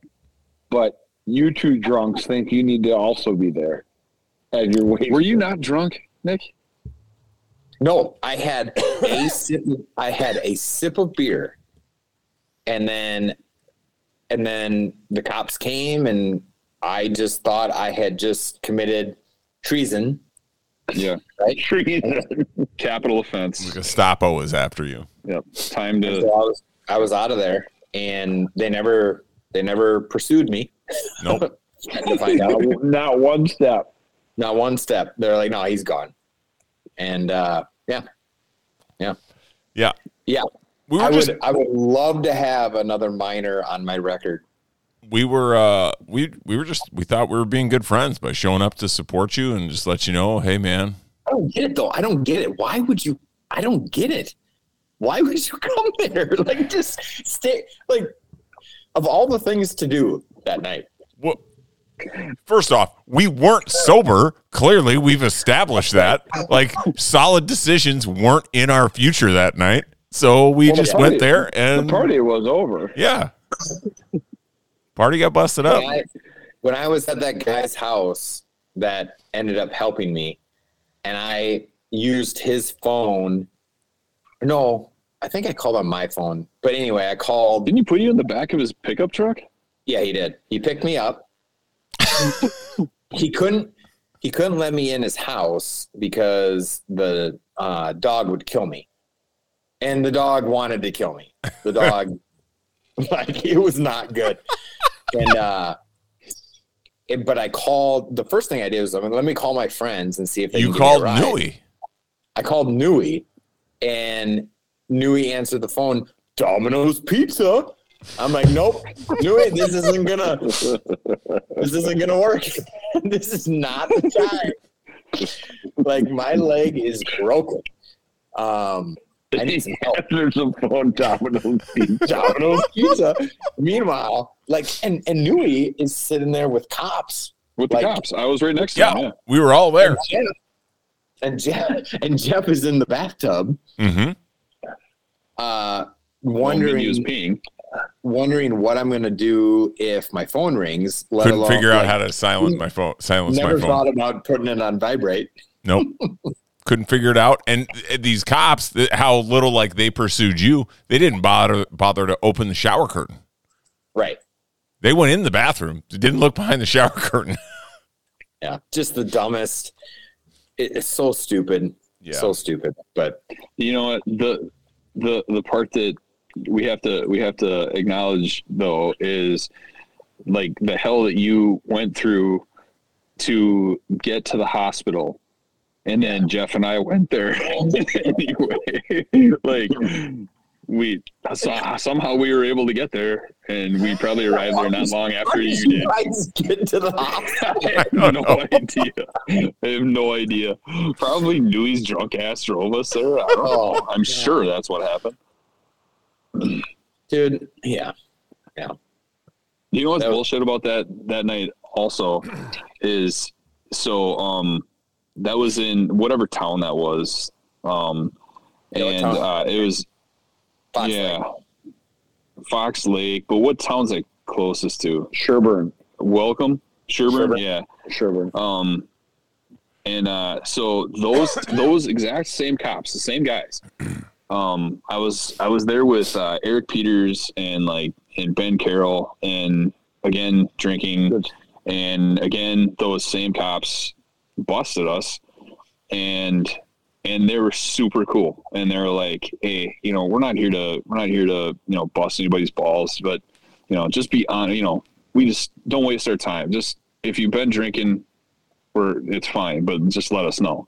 but you two drunks think you need to also be there as you're waiting. Were you not drunk, Nick? No, I had *coughs* a sip, I had a sip of beer, and then and then the cops came, and I just thought I had just committed treason. Yeah. *laughs* Capital Oh offense. Gestapo was after you. Yep. Time And to. so I was I was out of there, and they never they never pursued me. *laughs* Nope. Had to find out. Not, not one step. not one step. They're like, no, he's gone. And uh, yeah, yeah, Yeah. yeah. We were I just would, I would love to have another minor on my record. we were uh we we were just we thought we were being good friends by showing up to support you and just let you know, hey man, I don't get it though. I don't get it. Why would you? I don't get it. Why would you *laughs* come there? Like, just stay. Like, of all the things to do that night, Well, first off, we weren't sober. Clearly, we've established that. Like, solid decisions weren't in our future that night. So we Well, the just party- went there The and party was over. yeah, party got busted when up. I, when I was at that guy's house that ended up helping me, and I used his phone. No, I think I called on my phone. But anyway, I called. Didn't he put you in the back of his pickup truck? Yeah, he did. He picked me up. *laughs* he couldn't. He couldn't let me in his house because the uh, dog would kill me, and the dog wanted to kill me. *laughs* The dog, like it was not good, and uh, it, but I called. The first thing I did was I mean, let me call my friends and see if they You can give me a called ride. Nui. I called Nui, and Nui answered the phone. Domino's Pizza. I'm like, nope, Nui, this isn't gonna, this isn't gonna work. *laughs* this is not the time. like my leg is broken. Um, I need some help. There's a phone dominoes. Domino's Pizza. Meanwhile, like, and and Nui is sitting there with cops. With the Like- cops. I was right next to him. Yeah. Yeah, we were all there. Jeff, and Jeff and Jeff is in the bathtub, Mm-hmm. uh, Well, maybe wondering. He was peeing. wondering what I'm going to do if my phone rings. Let Couldn't alone, figure out like, how to silence my phone. Silence my Never phone. thought about putting it on vibrate. Nope. Couldn't figure it out. And th- these cops, th- how little like they pursued you, they didn't bother bother to open the shower curtain. Right. They went in the bathroom. Didn't look behind the shower *laughs* curtain. Yeah. Just the dumbest. It, it's so stupid. Yeah. So stupid. But You know what the the the part that we have to we have to acknowledge though is like the hell that you went through to get to the hospital. And then Jeff and I went *laughs* there anyway. like we so- somehow we were able to get there, and we probably arrived there not long after you did. I just *laughs* get to the hospital. *laughs* I *laughs* have no idea. I have no idea. Probably Nui's drunk ass drove us there. I don't know. Oh, I'm sure that's what happened. Dude. Yeah. You know what's That was- bullshit about that that night also is so um that was in whatever town that was. Um Yeah, what and town? uh, it was Fox yeah. Lake. Fox Lake, but what town's it closest to? Sherburne. Welcome? Sherburne? Sherburne. Yeah. Sherburne. Um And uh, so those those exact same cops, the same guys. Um, I was I was there with uh, Eric Peters and like and Ben Carroll and again drinking and again those same cops busted us and and they were super cool and they were like hey you know we're not here to we're not here to you know bust anybody's balls but you know just be on you know we just don't waste our time just if you've been drinking we're it's fine but just let us know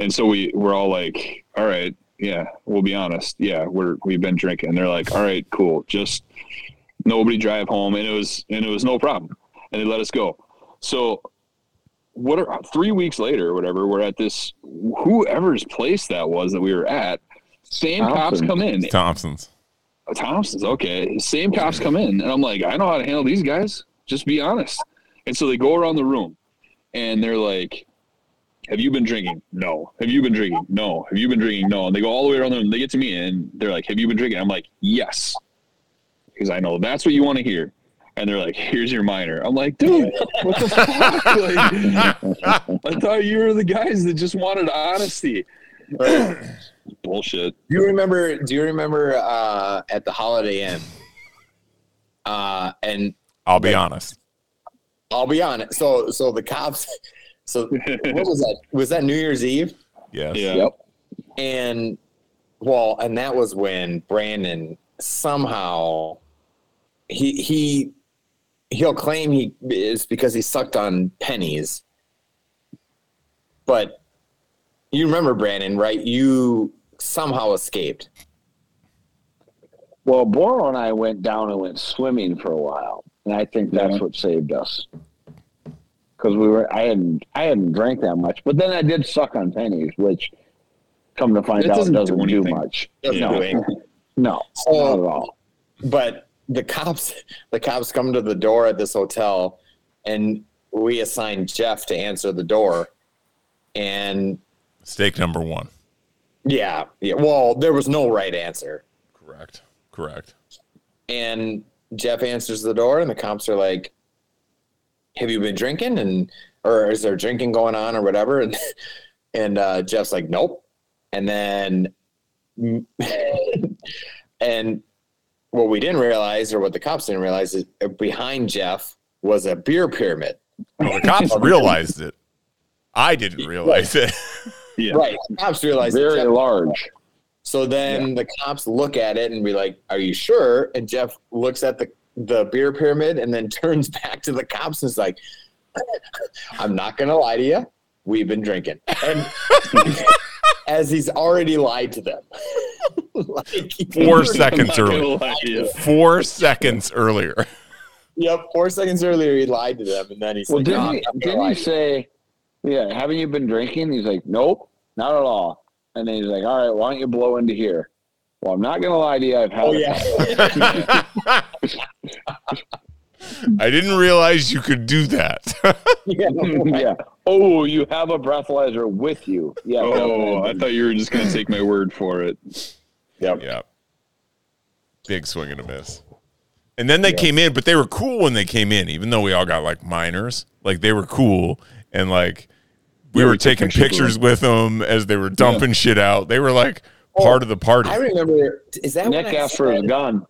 and so we we're all like all right yeah we'll be honest yeah we're we've been drinking and they're like all right cool just nobody drive home and it was and it was no problem and they let us go so what are three weeks later or whatever we're at this whoever's place that was that we were at same cops Thompson. come in Thompson's. Thompson's okay. Same cops come in, and I'm like, I know how to handle these guys. Just be honest. And so they go around the room, and they're like, Have you been drinking? No. Have you been drinking? No. Have you been drinking? No. And they go all the way around the room. They get to me, and they're like, Have you been drinking? I'm like, Yes, because I know that's what you want to hear. And they're like, "Here's your minor." I'm like, "Dude, what the fuck?" Like, I thought you were the guys that just wanted honesty. Bullshit. Do you remember? Do you remember uh, at the Holiday Inn? Uh, and I'll be honest. I'll be honest. So, so the cops. So what was that? Was that New Year's Eve? Yes. Yeah. Yep. And well, and that was when Brandon somehow he he he'll claim he is because he sucked on pennies. But you remember Brandon, right? You somehow escaped. Well, Boro and I went down and went swimming for a while, and I think that's what saved us. Because we were, I hadn't, I hadn't drank that much, but then I did suck on pennies, which, come to find That out, doesn't doesn't, do do, anything. much. That's Yeah. doing. No, So- not at all. *laughs* but the cops the cops come to the door at this hotel and we assign jeff to answer the door and Mistake number one. yeah, yeah well there was no right answer Correct. Correct. and jeff answers the door and the cops are like have you been drinking and or is there drinking going on or whatever *laughs* and and uh, jeff's like nope and then *laughs* and what we didn't realize or what the cops didn't realize is uh, behind jeff was a beer pyramid Well, the cops realized it. I didn't realize it. *laughs* Yeah. Right. The cops realize that Very Jeff- large. So then the cops look at it and be like, Are you sure? And Jeff looks at the, the beer pyramid and then *laughs* turns back to the cops and is like, *laughs* I'm not going to lie to you. We've been drinking. And *laughs* as he's already lied to them. *laughs* like, Four seconds *laughs* I'm not gonna earlier. lie to you. Four seconds earlier. Yep. Four seconds earlier, he lied to them. And then he's Well, like, "No, didn't I'm he, not gonna didn't lie he to you." say, yeah, haven't you been drinking? He's like, nope, not at all. And then he's like, all right, why don't you blow into here? Well, I'm not going to lie to you. I've had Oh, it. yeah. I didn't realize you could do that. *laughs* *laughs* yeah. *laughs* yeah. Oh, you have a breathalyzer with you. Yeah. Oh, I thought you were just gonna take my word for it. yeah. Big swing and a miss. And then they came in, but they were cool when they came in, even though we all got like minors. Like they were cool and like we Yeah, were we took taking pictures pictures of with them as they were dumping shit out. They were like part of the party. I remember. Is that Nick when I asked for his said- gun.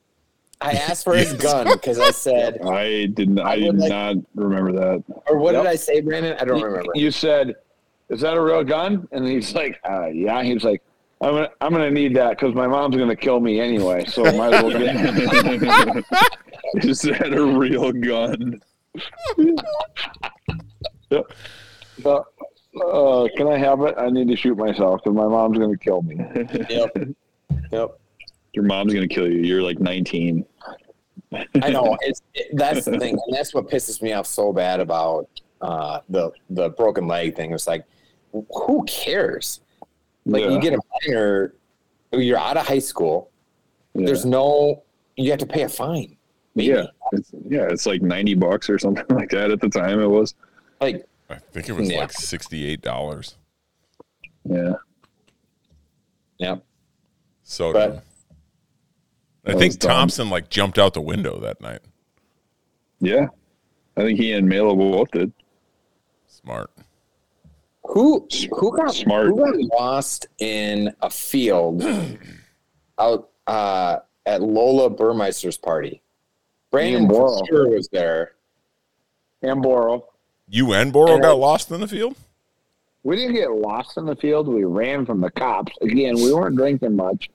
I asked for his *laughs* gun because I said, I didn't. I, I would did like- not remember that. or what Yep. did I say, Brandon? I don't remember. *laughs* You said, "Is that a real gun?" And he's like, uh, "Yeah." He's like, "I'm gonna, I'm gonna need that because my mom's gonna kill me anyway, so might as well get *laughs* *laughs* *laughs* it." Is that a real gun? Uh, uh, can I have it? I need to shoot myself because my mom's gonna kill me. Yep. Yep. Your mom's gonna kill you. You're like 19. I *laughs* know. It's, it, that's the thing, and that's what pisses me off so bad about uh, the the broken leg thing. It's like, who cares? Like Yeah. you get a minor, you're out of high school. Yeah. There's no. You have to pay a fine. Maybe. Yeah, it's, yeah, it's like 90 bucks or something *laughs* like that at the time. It was. Like I think it was Yeah. like sixty-eight dollars. Yeah. yeah. So But- I That think was dumb. Thompson like jumped out the window that night. Yeah. I think he and Mela both did. Smart. Who who got Smart. who got lost in a *clears throat* field out uh, at Lola Burmeister's party? Brandon Ian Borle. for sure was there. Amboro. You and Boro got lost in the field. We didn't get lost in the field. We ran from the cops. Again, we weren't drinking much.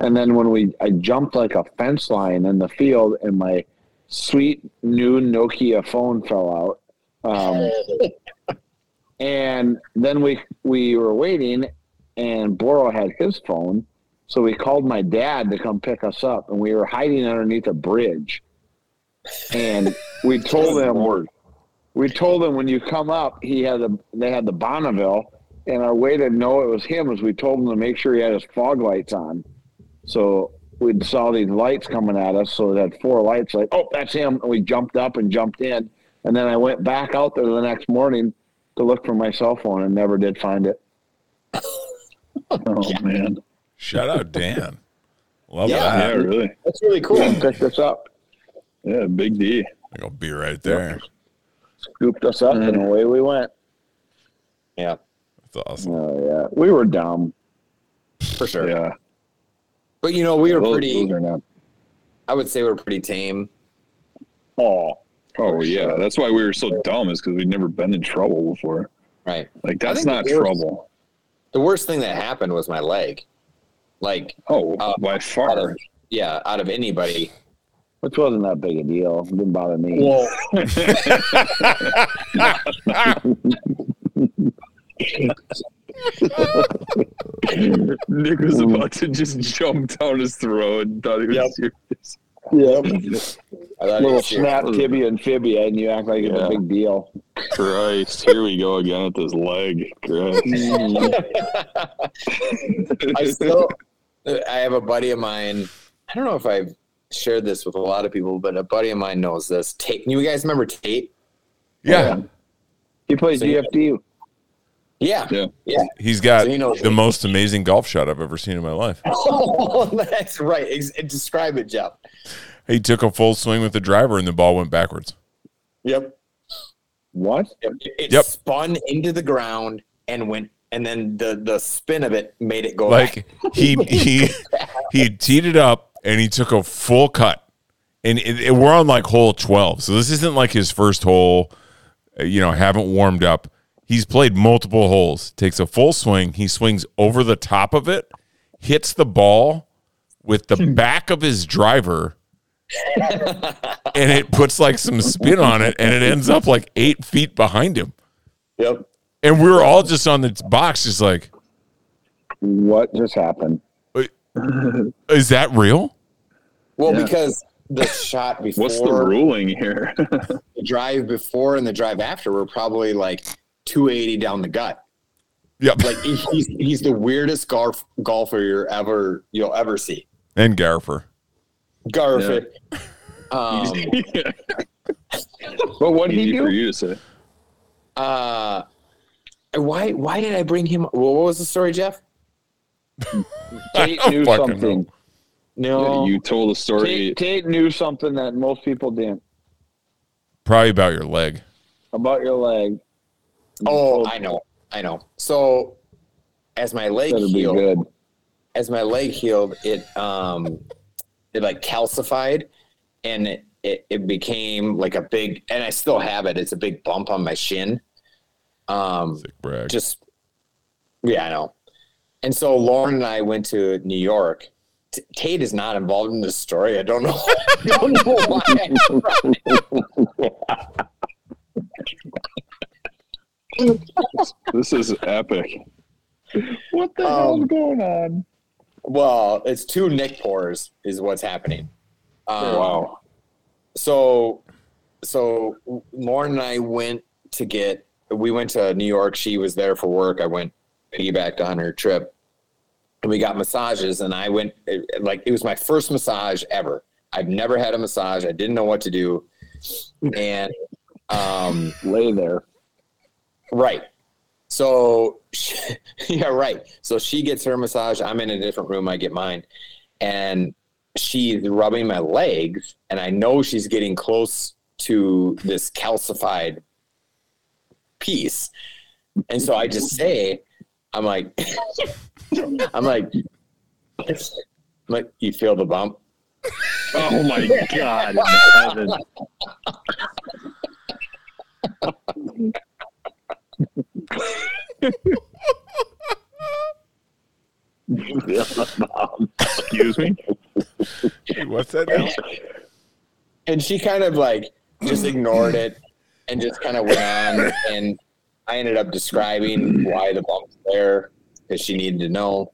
And then when we, I jumped like a fence line in the field, and my sweet new Nokia phone fell out. Um, and then we we were waiting, and Boro had his phone, so we called my dad to come pick us up, and we were hiding underneath a bridge. And we told him we told him when you come up, he had the they had the Bonneville, and our way to know it was him is we told him to make sure he had his fog lights on. So we saw these lights coming at us, so it had four lights. Like, oh, that's him, and we jumped up and jumped in, and then I went back out there the next morning to look for my cell phone and never did find it. *laughs* Oh man, Shout out Dan. Love Yeah. that. yeah, really, That's really cool. Picked us up, yeah, big D. I will be right there. scooped us up, and away we went. Yeah, That's Mm. awesome. Oh yeah, we were dumb. for sure. Yeah, But you know, we were Those- pretty. those are not- I would say we were pretty tame. Oh, Oh yeah, that's why we were so dumb is because we'd never been in trouble before. Right. Like I that's think not the worst- trouble. The worst thing that happened was my leg. Like, Oh, Uh, by out far. of, yeah, out of anybody. which wasn't that big a deal. Didn't bother me. *laughs* Nick was about to just jump down his throat and thought he was serious. *clears throat* yeah, I thought it little was serious. snap tibia and fibia, and you act like it's Yeah. a big deal. Christ, here we go again with this leg. Christ. Mm-hmm. *laughs* I still, I have a buddy of mine. I don't know if I've shared this with a lot of people, but a buddy of mine knows this. Tate, you guys remember Tate? Yeah. You played So you- GFD. Yeah. *laughs* Yeah. He's got So you know- the most amazing golf shot I've ever seen in my life. Oh, that's right. Ex- describe it, Jeff. He took a full swing with the driver and the ball went backwards. Yep. What? It, it Yep. spun into the ground and went, and then the the spin of it made it go back. *laughs* Like he he he teed it up and he took a full cut. And it, it- we're on like hole 12. So this isn't like his first hole, uh, you know, haven't warmed up. He's played multiple holes. Takes a full swing, he swings over the top of it, hits the ball with the back of his driver. and it puts like some spin on it and it ends up like 8 feet behind him. Yep. And we were all just on the t- box just like What just happened? is that real? Well, Yeah. because the shot before, What's the ruling here? *laughs* the drive before, and the drive after were probably like 280 down the gut. Yep. Like he- he's he's the weirdest golf golfer you're ever you'll ever see. and Garifer. Garfield. Um, But what did he Easy for do? you to say. uh, why why did I bring him? Well, what was the story, Jeff? Tate I don't *laughs* knew fucking something. No, Oh. you told a story. Tate, Tate knew something that most people didn't Probably about your leg. about your leg. Oh, I know, I know. So, as my leg That'd be healed, good. as my leg healed, it um, it like calcified, and it, it it became like a big, and I still have it. It's a big bump on my shin. Um, Sick brag. just yeah, I know. And so Lauren and I went to New York. T- Tate is not involved in this story. I don't know. *laughs* I don't know why. This is epic. What the hell's Um, going on? Well, it's two Nick pours is what's happening. Um, Wow. so so Lauren and I went to get we went to New York. She was there for work. I went piggybacked on her trip, and we got massages. And I went it- it- like it was my first massage ever. I've never had a massage. I didn't know what to do, and um, Lay there. right. So she- *laughs* yeah, right. So she gets her massage. I'm in a different room. I get mine, and she's rubbing my legs, and I know she's getting close to this calcified piece. And so I just say, I'm like, *laughs* I'm like, I'm like, you feel the bump? *laughs* Oh my god! in heaven. Excuse me. What's that now? And she kind of like just ignored it and just kind of went on. And I ended up describing why the bump's there because she needed to know.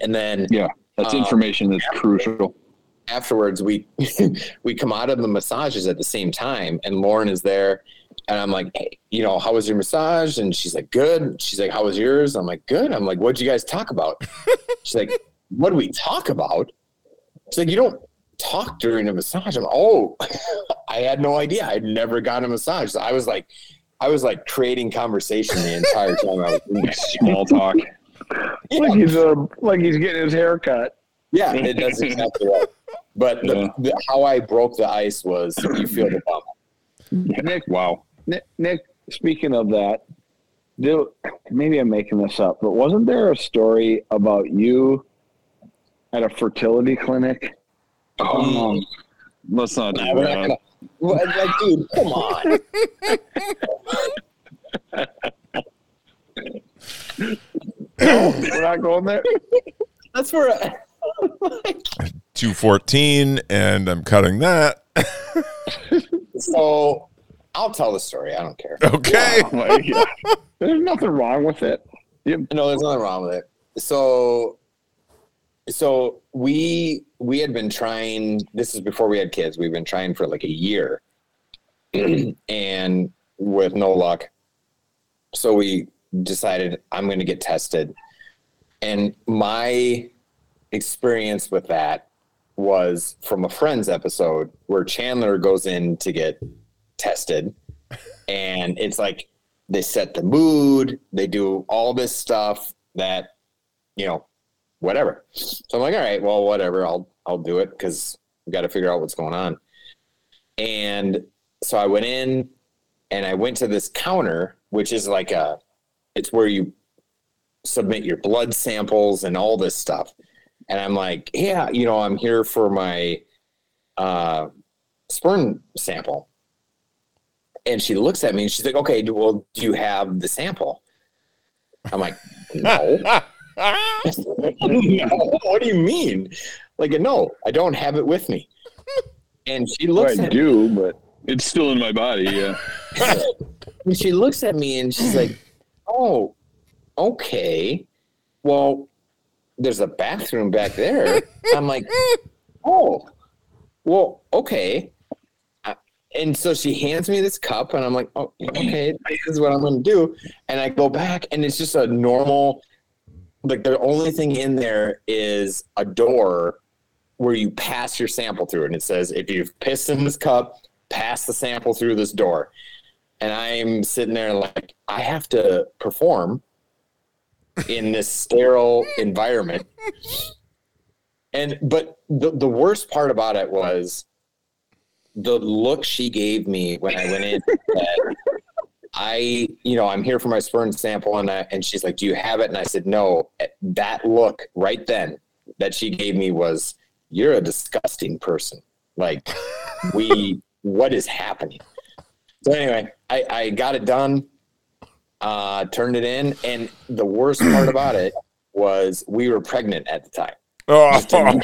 And then Yeah, that's Um, information that's crucial. afterwards we *laughs* we come out of the massages at the same time and Lauren is there and I'm like, hey, you know, how was your massage? And she's like, good. She's like, how was yours? I'm like, good. I'm like, what'd you guys talk about? she's like, what do we talk about? She's like, you don't talk during a massage. I'm like, oh, *laughs* I had no idea. I'd never gotten a massage. So I was like, I was like creating conversation the entire time I was doing it. Small talk. Like *laughs* he's uh, like he's getting his hair cut. Yeah, it does exactly right. But the, Yeah. the, how I broke the ice was you feel the bump. Nick, Wow. Nick, Nick, speaking of that, do maybe I'm making this up, but wasn't there a story about you at a fertility clinic? Oh. Um, let's not do Nah, we're not that. gonna- Well, like, dude, come on. We're not going there. That's where I, 214, and I'm cutting *laughs* that. so I'll tell the story. I don't care. *laughs* Okay. Oh my God. There's nothing wrong with it. No, there's nothing wrong with it. So so we we had been trying this is before we had kids. We've been trying for like a year. *clears throat* and with no luck. So we decided I'm going to get tested. And my experience with that was from a friend's episode where Chandler goes in to get tested. And it's like they set the mood, they do all this stuff that, you know, whatever. So I'm like, all right, well, whatever, I'll I'll do it because we gotta figure out what's going on. And so I went in and I went to this counter, which is like a, it's where you submit your blood samples and all this stuff. And I'm like, yeah, you know, I'm here for my uh, sperm sample. And she looks at me and she's like, okay, do- well, do you have the sample? I'm like, no. no. *laughs* What do you mean? Like, no, I don't have it with me. And she looks I at do, but It's still in my body. Yeah. And she looks at me and she's like, "Oh, okay. Well, there's a bathroom back there." I'm like, "Oh, well, okay." I- And so she hands me this cup, and I'm like, "Oh, okay. This is what I'm going to do." And I go back, and it's just a normal. Like the only thing in there is a door where you pass your sample through, and it says, "If you've pissed in this cup, pass the sample through this door." and I'm sitting there like I have to perform in this sterile environment. And but the the worst part about it was the look she gave me when I went in. that I, you know, I'm here for my sperm sample, and I, and she's like, "Do you have it?" And I said, "No." That look right then that she gave me was, "You're a disgusting person." Like, we, what is happening? So anyway, I, I got it done, uh, turned it in, and the worst part about it was we were pregnant at the time.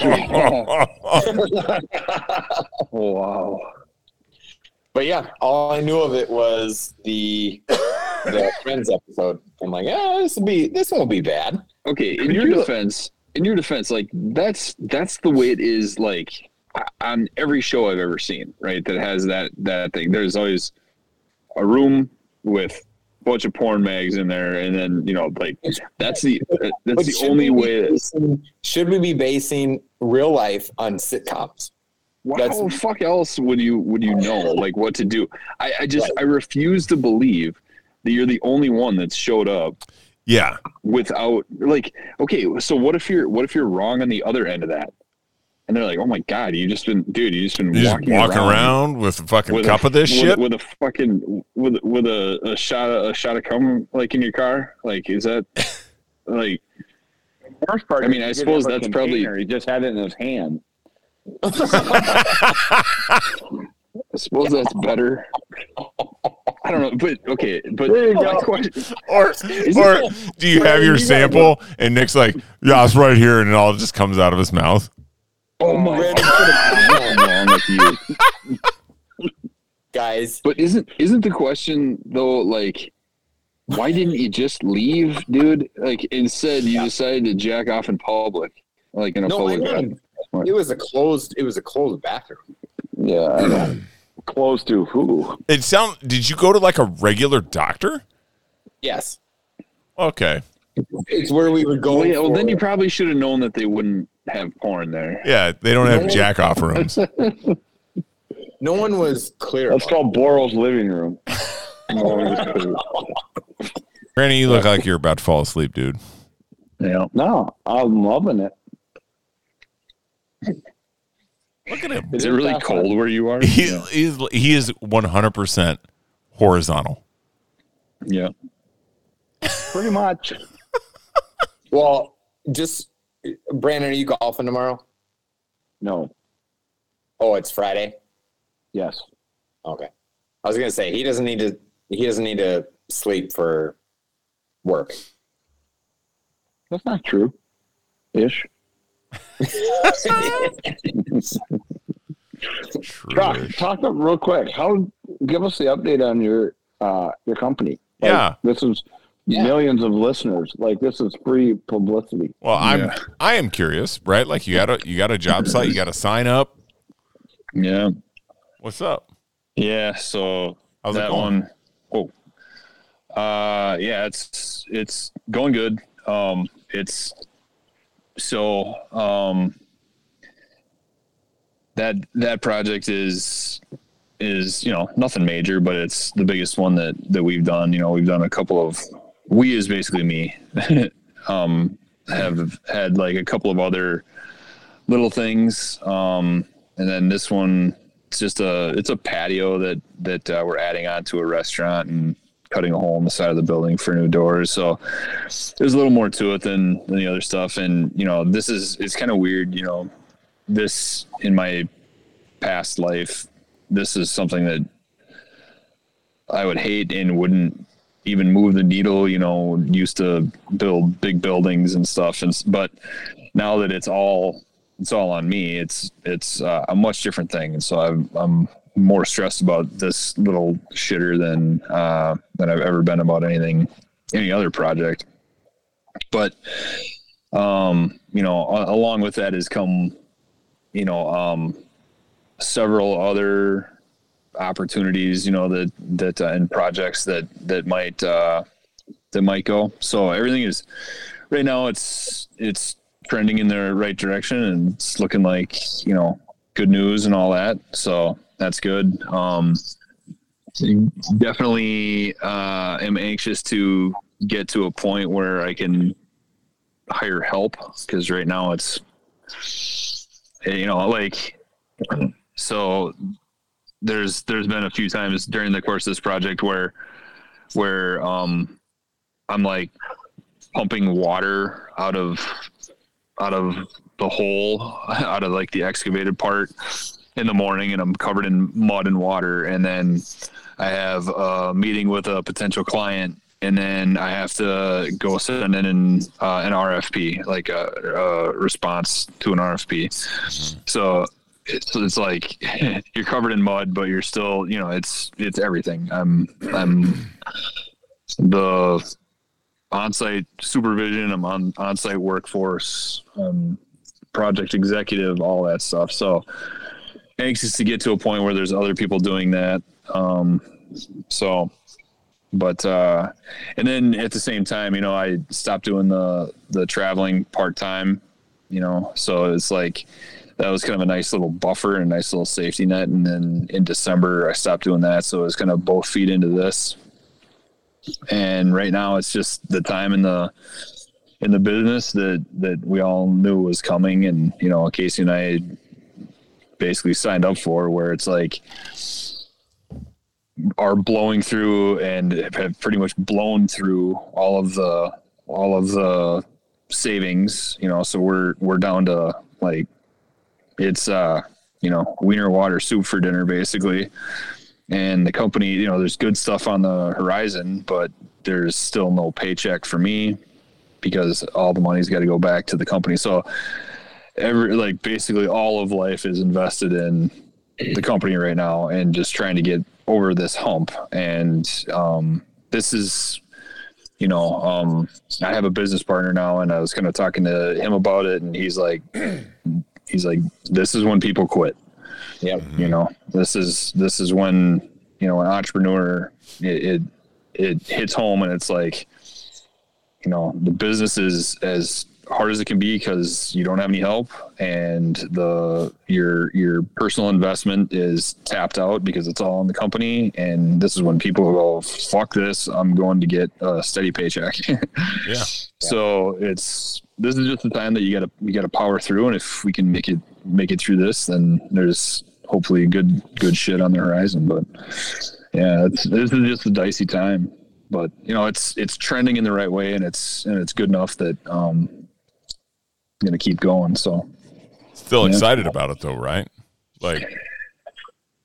Oh. Oh, Wow. But yeah, all I knew of it was the *laughs* the Friends episode. I'm like, oh, this will be this won't be bad. Okay. In your defense, in your defense, like that's that's the way it is. Like on every show I've ever seen, right? That has that that thing. There's always a room with a bunch of porn mags in there, and then you know, like that's the uh, that's the should only we be way. That, basing- should we be basing real life on sitcoms? Why That's- the fuck else would you would you know like what to do? I, I just I refuse to believe that you're the only one that's showed up yeah. without like okay. So what if you're what if you're wrong on the other end of that, and they're like, "Oh my god, you just been, dude, you just been You just walking, walk around, around, with a fucking with cup a, of this with, shit. with a fucking with with a, a shot of, a shot of cum like in your car. Like, *laughs* is that like?" First part. I mean, I suppose that's probably- he just had it in his hand. I suppose that's better. I don't know, but okay, but There you my go. question- or *laughs* Is or do you have your You gotta sample? And Nick's like, yeah, it's right here, and it all just comes out of his mouth. oh my, what's wrong with you? guys. But isn't isn't the question though like why didn't you just leave, dude? Like instead you decided to jack off in public. Like in a No, I public know. What? It was a closed. It was a closed bathroom. Yeah, I know. *clears throat* Close to who? It sound. Did you go to like a regular doctor? Yes, Okay, it's where we would go. Well, yeah, well then for- you probably should have known that they wouldn't have *laughs* porn there. yeah, they don't have jack off rooms. no one was clear. That's about called Boral's living room. Granny, you look like you're about to fall asleep, dude. Yeah. No, I'm loving it. Look at him. Is it really Yeah. cold where *laughs* you are? He's, he's he is 100 percent horizontal. Yeah. Pretty much. it. Well, just Brandon, are you golfing tomorrow? No. Oh, it's Friday. Yes. Okay. I was gonna say he doesn't need to. He doesn't need to sleep for work. That's not true. Ish. *laughs* Doc, True. talk up real quick. How? Give us the update on your uh, your company. Like, Yeah. this is Yeah. millions of listeners. Like this is free publicity. Well, I'm Yeah. I am curious, right? Like you got a you got a job site, you got to sign up. Yeah. What's up? Yeah. So How's it that going? one. Oh, uh, yeah, it's it's going good. Um, it's so um, that that project is is you know nothing major, but it's the biggest one that that we've done. You know, we've done a couple of we is basically me. *laughs* um, have had like a couple of other little things, um, and then this one it's just a it's a patio that that uh, we're adding on to a restaurant and cutting a hole in the side of the building for new doors so there's a little more to it than, than the other stuff and you know this is it's kind of weird you know this in my past life this is something that i would hate and wouldn't even move the needle you know used to build big buildings and stuff and s- but now that it's all it's all on me. It's it's uh, a much different thing, and so I'm I'm more stressed about this little shitter than uh, than I've ever been about anything any other project. But um, you know, a- along with that has come you know um, several other opportunities. You know that that uh, and projects that that might uh, that might go. So everything is right now. It's it's trending in the right direction and it's looking like you know good news and all that so that's good um definitely uh am anxious to get to a point where i can hire help because right now it's eh, you know like *clears throat* so there's there's been a few times during the course of this project where where um i'm like pumping water out of out of the hole, *laughs* out of like the excavated part in the morning, and I'm covered in mud and water. And then I have a meeting with a potential client, and then I have to go send in an, uh, an RFP, like a, a response to an RFP. So it's, it's like *laughs* you're covered in mud, but you're still, you know, it's it's everything. I'm I'm the on-site supervision. I'm on on-site workforce, um, project executive, all that stuff. So anxious to get to a point where there's other people doing that. Um, so, but uh, and then at the same time, you know, I stopped doing the the traveling part time. You know, so it's like that was kind of a nice little buffer and a nice little safety net. And then in December, I stopped doing that, so it's kind of both feed into this and right now it's just the time in the in the business that that we all knew was coming and you know casey and i basically signed up for, where it's like are blowing through and have pretty much blown through all of the all of the savings. You know, so we're we're down to like it's uh you know wiener water soup for dinner basically. And the company, you know, there's good stuff on the horizon, but there's still no paycheck for me because all the money's got to go back to the company. So every like basically all of life is invested in the company right now and just trying to get over this hump. And um, this is, you know, um, I have a business partner now, and I was kind of talking to him about it, and he's like, *clears throat* he's like, this is when people quit. Yep. You know, this is this is when you know an entrepreneur it, it it hits home and it's like you know the business is as hard as it can be because you don't have any help and the your your personal investment is tapped out because it's all in the company and this is when people go fuck this i'm going to get a steady paycheck *laughs* Yeah. so it's this is just the time that you gotta you gotta power through and if we can make it make it through this then there's hopefully good good shit on the horizon but yeah it's, this is just a dicey time but you know it's it's trending in the right way and it's and it's good enough that um I'm gonna keep going so Still Yeah. excited about it though, right? Like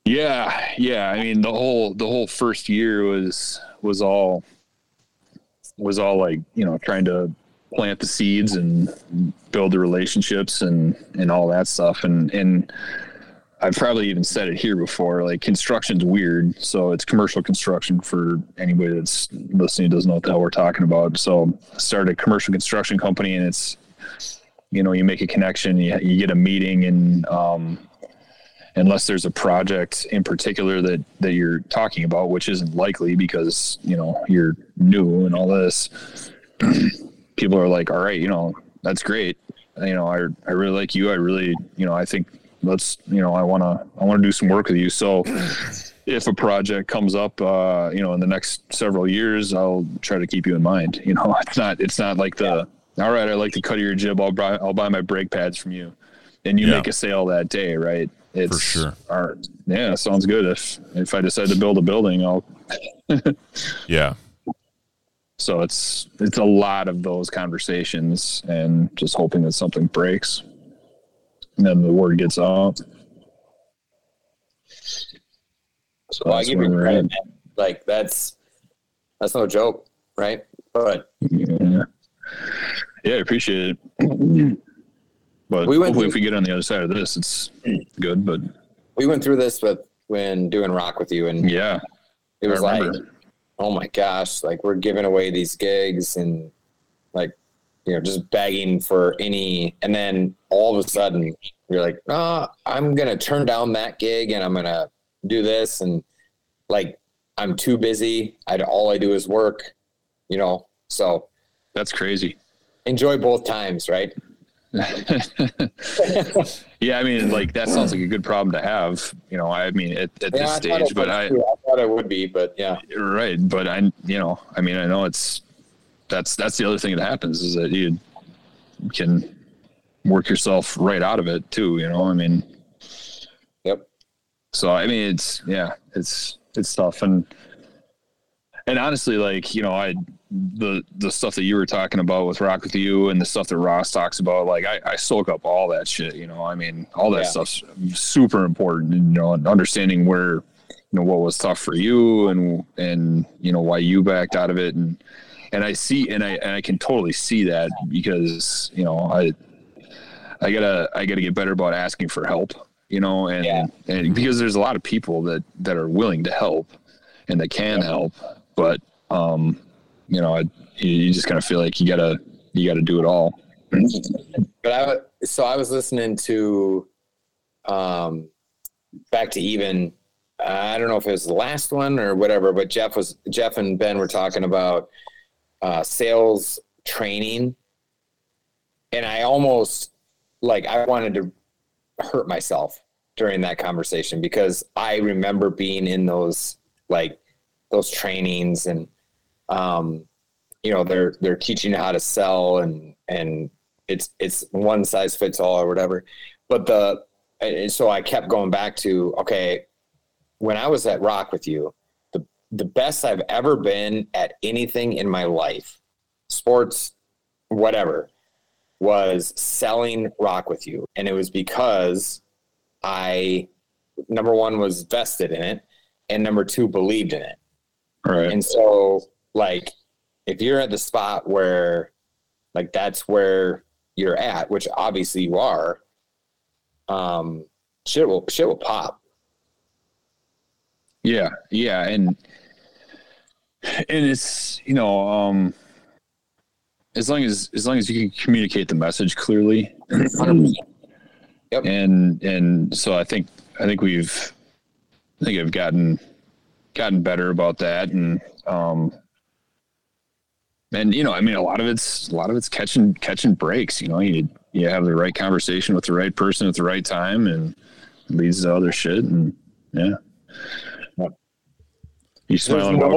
yeah yeah i mean the whole the whole first year was was all was all like you know trying to plant the seeds and build the relationships and and all that stuff and and i've probably even said it here before like construction's weird so it's commercial construction for anybody that's listening who doesn't know what the hell we're talking about so I started a commercial construction company and it's you know you make a connection you, you get a meeting and um unless there's a project in particular that that you're talking about which isn't likely because you know you're new and all this people are like all right you know that's great you know i i really like you i really you know i think let's you know i want to i want to do some work with *laughs* you so if a project comes up uh you know in the next several years i'll try to keep you in mind *laughs* you know it's not it's not like the all right i like the cut of your jib i'll buy i'll buy my brake pads from you and you Yeah. make a sale that day right it's sure. all right. yeah sounds good if if i decide to build a building i'll *laughs* yeah. so it's it's a lot of those conversations and just hoping that something breaks. And then the word gets out. So Well, I that's give where you we're credit. at. man. Like that's that's no joke, right? But Yeah. yeah, I appreciate it. *clears throat* But We went hopefully to- if we get on the other side of this, it's good. But we went through this with when doing rock with you, and yeah, it was like, I remember. oh my gosh, like we're giving away these gigs and like you know just begging for any, and then all of a sudden you're like, ah, I'm gonna turn down that gig and I'm gonna do this, and like I'm too busy. I all I do is work, you know. So that's crazy. *laughs* enjoy both times, right? yeah, I mean, like that sounds like a good problem to have. You know, I mean, at, at Yeah, this I thought stage, it but was I, too. I thought it would be, but yeah. right but i you know i mean i know it's that's that's the other thing that happens is that you can work yourself right out of it too you know i mean Yep. so i mean it's yeah it's it's tough and and honestly like you know i the the stuff that you were talking about with rock with you and the stuff that ross talks about like i, I soak up all that shit you know i mean all that Yeah. stuff's super important and, you know and understanding where you know what was tough for you and and you know why you backed out of it and and I see and I and I can totally see that because you know I I gotta I gotta get better about asking for help you know and, Yeah. Mm-hmm. and because there's a lot of people that that are willing to help and that can help but um you know I, you, you just kind of feel like you gotta you gotta do it all But I wa- so I was listening to um back to even I don't know if it was the last one or whatever, but Jeff was Jeff and Ben were talking about uh sales training. And I almost like I wanted to hurt myself during that conversation because I remember being in those like those trainings and um you know they're they're teaching you how to sell and and it's it's one size fits all or whatever but the and, and so I kept going back to okay, when I was at Rock with you, the the best I've ever been at anything in my life, sports, whatever, was selling Rock with you, and it was because I number one was vested in it, and number two believed in it. Right. And so, like, if you're at the spot where, like, that's where you're at, which obviously you are, um, shit will shit will pop. Yeah, yeah, and and it's you know, um as long as as long as you can communicate the message clearly, 100%. Yep. and and so I think I think we've I think I've gotten gotten better about that, and um and you know, I mean, a lot of it's a lot of it's catching catching breaks. You know, you you have the right conversation with the right person at the right time, and it leads to other shit, and yeah. You smiling? Bob?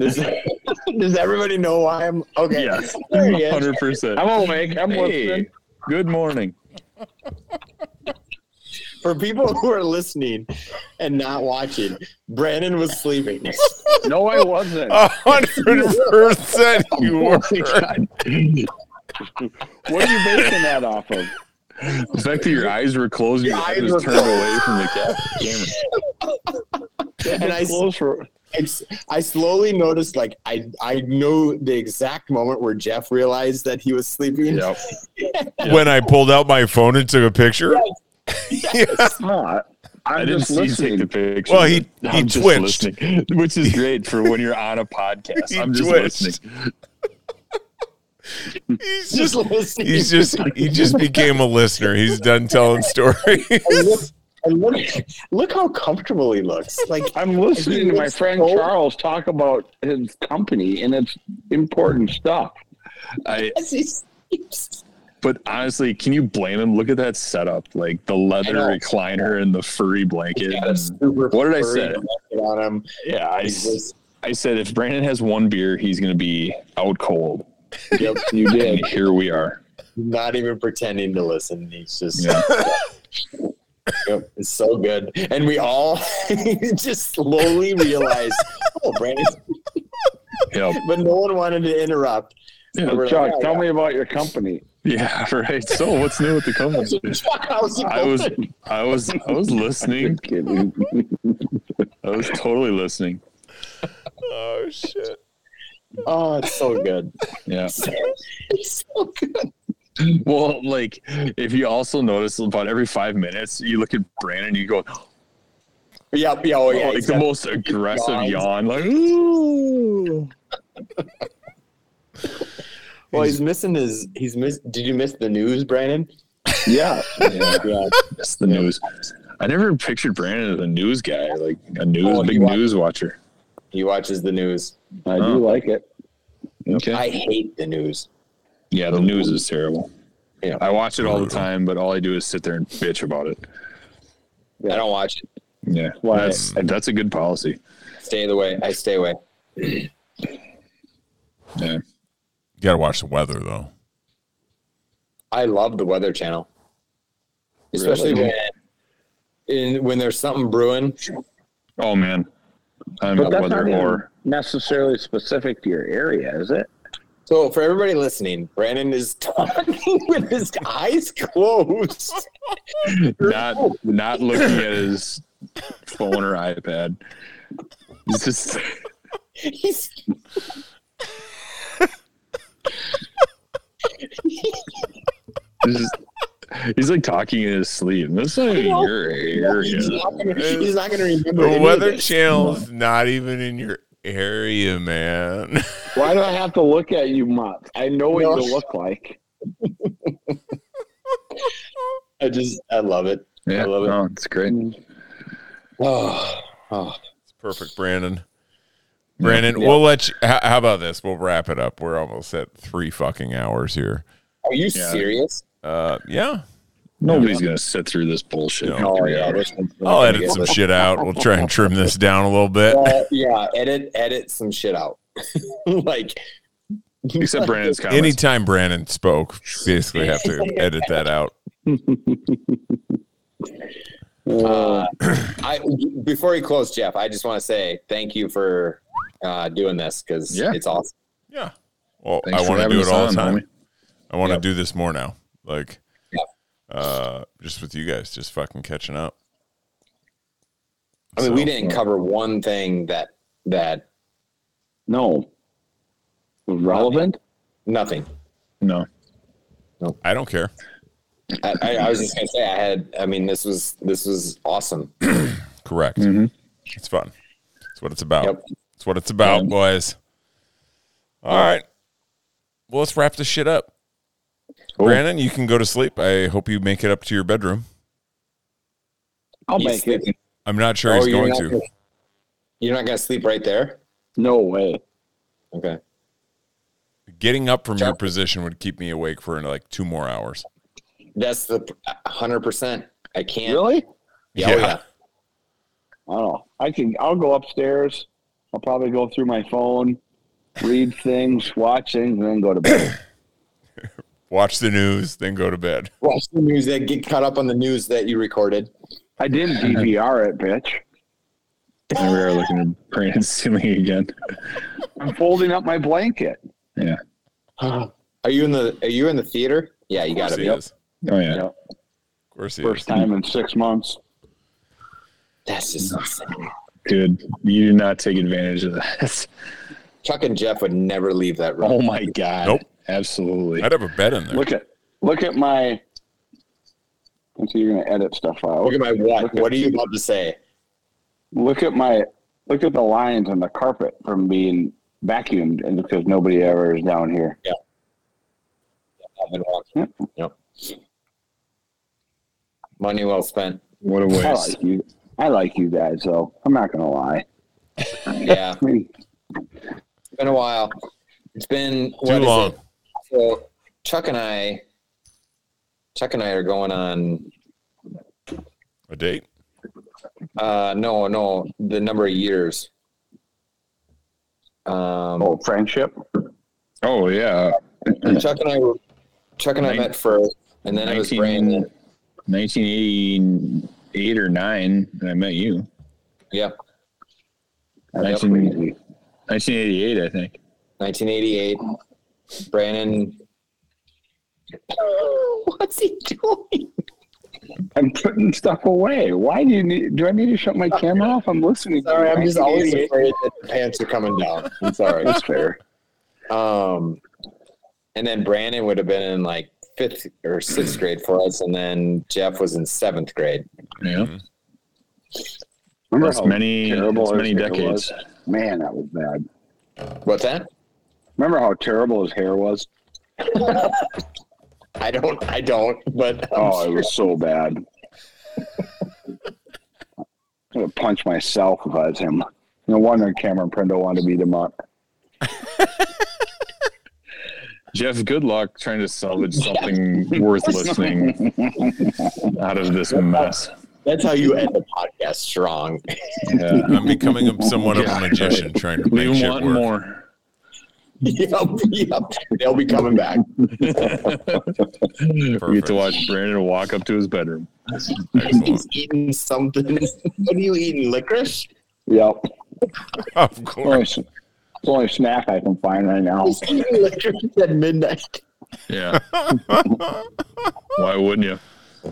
Does, *laughs* does everybody know why I'm okay? Yes, There he is. hundred percent. I'm awake. I'm *laughs* listening. good morning. For people who are listening and not watching, Brandon was sleeping. No, I wasn't. A hundred percent *laughs* you were. What are you basing that off *laughs* of? The fact that your eyes were closed, your eyes was turned away from the ca- camera. *laughs* and I, Close for it's, I slowly noticed, like, I, I know the exact moment where Jeff realized that he was sleeping. *laughs* Yep. When I pulled out my phone and took a picture, not. I'm I I'm did not just see you take the listening. picture. Well, he- I'm he just twitched. listening, which is great for when you're on a *laughs* podcast. He I'm just twitched. listening. he's Just just listening. he's just he just became a listener. He's done *laughs* telling stories. And look, and look, look how comfortable he looks. Like, I'm listening to my friend So- Charles talk about his company and it's important stuff. I, he's, but honestly, can you blame him? Look at that setup, like the leather I know. recliner and the furry blanket. got a and- super What did I furry say? blanket on him. yeah, I, He's s- just- I said if Brandon has one beer, he's going to be out cold. yep, You did. And here we are. *laughs* not even pretending to listen. He's just Yeah. *laughs* Yep, it's so good. And we all *laughs* just slowly realized, *laughs* oh, Brandon, Yep. but no one wanted to interrupt. Yeah, So we're like, Chuck, "Oh, tell yeah." me about your company. *laughs* Yeah, right. So what's new with the *laughs* company? Chuck, how's it *laughs* I was going? I was I was listening. I was totally listening. Oh shit! Oh, it's so good. Yeah. *laughs* It's so good. Well, like if you also notice about every five minutes you look at Brandon you go Yep, yeah, oh, yeah. like he's the got- most aggressive yawns. *laughs* yawn, like ooh well, he's missing his. He's miss. Did you miss the news, Brandon? Yeah. yeah, Yeah. that's the news. I never pictured Brandon as a news guy, like a news Oh, he big wa- news watcher. He watches the news. *laughs* I do like it. Okay. I hate the news. yeah, the news is terrible. Yeah. I watch it all the time, but all I do is sit there and bitch about it. I don't watch it. Yeah. Why? That's that's a good policy. Stay the way. I stay away. Yeah. You gotta watch the weather though. I love the Weather Channel, especially Really? when in, when there's something brewing. Oh man, I'm But a that's weather not even whore. necessarily specific to your area, is it? So, for everybody listening, Brandon is *laughs* talking with his eyes closed. Not not looking at his phone or iPad. It's just He's he's, just, he's like talking in his sleep. And That's not even your area. he's not gonna, he's not gonna remember any The of weather this. channel's not even in your area, man. *laughs* Why do I have to look at you, Mutt? I know what No. you *sighs* look like. I just I love it. Yeah, I love it. no, it's great. Oh, oh. It's perfect, Brandon. Brandon, we'll let you. How, how about this? We'll wrap it up. We're almost at three fucking hours here. Are you Yeah. *laughs* serious? Uh, yeah, Nobody's gonna sit through this bullshit. for Oh three yeah, hours. this one's not I'll gonna edit get some this. shit out. We'll try and trim this down a little bit. Uh, yeah, edit edit some shit out. *laughs* like Except Brandon's *laughs* comments. Anytime Brandon spoke, basically have to edit that out. Uh, I before we close, Jeff, I just want to say thank you for uh, doing this because Yeah. it's awesome. Yeah. Well, Thanks I for want to having do us it all the on, time. homie. I want to Yep. do this more now. Like, Yep. uh, just with you guys, just fucking catching up. I mean, we So- didn't cover one thing that that No. Relevant? nothing. No. I don't care. I, I, I was just gonna say I had. I mean, this was this was awesome. Correct. Mm-hmm. Mhm. It's fun. It's what it's about. Mm. Yep. It's what it's about, Yeah. boys. All right. Well, let's wrap this shit up. Cool. Brandon, you can go to sleep. I hope you make it up to your bedroom. I'll He's make it. sleeping. I'm not sure he's Oh, you're going not to. gonna- You're not gonna sleep right there. No way. Okay. Getting up from your Sure. position would keep me awake for like two more Oh, hours. That's the hundred percent. I can't. Really? Yeah, oh, yeah. I don't know. I can. I'll go upstairs. I'll probably go through my phone, read things, watch things, and then go *coughs* to bed. *laughs* Watch the news, then go to bed. Watch the news. That get caught up on the news that you recorded. *sighs* I didn't DVR it, bitch. And we are looking at Brandon's *laughs* ceiling again. I'm folding up my blanket. Yeah. are you in the Are you in the theater? Yeah, you Of gotta course be. he is. Oh yeah. Yeah. Of course he First is. time in six months. That's just insane. Dude, you did not take advantage of that. Chuck and Jeff would never leave that room. *laughs* oh my god. Nope. Absolutely. I'd have a bed in there. Look at, look at my. And so you're gonna edit stuff out. Oh. Look at my what? What are you about to say? Look at my, look at the lines on the carpet from being vacuumed, and because nobody ever is down here. I've been watching. Yep. Money well spent. What a I waste. like you. I like you guys, though. I'm not gonna lie. Yeah, I mean, it's been a while. It's been what Too is long. it? So Chuck and I, Chuck and I are going on. A date? Uh, no, no, the number of years. Um, oh, friendship. Oh yeah. Chuck and I were Chuck and I Nin- met first, and then it was 19 Brandon. 1988 or 9 and I met you. Yep, That's Yep. crazy. 1988, I think. 1988. Brandon. What's he doing? I'm putting stuff away. Why do you need? Do I need to shut my camera off? I'm listening. Sorry, I'm just always 1988. afraid that the pants are coming down. I'm sorry. That's fair. Um, and then Brandon would have been in like fifth or sixth grade for us, and then Jeff was in seventh grade. Yeah. Remember That's how many terrible that's his many hair decades. was? Man, that was bad. What's that? Remember how terrible his hair was? I don't. I don't. But um, Oh, it was so bad. I would have punched myself if I was him. No wonder Cameron Prindle wanted to beat him up. Jeff, good luck trying to salvage something worth listening out of this mess. that's how you end the podcast strong. *laughs* *laughs* Yeah. I'm becoming a, somewhat of a Yeah. magician trying to We make shit want work. more. yep, yep. They'll be coming back. We get to watch Brandon walk up to his bedroom. He's Excellent. eating something. What are you eating? Licorice? Yep. *laughs* Of It's only, course. it's the only snack I can find right now. He's eating licorice at midnight. *laughs* *laughs* Yeah. Why wouldn't you?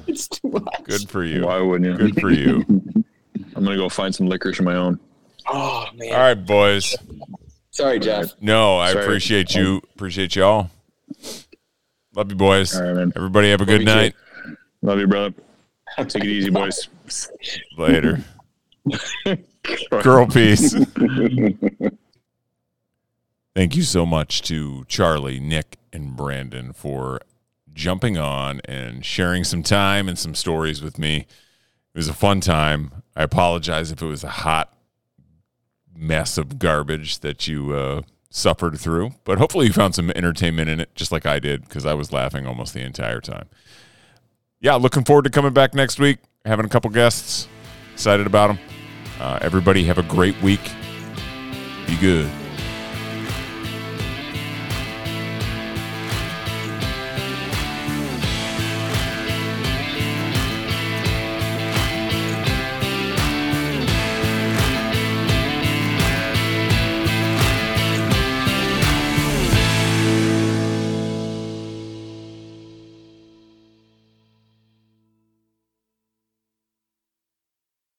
It's too much. Good for you. Why wouldn't you? Good for you. I'm gonna go find some licorice of my own. Oh man. All right, boys. Sorry, Jeff. No, I Sorry. appreciate you. Appreciate y'all. Love you, boys. All right, man. Everybody have a good you too. night. Love you, brother. Take it easy, boys. Later. Girl, peace. *laughs* Thank you so much to Charlie, Nick, and Brandon for jumping on and sharing some time and some stories with me. It was a fun time. I apologize if it was a hot mess of garbage that you uh, suffered through, but hopefully you found some entertainment in it, just like I did, because I was laughing almost the entire time. Yeah, looking forward to coming back next week, having a couple guests. Excited about them. Uh, everybody have a great week. Be good.